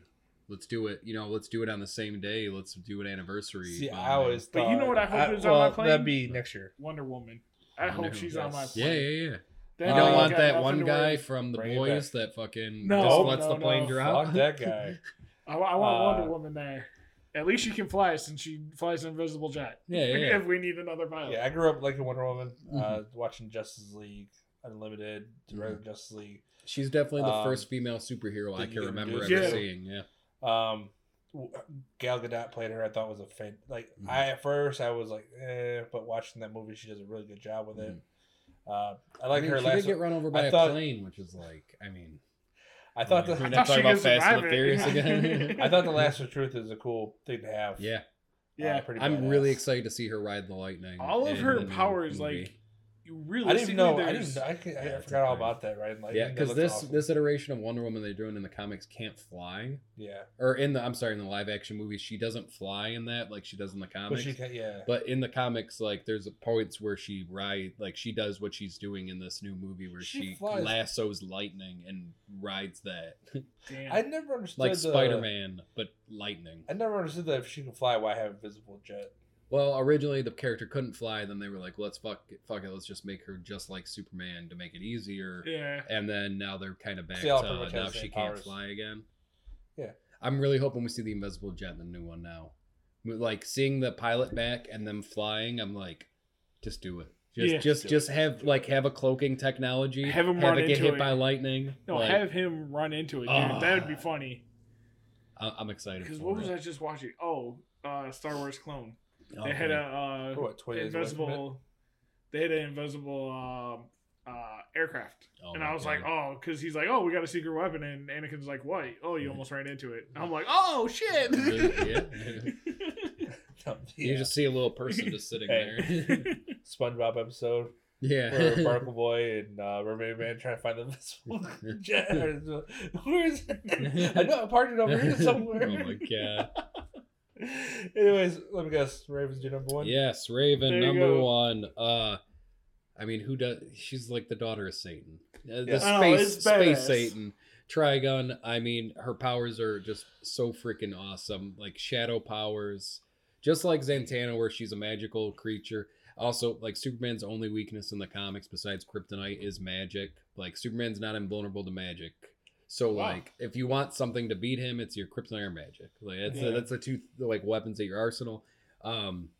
let's do it. You know, let's do it on the same day. Let's do an anniversary.
See,
um,
I always
But
thought,
you know what I hope is on my
well,
plane?
That'd be next year.
Wonder Woman. I
Wonder
hope
Woman,
she's on my
yes.
Yeah,
plane.
yeah, yeah.
That
you
Uh,
don't
ain't
want
got
that
nothing
one
to worry.
guy from the
Bring it
boys that fucking
No,
just lets
no,
the plane
no.
drop.
Fuck that guy.
I, wa- I want
Uh,
Wonder Woman there. At least she can fly since she flies an invisible jet.
Yeah, yeah, yeah.
If we need another pilot.
Yeah, I grew up liking Wonder Woman, uh,
Mm-hmm.
watching Justice League Unlimited, the regular Justice League.
She's definitely the
Um,
first female superhero I
that you
can
can
remember
do.
ever
Yeah.
seeing. Yeah.
Um, w- Gal Gadot played her. I thought was a fan. Like
Mhm.
I at first I was like, eh, but watching that movie, she does a really good job with it.
Mm-hmm.
Uh, I like
I mean,
her
she
last.
did get run over by a
thought-
plane, which is like, I mean,
I thought
we're
the
not
thought she
talking about
could
Fast and
survive
the
it.
Furious again.
I thought the Last of Truth is a cool thing to have.
yeah,
Yeah.
Uh, pretty
I'm
badass.
really excited to see her ride the lightning.
All of
in
her
the new
powers,
movie.
like, you really
I didn't even know. I didn't. I, could- I
Yeah, it's
forgot all
okay.
about that. Right? Like,
yeah,
that
because
looks
this
awesome.
this iteration of Wonder Woman they're doing in the comics can't fly,
yeah,
or in the I'm sorry, in the live action movie she doesn't fly in that like she does in the
but
comics.
she can. Yeah,
But in the comics, like there's points where she ride, like she does what she's doing in this new movie, where
She
she,
flies.
lassos lightning and rides that,
Damn.
I never understood
like
the-
Spider Man, but lightning.
I never understood that if she can fly, why have invisible jet?
Well, originally the character couldn't fly. Then they were like, "Let's fuck, it, fuck it. Let's just make her just like Superman to make it easier."
yeah.
And then now they're kind of back
See,
to
all pretty much has
uh, now
the
she
same
can't
powers.
fly again.
Yeah.
I'm really hoping we see the invisible jet in the new one now. With, Like seeing the pilot back and them flying, I'm like, just do it. Just,
Yeah.
just,
Do it.
just have like have a cloaking technology.
Have 'em run
it get
into
hit
it.
by lightning.
No,
Like,
have him run into it, dude.
uh,
Ah.
that would be funny.
I- I'm excited.
Because
for
what was
it. Oh,
I just watching? Oh, uh, Star Wars Clone. They
Okay.
had a
We're,
uh,
What twenty days away from it?
invisible. They had an invisible um, uh, aircraft.
Oh
and
my
I was like,
God.
oh, because he's like, oh, we got a secret weapon, and Anakin's like, what? Oh, you
Mhm.
almost ran into it. And I'm like, oh shit.
Yeah.
No,
you
yeah.
just see a little person just sitting
Hey.
there.
SpongeBob episode where
yeah.
Barkle Boy and uh, Mermaid Man trying to find the invisible jet. or- Where is it? I know I parked it over here somewhere.
oh my god.
Anyways, let me guess. Ravens do number one.
Yes, Raven
There you
number
go.
one. Uh, I mean, who does? She's like the daughter of Satan, uh, the
Yeah.
Oh,
space
it's
space
badass.
Satan. Trigun. I mean, her powers are just so freaking awesome. Like shadow powers, just like Zantana, where she's a magical creature. Also, like Superman's only weakness in the comics, besides kryptonite, is magic. Like Superman's not invulnerable to magic. So
Wow.
like, if you want something to beat him, it's your kryptonite or magic. Like that's
Yeah.
the, that's the two like weapons at your arsenal. Um,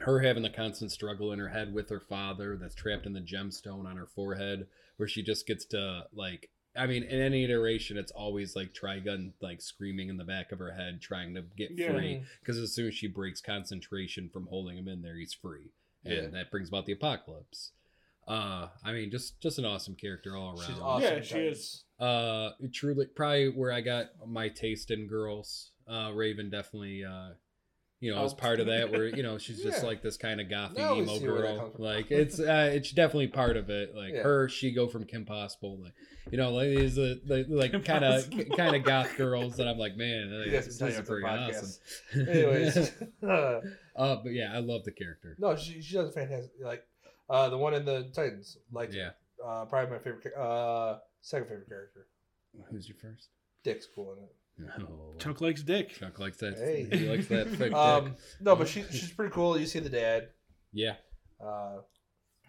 her having the constant struggle in her head with her father that's trapped in the gemstone on her forehead, where she just gets to like. I mean, in any iteration, it's always like Trigun like screaming in the back of her head, trying to get
Yeah.
free. Because as soon as she breaks concentration from holding him in there, he's free, and
Yeah.
that brings about the apocalypse. Uh, I mean, just just an awesome character all around.
She's awesome.
Yeah, she
Titans.
is.
Uh, truly, probably where I got my taste in girls. Uh, Raven definitely, uh, you know, was
Helped.
part of that. Where you know she's just
Oh. Yeah.
like this kind of gothy
Now we
emo
see where that
girl.
comes from.
Like it's uh, it's definitely part of it. Like
Yeah.
her, she go from Kim Possible, like you know, like is the, the like
Kim
kind of
Possible.
kind of goth girls that I'm like, man, like,
You guys can
this
tell
is
you after the
pretty awesome.
Anyways, uh,
uh, but yeah, I love the character.
no, she she does fantastic. Like uh, the one in the Titans, like
Yeah,
uh, probably my favorite, cha- uh, second favorite character.
who's your first?
Dick's cool in it.
No.
Chuck likes dick.
Chuck likes that.
Hey.
He likes that. thick
Um,
dick. Mhm.
no, but she, she's pretty cool. You see the dad.
yeah.
Uh,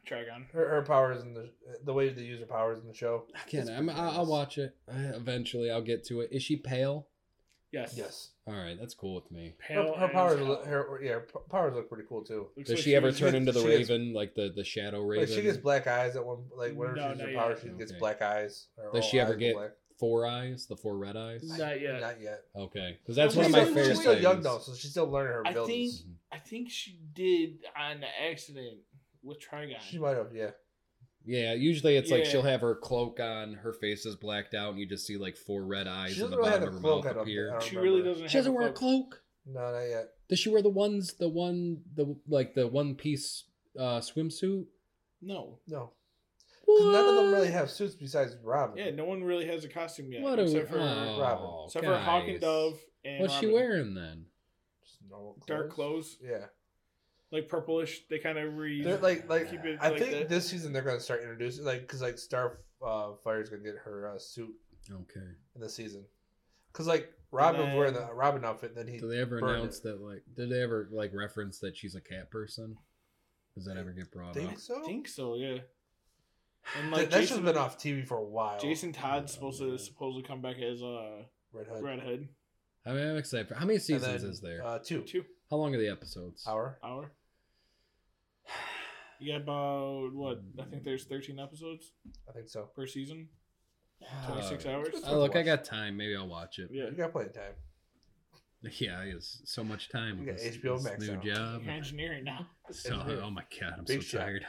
Trigon.
her, her powers in the the way they use her powers in the show.
I can't.
It's
I'm,
pretty
I- I'll
badass.
watch it I, eventually. I'll get to it. Is she pale?
Yes.
Yes.
All right, that's cool with me.
Her,
Pale
her
as
powers,
hell.
look, her, yeah, her powers look pretty cool too.
Looks
Does
like
she ever
was-
turn into the
she gets-
Raven, like the the Shadow Raven?
Like she gets black eyes at one, like whenever
No,
she's
not
her power,
yet.
she gets
Okay.
black eyes. or
Does
all
she ever
eyes are
get-
black.
four eyes, the four red eyes.
Not yet.
Not yet.
Okay, because that's
She's
one of my
still-
still-
favorite
She's still young
things.
though, so she's still learning her
I
abilities.
think- I think she did on the accident with Trigon.
She might have, yeah.
Yeah, usually it's like
Yeah.
she'll have her cloak on, her face is blacked out, and you just see like four red eyes
She
in the
doesn't really have a
bottom of her
cloak, I
mouth
don't
appear.
think. I don't
She really
remember.
doesn't.
She doesn't
have
wear a
cloak.
cloak.
No, not yet.
Does she wear the ones, the one, the like the one piece uh, swimsuit?
No.
No, 'Cause none of them really have suits besides Robin.
Yeah, no one really has a costume yet.
What a
except for
oh,
Robin.
except for Hawk and
guys.
Dove and
What's she
Robin.
wearing then?
Just normal clothes.
Dark clothes,
Yeah,
like purplish. They kind of re.
they're like like.
keep it
I
like
think
that.
this season they're gonna start introducing like because like Starfire's uh, Fire's gonna get her uh, suit
Okay.
in the season because like Robin's
then-
wearing the Robin outfit, then he
Do they ever
burned
announce
it.
that? Like, did they ever like reference that she's a cat person? Does that ever get brought up?
think so.
I think so. Yeah. And
Th-
like
that
Jason,
should've been off TV for a while.
Jason Todd's supposed
Yeah.
to supposedly come back as uh
Red Hood.
Red Hood.
I mean, I'm excited. For, how many
And
seasons
then,
is there?
Uh, two
Two
how long are the episodes?
hour.
hour. You got about what? I think there's 13 episodes
I think so.
per season.
All
26
right.
hours.
It's
Oh, look,
worth
I got time. Maybe I'll watch it.
Yeah.
You got plenty of time.
Yeah, it's so much time.
You
with
got
this,
HBO
this
Max
new
now.
job.
You're engineering now.
So,
Engineer.
oh my god, I'm
Big
so
shot.
tired.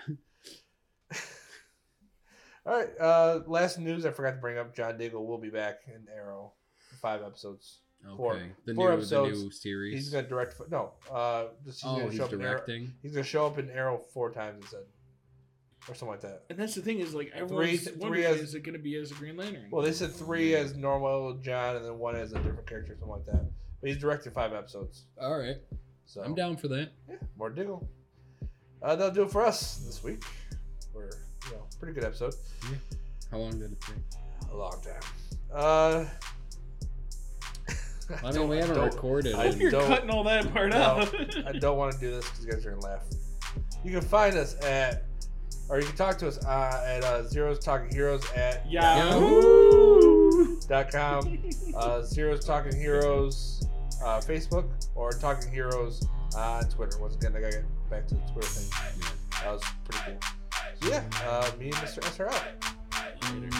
All right. Uh, last news I forgot to bring up: John Diggle will be back in Arrow, for five episodes.
Okay,
Four-
the
four
new
episodes.
the new series.
He's gonna direct. For, no, uh, just, he's
oh,
gonna
he's
show up in Arrow.
directing.
He's gonna show up in Arrow four times instead, or something like that.
And that's the thing is like everyone's
three
wondering
as-
is it going to be as a Green Lantern?
Well, they said three as normal John, and then one as a different character, something like that. But he's directed five episodes,
All right,
so
I'm down for that.
Yeah, more Diggle. Uh, that'll do it for us this week. We're you know pretty good episode.
How long did it take?
A long time. Uh,
I mean,
don't-
we haven't
don't-
recorded.
I-
I,
If you're
don't-
cutting all that part
No,
out.
I don't want to do this because you guys are gonna laugh. You can find us at, or you can talk to us uh, at uh, Zeros Talking Heroes at
Yahoo!
com, uh, Zeros Talking Heroes uh, Facebook, or Talking Heroes on Twitter. Once again, I gotta get back to the Twitter thing. That was pretty cool. So yeah, uh, me and Mr. S are out.
Later.